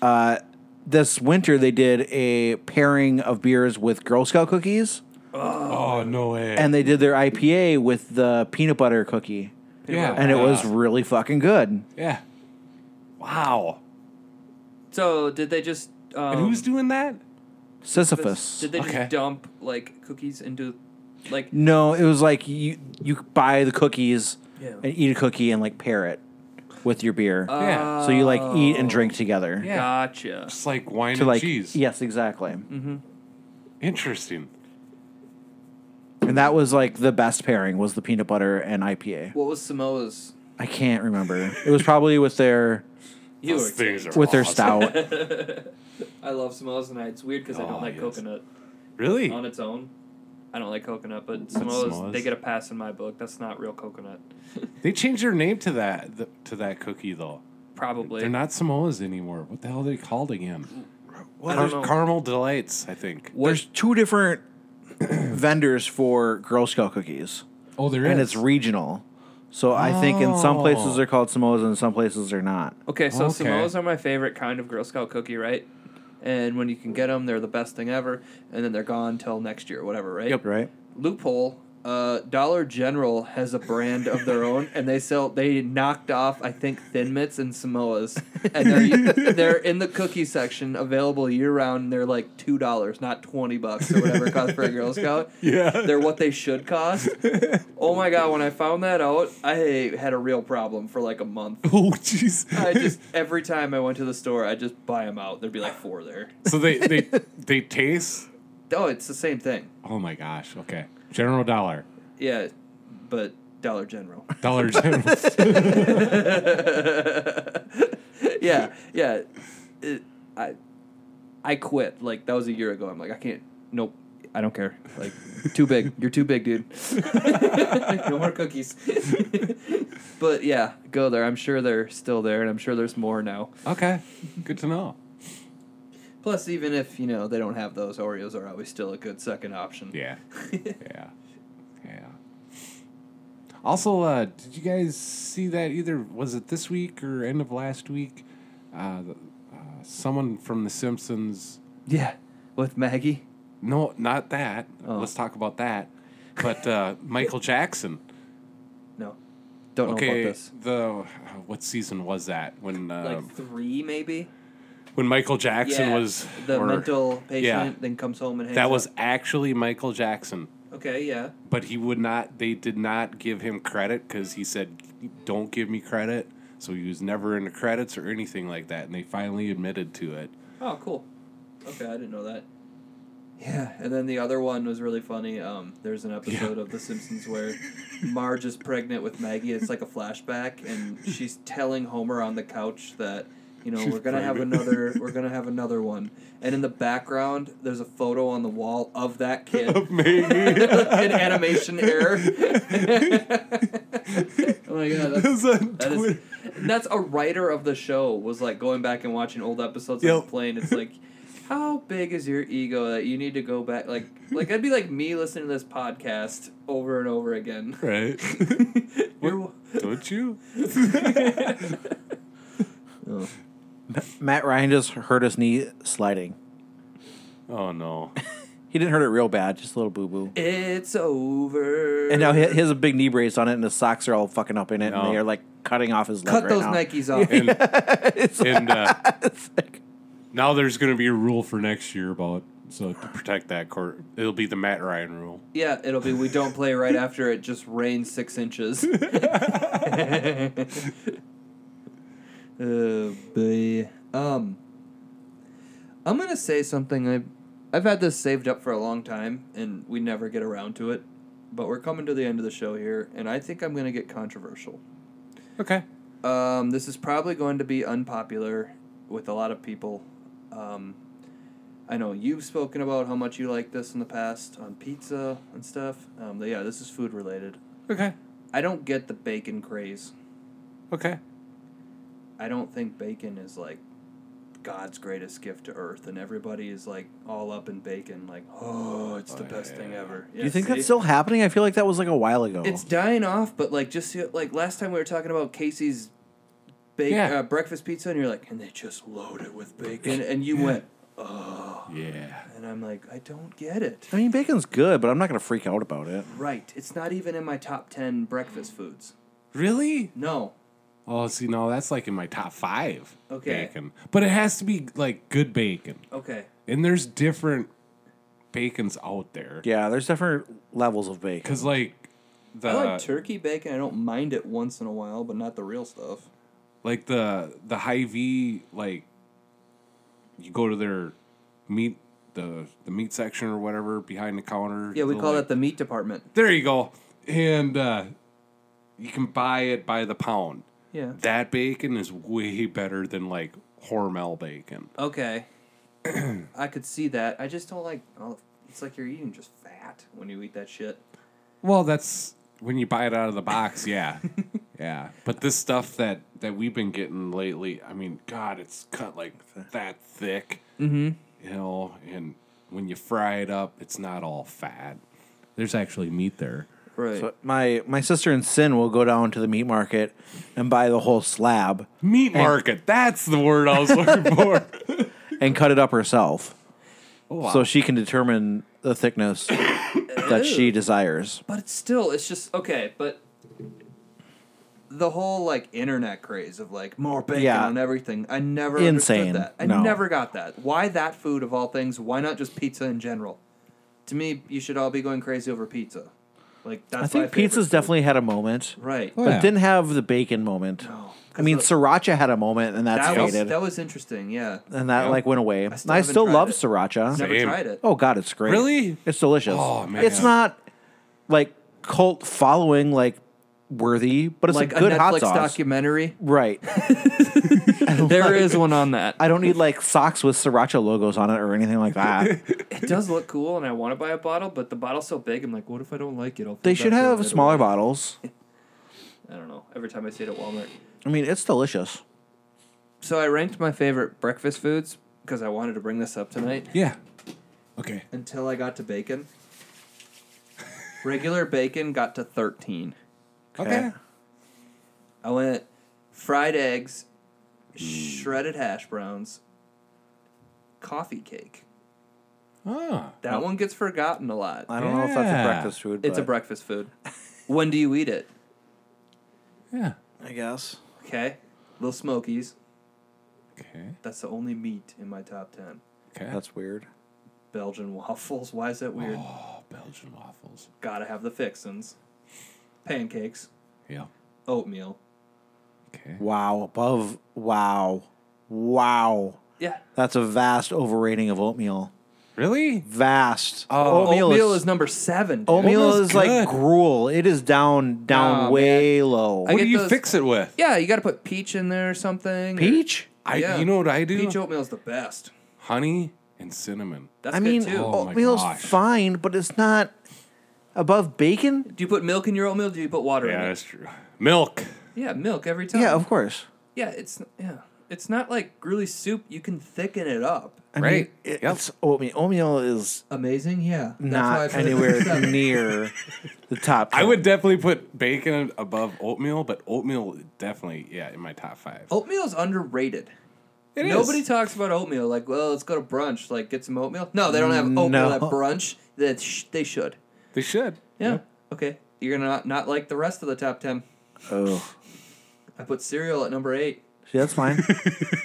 I: Uh, this winter they did a pairing of beers with Girl Scout cookies,
F: Oh, no way.
I: and they did their IPA with the peanut butter cookie.
F: Yeah.
I: And it was
A: Ah.
F: Yeah.
I: really fucking good.
F: Yeah. Wow.
A: So did they just? Um,
F: who's doing that?
I: Sisyphus.
A: Did they just
I: Okay.
A: dump like cookies into, like?
I: No, it was like you you buy the cookies
A: Yeah.
I: and eat a cookie and like pair it with your beer.
A: Yeah.
I: So you like eat
A: Oh.
I: and drink together.
A: Gotcha.
F: Just like wine
I: To
F: and
I: like
F: cheese.
I: yes, exactly.
A: Mm-hmm.
F: Interesting.
I: And that was like the best pairing was the peanut butter and IPA.
A: What was Samoa's?
I: I can't remember. it was probably with their
A: You
I: Those
A: were
I: things
A: kidding.
I: are With their awesome.
A: I love Samoa's and I- it's weird because I don't like coconut.
F: Really?
A: On its own, I don't like coconut, but Samoa's,
F: Samoa's.
A: they get a pass in my book. That's not real coconut,
F: They changed their name to that th- to that cookie though.
A: probably.
F: They're not Samoas anymore. What the hell are they called again?
A: I
F: Well,
A: don't
F: there's
A: know.
F: caramel delights, I think.
I: There's two different vendors for Girl Scout cookies.
F: Oh, there
I: And
F: is?
I: it's regional. So I think in some
A: Oh.
I: places they're called Samoas and in some places they're not.
A: Okay, so Samoa's are my favorite kind of Girl Scout cookie, right? And when you can get them, they're the best thing ever. And then they're gone till next year, whatever, right?
I: Yep. Right.
A: Loophole. Uh, Dollar General has a brand of their own, and they sell. They knocked off, I think, Thin Mitts and Samoas, and they're they're in the cookie section, available year round. And they're like two dollars, not twenty bucks or whatever it costs for a Girl Scout.
F: Yeah.
A: They're what they should cost. Oh my god! When I found that out, I had a real problem for like a month.
F: Oh jeez.
A: I just every time I went to the store, I just buy them out. There'd be like four there.
F: So they they they taste.
A: Oh, it's the same thing.
F: Oh my gosh. Okay. General Dollar.
A: Yeah, but Dollar General.
F: Dollar General.
A: yeah, yeah. It, I I quit. Like that was a year ago. I'm like I can't. Nope. I don't care. Like too big. You're too big, dude. no more cookies. but yeah, go there. I'm sure they're still there, and I'm sure there's more now.
F: Okay. Good to know.
A: Plus, even if you know they don't have those, Oreos are always still a good second option.
F: Yeah. yeah. Yeah. Also, uh, did you guys see that either? Was it this week or end of last week? Uh, the- uh, someone from The Simpsons.
A: Yeah. With Maggie?
F: No, not that.
A: Oh.
F: Let's talk about that. But uh, Michael Jackson.
A: No. Don't know about this.
F: The, uh, what season was that? When uh,
A: Like three, maybe.
F: when Michael Jackson
A: Yeah,
F: was
A: the
F: or-
A: mental patient,
F: Yeah,
A: then comes home and hangs
F: that was
A: up.
F: actually Michael Jackson.
A: okay. Yeah.
F: but he would not they did not give him credit because he said don't give me credit so he was never in the credits or anything like that and they finally admitted to it
A: Oh, cool. Okay, I didn't know that. Yeah, and then the other one was really funny. Um, there's an episode of The Simpsons where Marge is pregnant with Maggie. It's like a flashback, and she's telling Homer on the couch that you know
U: She's
A: we're gonna
U: pregnant.
A: have another we're gonna have another one. And in the background, there's a photo on the wall of that kid. Of
F: Maggie.
A: An animation error. oh my god, that's,
F: That's on
A: that is- that's a writer of the show was like going back and watching old episodes on the plane. It's like, how big is your ego that you need to go back? Like, like that'd be like me listening to this podcast over and over again.
F: right don't you
I: Matt Ryan just hurt his knee sliding.
F: oh no
I: He didn't hurt it real bad, just a little boo boo.
A: It's over.
I: And now he he has a big knee brace on it, and his socks are all fucking up in it, and they are like cutting off his leg.
A: Cut
I: right
A: those
I: now.
A: Nikes off.
I: Yeah.
F: and uh, now there's going to be a rule for next year about so to protect that court. It'll be the Matt Ryan rule.
A: Yeah, it'll be we don't play right after it just rains six inches. Uh, oh boy. Um, I'm gonna say something. I, I've had this saved up for a long time, and we never get around to it. But we're coming to the end of the show here, and I think I'm gonna get controversial.
F: Okay.
A: Um, this is probably going to be unpopular with a lot of people. Um, I know you've spoken about how much you like this in the past on pizza and stuff. Um, but yeah, this is food related.
F: Okay.
A: I don't get the bacon craze.
F: Okay.
A: I don't think bacon is like God's greatest gift to earth, and everybody is like all up in bacon, like, oh, it's the best thing ever.
I: Do you think that's
A: so?
I: still happening? I feel like that was like a while ago.
A: It's dying off, but like just see- like last time we were talking about Casey's bake,
I: Yeah.
A: uh, breakfast pizza, and you're like, and they just load it with bacon, and you went, oh,
F: yeah.
A: And I'm like, I don't get it.
I: I mean, bacon's good, but I'm not gonna freak out about it.
A: Right, it's not even in my top ten breakfast foods.
F: Really?
A: No.
F: Oh, see, no, that's like in my top five.
A: Okay.
F: Bacon, but it has to be like good bacon.
A: Okay.
F: And there's different bacon's out there.
I: Yeah, there's different levels of bacon.
F: Cause like the
A: I like turkey bacon. I don't mind it once in a while, but not the real stuff.
F: like the the high V like you go to their meat the the meat section or whatever behind the counter.
A: Yeah, we
F: the,
A: call
F: like-
A: that the meat department.
F: There you go. And uh, you can buy it by the pound.
A: Yeah.
F: That bacon is way better than like Hormel bacon.
A: Okay. I could see that. I just don't like. All the, it's like you're eating just fat when you eat that shit.
F: Well, that's when you buy it out of the box, yeah. yeah. But this stuff that that we've been getting lately, I mean, god, it's cut like that thick.
A: Mhm.
F: You know, and when you fry it up, it's not all fat. There's actually meat there.
A: Right.
I: So my my sister and Sin will go down to the meat market and buy the whole slab.
F: Meat market. That's the word I was looking for.
I: and cut it up herself.
F: Oh, wow.
I: So she can determine the thickness that she desires.
A: But it's still, it's just okay. But the whole like internet craze of like more bacon
I: Yeah.
A: on everything, I never
I: Insane.
A: understood that. I
I: No.
A: never got that. Why that food of all things? Why not just pizza in general? To me, you should all be going crazy over pizza. Like that's
I: I
A: my
I: think
A: favorite
I: pizza's
A: food.
I: definitely had a moment.
A: Right.
I: But
A: Oh, yeah.
I: didn't have the bacon moment. I mean, sriracha had a moment and that's
A: that was,
I: faded.
A: that was interesting. Yeah.
I: and that like went away.
A: still
I: I still,
A: haven't tried
I: love
A: it.
I: sriracha.
A: Never Same. tried it.
I: Oh god, it's great.
F: Really?
I: It's delicious.
F: Oh, man.
I: It's not like cult following like worthy, but it's
A: like
I: a good
A: a Netflix
I: hot sauce.
A: documentary.
I: Right.
A: There is one on that.
I: I don't need like socks with sriracha logos on it or anything like that.
A: It does look cool, and I want to buy a bottle, but the bottle's so big. I'm like, what if I don't like it? I'll throw
I: they
A: that
I: should
A: thing
I: have
A: right
I: smaller
A: away.
I: bottles.
A: I don't know. Every time I see it at Walmart.
I: I mean, it's delicious.
A: So I ranked my favorite breakfast foods because I wanted to bring this up tonight.
F: Yeah. Okay.
A: Until I got to bacon. Regular bacon got to 13.
F: Okay.
A: I went fried eggs, shredded hash browns, coffee cake.
F: Oh.
A: That one gets forgotten a lot.
I: I don't know if that's a Yeah. breakfast food,
A: It's a
I: but-
A: breakfast food. when do you eat it?
F: Yeah.
I: I guess.
A: Okay. Little Smokies.
F: Okay.
A: That's the only meat in my top 10.
F: Okay.
I: That's weird.
A: Belgian waffles. Why is that weird?
F: Oh, Belgian waffles.
A: Gotta have the fixins. Pancakes.
F: Yeah.
A: Oatmeal.
I: Wow, above wow. Wow.
A: Yeah.
I: That's a vast overrating of oatmeal.
F: Really?
I: Vast.
A: Uh, Oh, oatmeal, is, number seven. dude.
I: oatmeal is like gruel. It is down down
A: Nah,
I: way low.
A: I What do get you those-
F: fix it with?
A: Yeah, you gotta put peach in there or something. or-
I: Peach?
F: I
A: Yeah.
F: you know what I do?
A: Peach oatmeal is the best.
F: Honey and cinnamon.
A: That's
I: I
A: good
I: mean,
A: too.
F: Oh my
I: oatmeal's
F: gosh.
I: fine, but it's not above bacon.
A: Do you put milk in your oatmeal? Do you put water in
F: Yeah,
A: it?
F: that's true. Milk.
A: Yeah, milk every time.
I: Yeah, of course.
A: Yeah, it's yeah, it's not like really soup. You can thicken it up.
I: I mean, it- it's oatmeal. Oatmeal is
A: Amazing. Yeah, that's why I
I: not
A: put it at
I: anywhere
A: seven.
I: near the top.
F: I would definitely put bacon above oatmeal, but oatmeal definitely, yeah, in my top five.
A: Oatmeal's underrated. It Nobody talks about oatmeal. Like, well, let's go to brunch. Like, get some oatmeal. No, they don't have oatmeal
I: No.
A: at brunch. That sh- they should.
F: They should.
A: Yeah. Okay. You're gonna not, not like the rest of the top ten.
I: Oh,
A: I put cereal at number eight.
I: see, that's fine.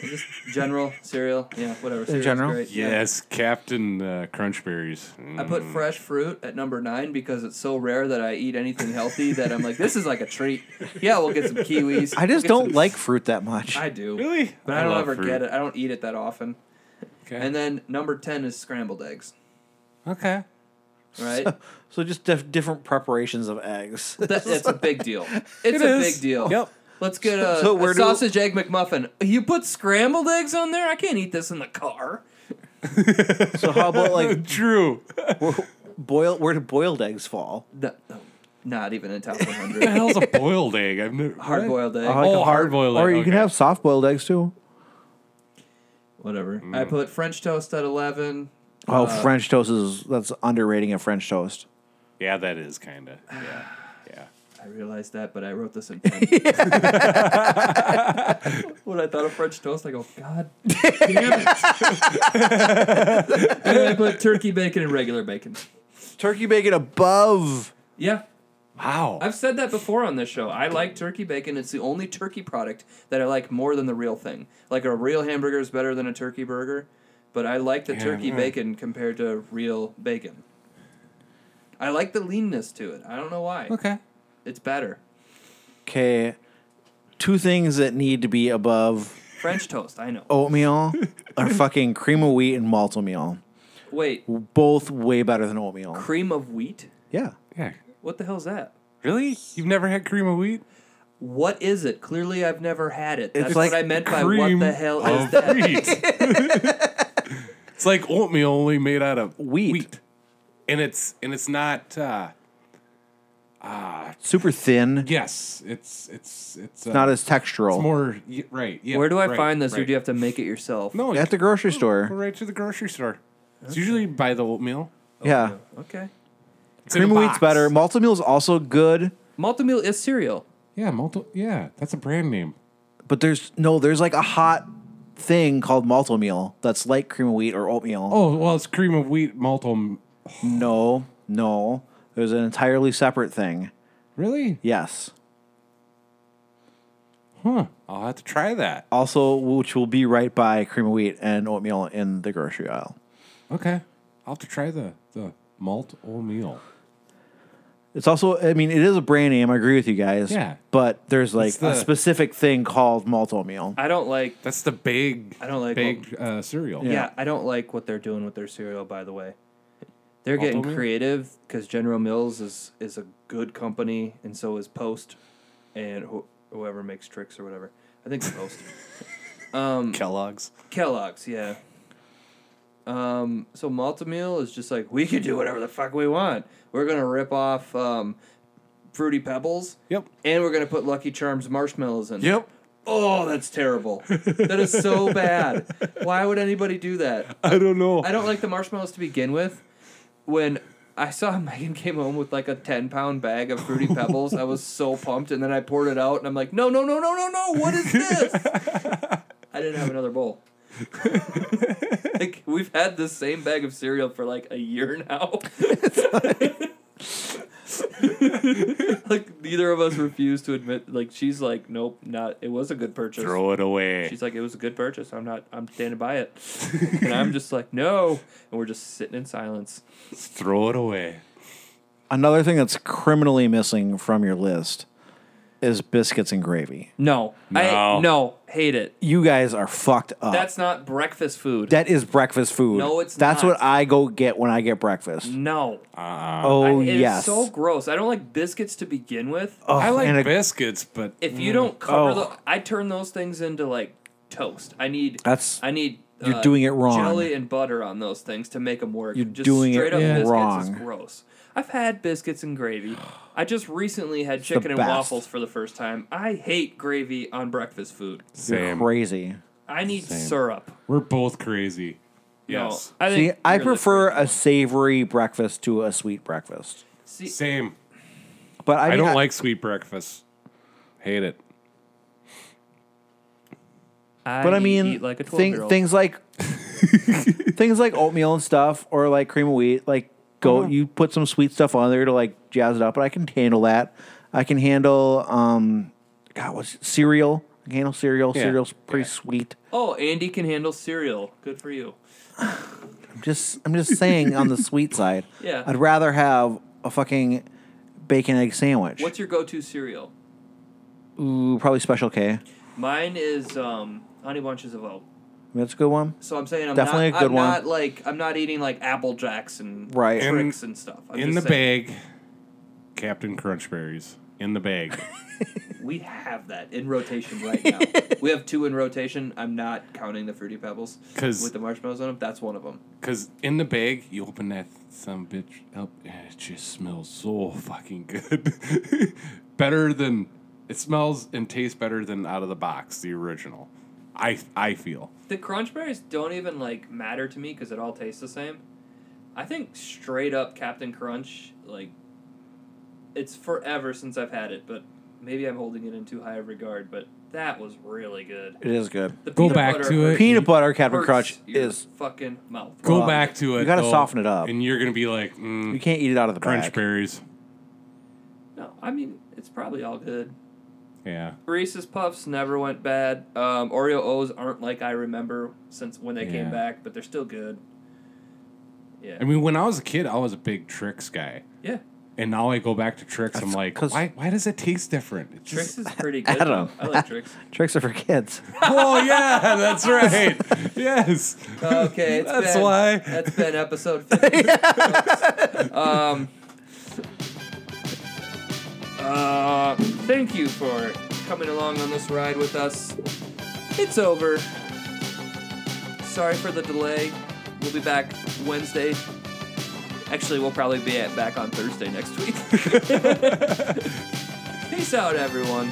A: Just general cereal. Yeah, whatever. Cereal's Great. yeah.
F: Yes, Captain uh, Crunchberries.
A: I put
F: Mm.
A: fresh fruit at number nine because it's so rare that I eat anything healthy that I'm like, this is like a treat. Yeah, we'll get some kiwis.
I: I
A: We'll
I: just
A: get
I: don't
A: some-
I: like fruit that much.
A: I do.
F: Really?
A: But
I: I
A: I, don't
I: love
A: ever
I: fruit.
A: get it. I don't eat it that often. Okay. And then number 10 is scrambled eggs.
F: Okay.
A: Right?
I: So, so just dif- different preparations of eggs.
A: That, it's a big deal. It's
I: It
A: a
I: is.
A: big deal.
I: Yep.
A: Let's get a,
I: So
A: a
I: where do-
A: sausage egg McMuffin. You put scrambled eggs on there? I can't eat this in the car.
I: so how about like
F: true
I: boil? Where do boiled eggs fall?
A: Not even in top
F: What
A: 100.
F: the hell's a boiled egg? I've never
A: Hard boiled egg.
I: I like
F: oh,
I: a
F: hard boiled egg.
I: Or you
F: okay.
I: can have soft boiled eggs too.
A: Whatever. I put French toast at 11.
I: Oh,
A: Uh,
I: French toast is that's underrating a French toast.
F: Yeah, that is kind of. Yeah.
A: I realized that, but I wrote this in pen. when I thought of French toast, I go, God damn it. and then I put turkey bacon and regular bacon.
I: Turkey bacon above.
A: Yeah.
F: Wow.
A: I've said that before on this show. I like turkey bacon. It's the only turkey product that I like more than the real thing. Like a real hamburger is better than a turkey burger, but I like the
F: Yeah,
A: turkey
F: mm.
A: bacon compared to real bacon. I like the leanness to it. I don't know why.
F: Okay.
A: It's better.
I: Okay, two things that need to be above
A: French toast, I
F: Oh.
A: know.
I: oatmeal are fucking cream of wheat and malt oatmeal.
A: Wait,
I: Both way better than oatmeal.
A: cream of wheat?
I: yeah.
F: Yeah.
A: What the hell's that?
F: Really? You've never had cream of wheat?
A: What is it? Clearly, I've never had it. That's
F: It's
A: what
F: like
A: I meant by
F: cream
A: what the hell is
F: of
A: that?
F: It's like oatmeal only made out of
I: wheat.
F: And it's and it's not uh ah
I: Super thin.
F: yes, it's it's it's, uh,
I: not as textural.
F: It's more y- right. Yeah.
A: Where do I
F: right,
A: find this, or
F: right.
A: do you have to make it yourself?
F: No,
I: At the grocery store.
F: Go right to the grocery store. It's usually by the oatmeal.
I: Yeah.
A: Okay.
F: It's in a
I: Cream of wheat's
F: box.
I: better. Malt oatmeal is also good,
A: Multimeal is cereal.
F: Yeah, multi yeah, that's a brand name.
I: but there's no there's like a hot thing called malt oatmeal that's like cream of wheat or oatmeal.
F: Oh, well, it's cream of wheat malt oatmeal.
I: No, no. There's an entirely separate thing.
F: Really?
I: Yes.
F: Huh. I'll have to try that.
I: Also, which will be right by cream of wheat and oatmeal in the grocery aisle.
F: Okay. I'll have to try the the malt oatmeal.
I: It's also, I mean, it is a brand name. I agree with you guys.
F: Yeah.
I: But there's like
F: It's the-
I: a specific thing called malt oatmeal.
A: I don't like.
F: That's the big
A: I don't like.
F: big uh, cereal.
A: yeah. I don't like what they're doing with their cereal. By the way, they're
F: Malt
A: getting
F: oatmeal?
A: creative because General Mills is is a good company, and so is Post, and wh- whoever makes tricks or whatever. I think it's Post. um,
F: Kellogg's.
A: Kellogg's, yeah. Um, so Maltameal is just like we can do whatever the fuck we want. We're gonna rip off um, Fruity Pebbles.
F: Yep.
A: And we're gonna put Lucky Charms marshmallows in.
F: Yep.
A: Oh, that's terrible. that is so bad. Why would anybody do that?
F: I don't know.
A: I don't like the marshmallows to begin with. When I saw Megan came home with like a ten pound bag of Fruity Pebbles, I was so pumped, and then I poured it out, and I'm like, no, no, no, no, no, no. What is this? I didn't have another bowl. like we've had the same bag of cereal for like a year now. like neither of us refused to admit. Like she's like, nope, not. It was a good purchase.
F: Throw it away.
A: She's like, it was a good purchase. I'm not. I'm standing by it. and I'm just like, no. And we're just sitting in silence.
F: Throw it away.
I: Another thing that's criminally missing from your list is biscuits and gravy.
A: No. I
I: No.
A: no hate it.
I: You guys are fucked up.
A: That's not breakfast food.
I: That is breakfast food.
A: No, it's
I: That's
A: not.
I: what I go get when I get breakfast.
A: no.
I: oh,
A: I- it is
I: yes.
A: so gross. I don't like biscuits to begin with.
I: Oh,
F: I like
I: and a-
F: biscuits, but mm,
A: If you don't cover
I: Oh.
A: the, I turn those things into like toast. I need.
I: That's-
A: I need. uh,
I: you're doing it wrong.
A: Jelly and butter on those things to make them work.
I: You're
A: just
I: doing it
A: straight up biscuits Is
I: wrong.
A: gross. I've had biscuits and gravy. I just recently had
I: the
A: chicken and
I: best.
A: waffles for the first time. I hate gravy on breakfast food.
I: You're
F: Same.
I: crazy.
A: I need
F: Same.
A: syrup.
F: We're both crazy.
A: No,
F: Yes.
A: I
I: See,
A: think
I: I
A: you're the-
I: prefer a savory breakfast to a sweet breakfast.
A: See,
F: Same.
I: But I,
F: I,
I: mean,
F: don't like sweet breakfast. Hate it.
I: but I mean,
A: eat like a
I: thing-
A: 12-year-old.
I: things like things like oatmeal and stuff, or like cream of wheat. Like go, you put some sweet stuff on there to like jazz it up. But I can handle that. I can handle um, God, what's cereal? I can handle cereal.
A: Yeah.
I: Cereal's pretty sweet.
A: Oh, Andy can handle cereal. Good for you.
I: I'm just, I'm just saying on the sweet side.
A: Yeah.
I: I'd rather have a fucking bacon egg sandwich.
A: What's your go-to cereal?
I: Ooh, probably Special K.
A: Mine is um, honey bunches of oats.
I: That's a good one.
A: So I'm saying I'm
I: definitely
A: not,
I: a good
A: I'm
I: one.
A: not like I'm not eating like apple jacks and
I: Right.
A: tricks
I: In-
A: and stuff. I'm
F: in the
A: just saying,
F: bag, Captain Crunch berries in the bag.
A: we have that in rotation right now. we have two in rotation. I'm not counting the fruity pebbles
F: 'Cause-
A: with the marshmallows on them. That's one of them.
F: Cause in the bag, you open that some bitch up, and it just smells so fucking good. better than it smells and tastes better than out of the box, the original. I I feel.
A: The crunch berries don't even like matter to me because it all tastes the same. I think straight up Captain Crunch, like it's forever since I've had it, but maybe I'm holding it in too high of regard. But that was really good.
I: It is good.
A: The
F: Go
A: peanut
F: back
A: butter
F: to it.
A: hurts-
I: Peanut butter Captain
A: hurts
I: Crunch
A: your
I: is-
A: fucking mouth.
F: Go
I: Well,
F: back to it.
I: you gotta
F: though,
I: soften it up.
F: and you're gonna be like, mm,
I: You can't eat it out of the
F: crunch
I: bag.
F: berries.
A: No, I mean it's probably all good.
F: Yeah,
A: Reese's Puffs never went bad. Um, Oreo O's aren't like I remember since when they
F: Yeah.
A: came back, but they're still good. Yeah.
F: I mean, when I was a kid, I was a big tricks guy.
A: Yeah.
F: And now I go back to tricks. I'm like, why? Why does it taste different? It's
A: Tricks
F: just-
A: is pretty
I: I
A: good.
I: don't know.
A: I like Tricks.
I: tricks are for kids.
F: oh yeah, that's right. yes.
A: Okay, it's
F: That's
A: been,
F: why.
A: That's been episode 50. folks. um, uh, thank you for coming along on this ride with us. It's over. Sorry for the delay. We'll be back Wednesday. Actually, we'll probably be at, back on Thursday next week. Peace out, everyone.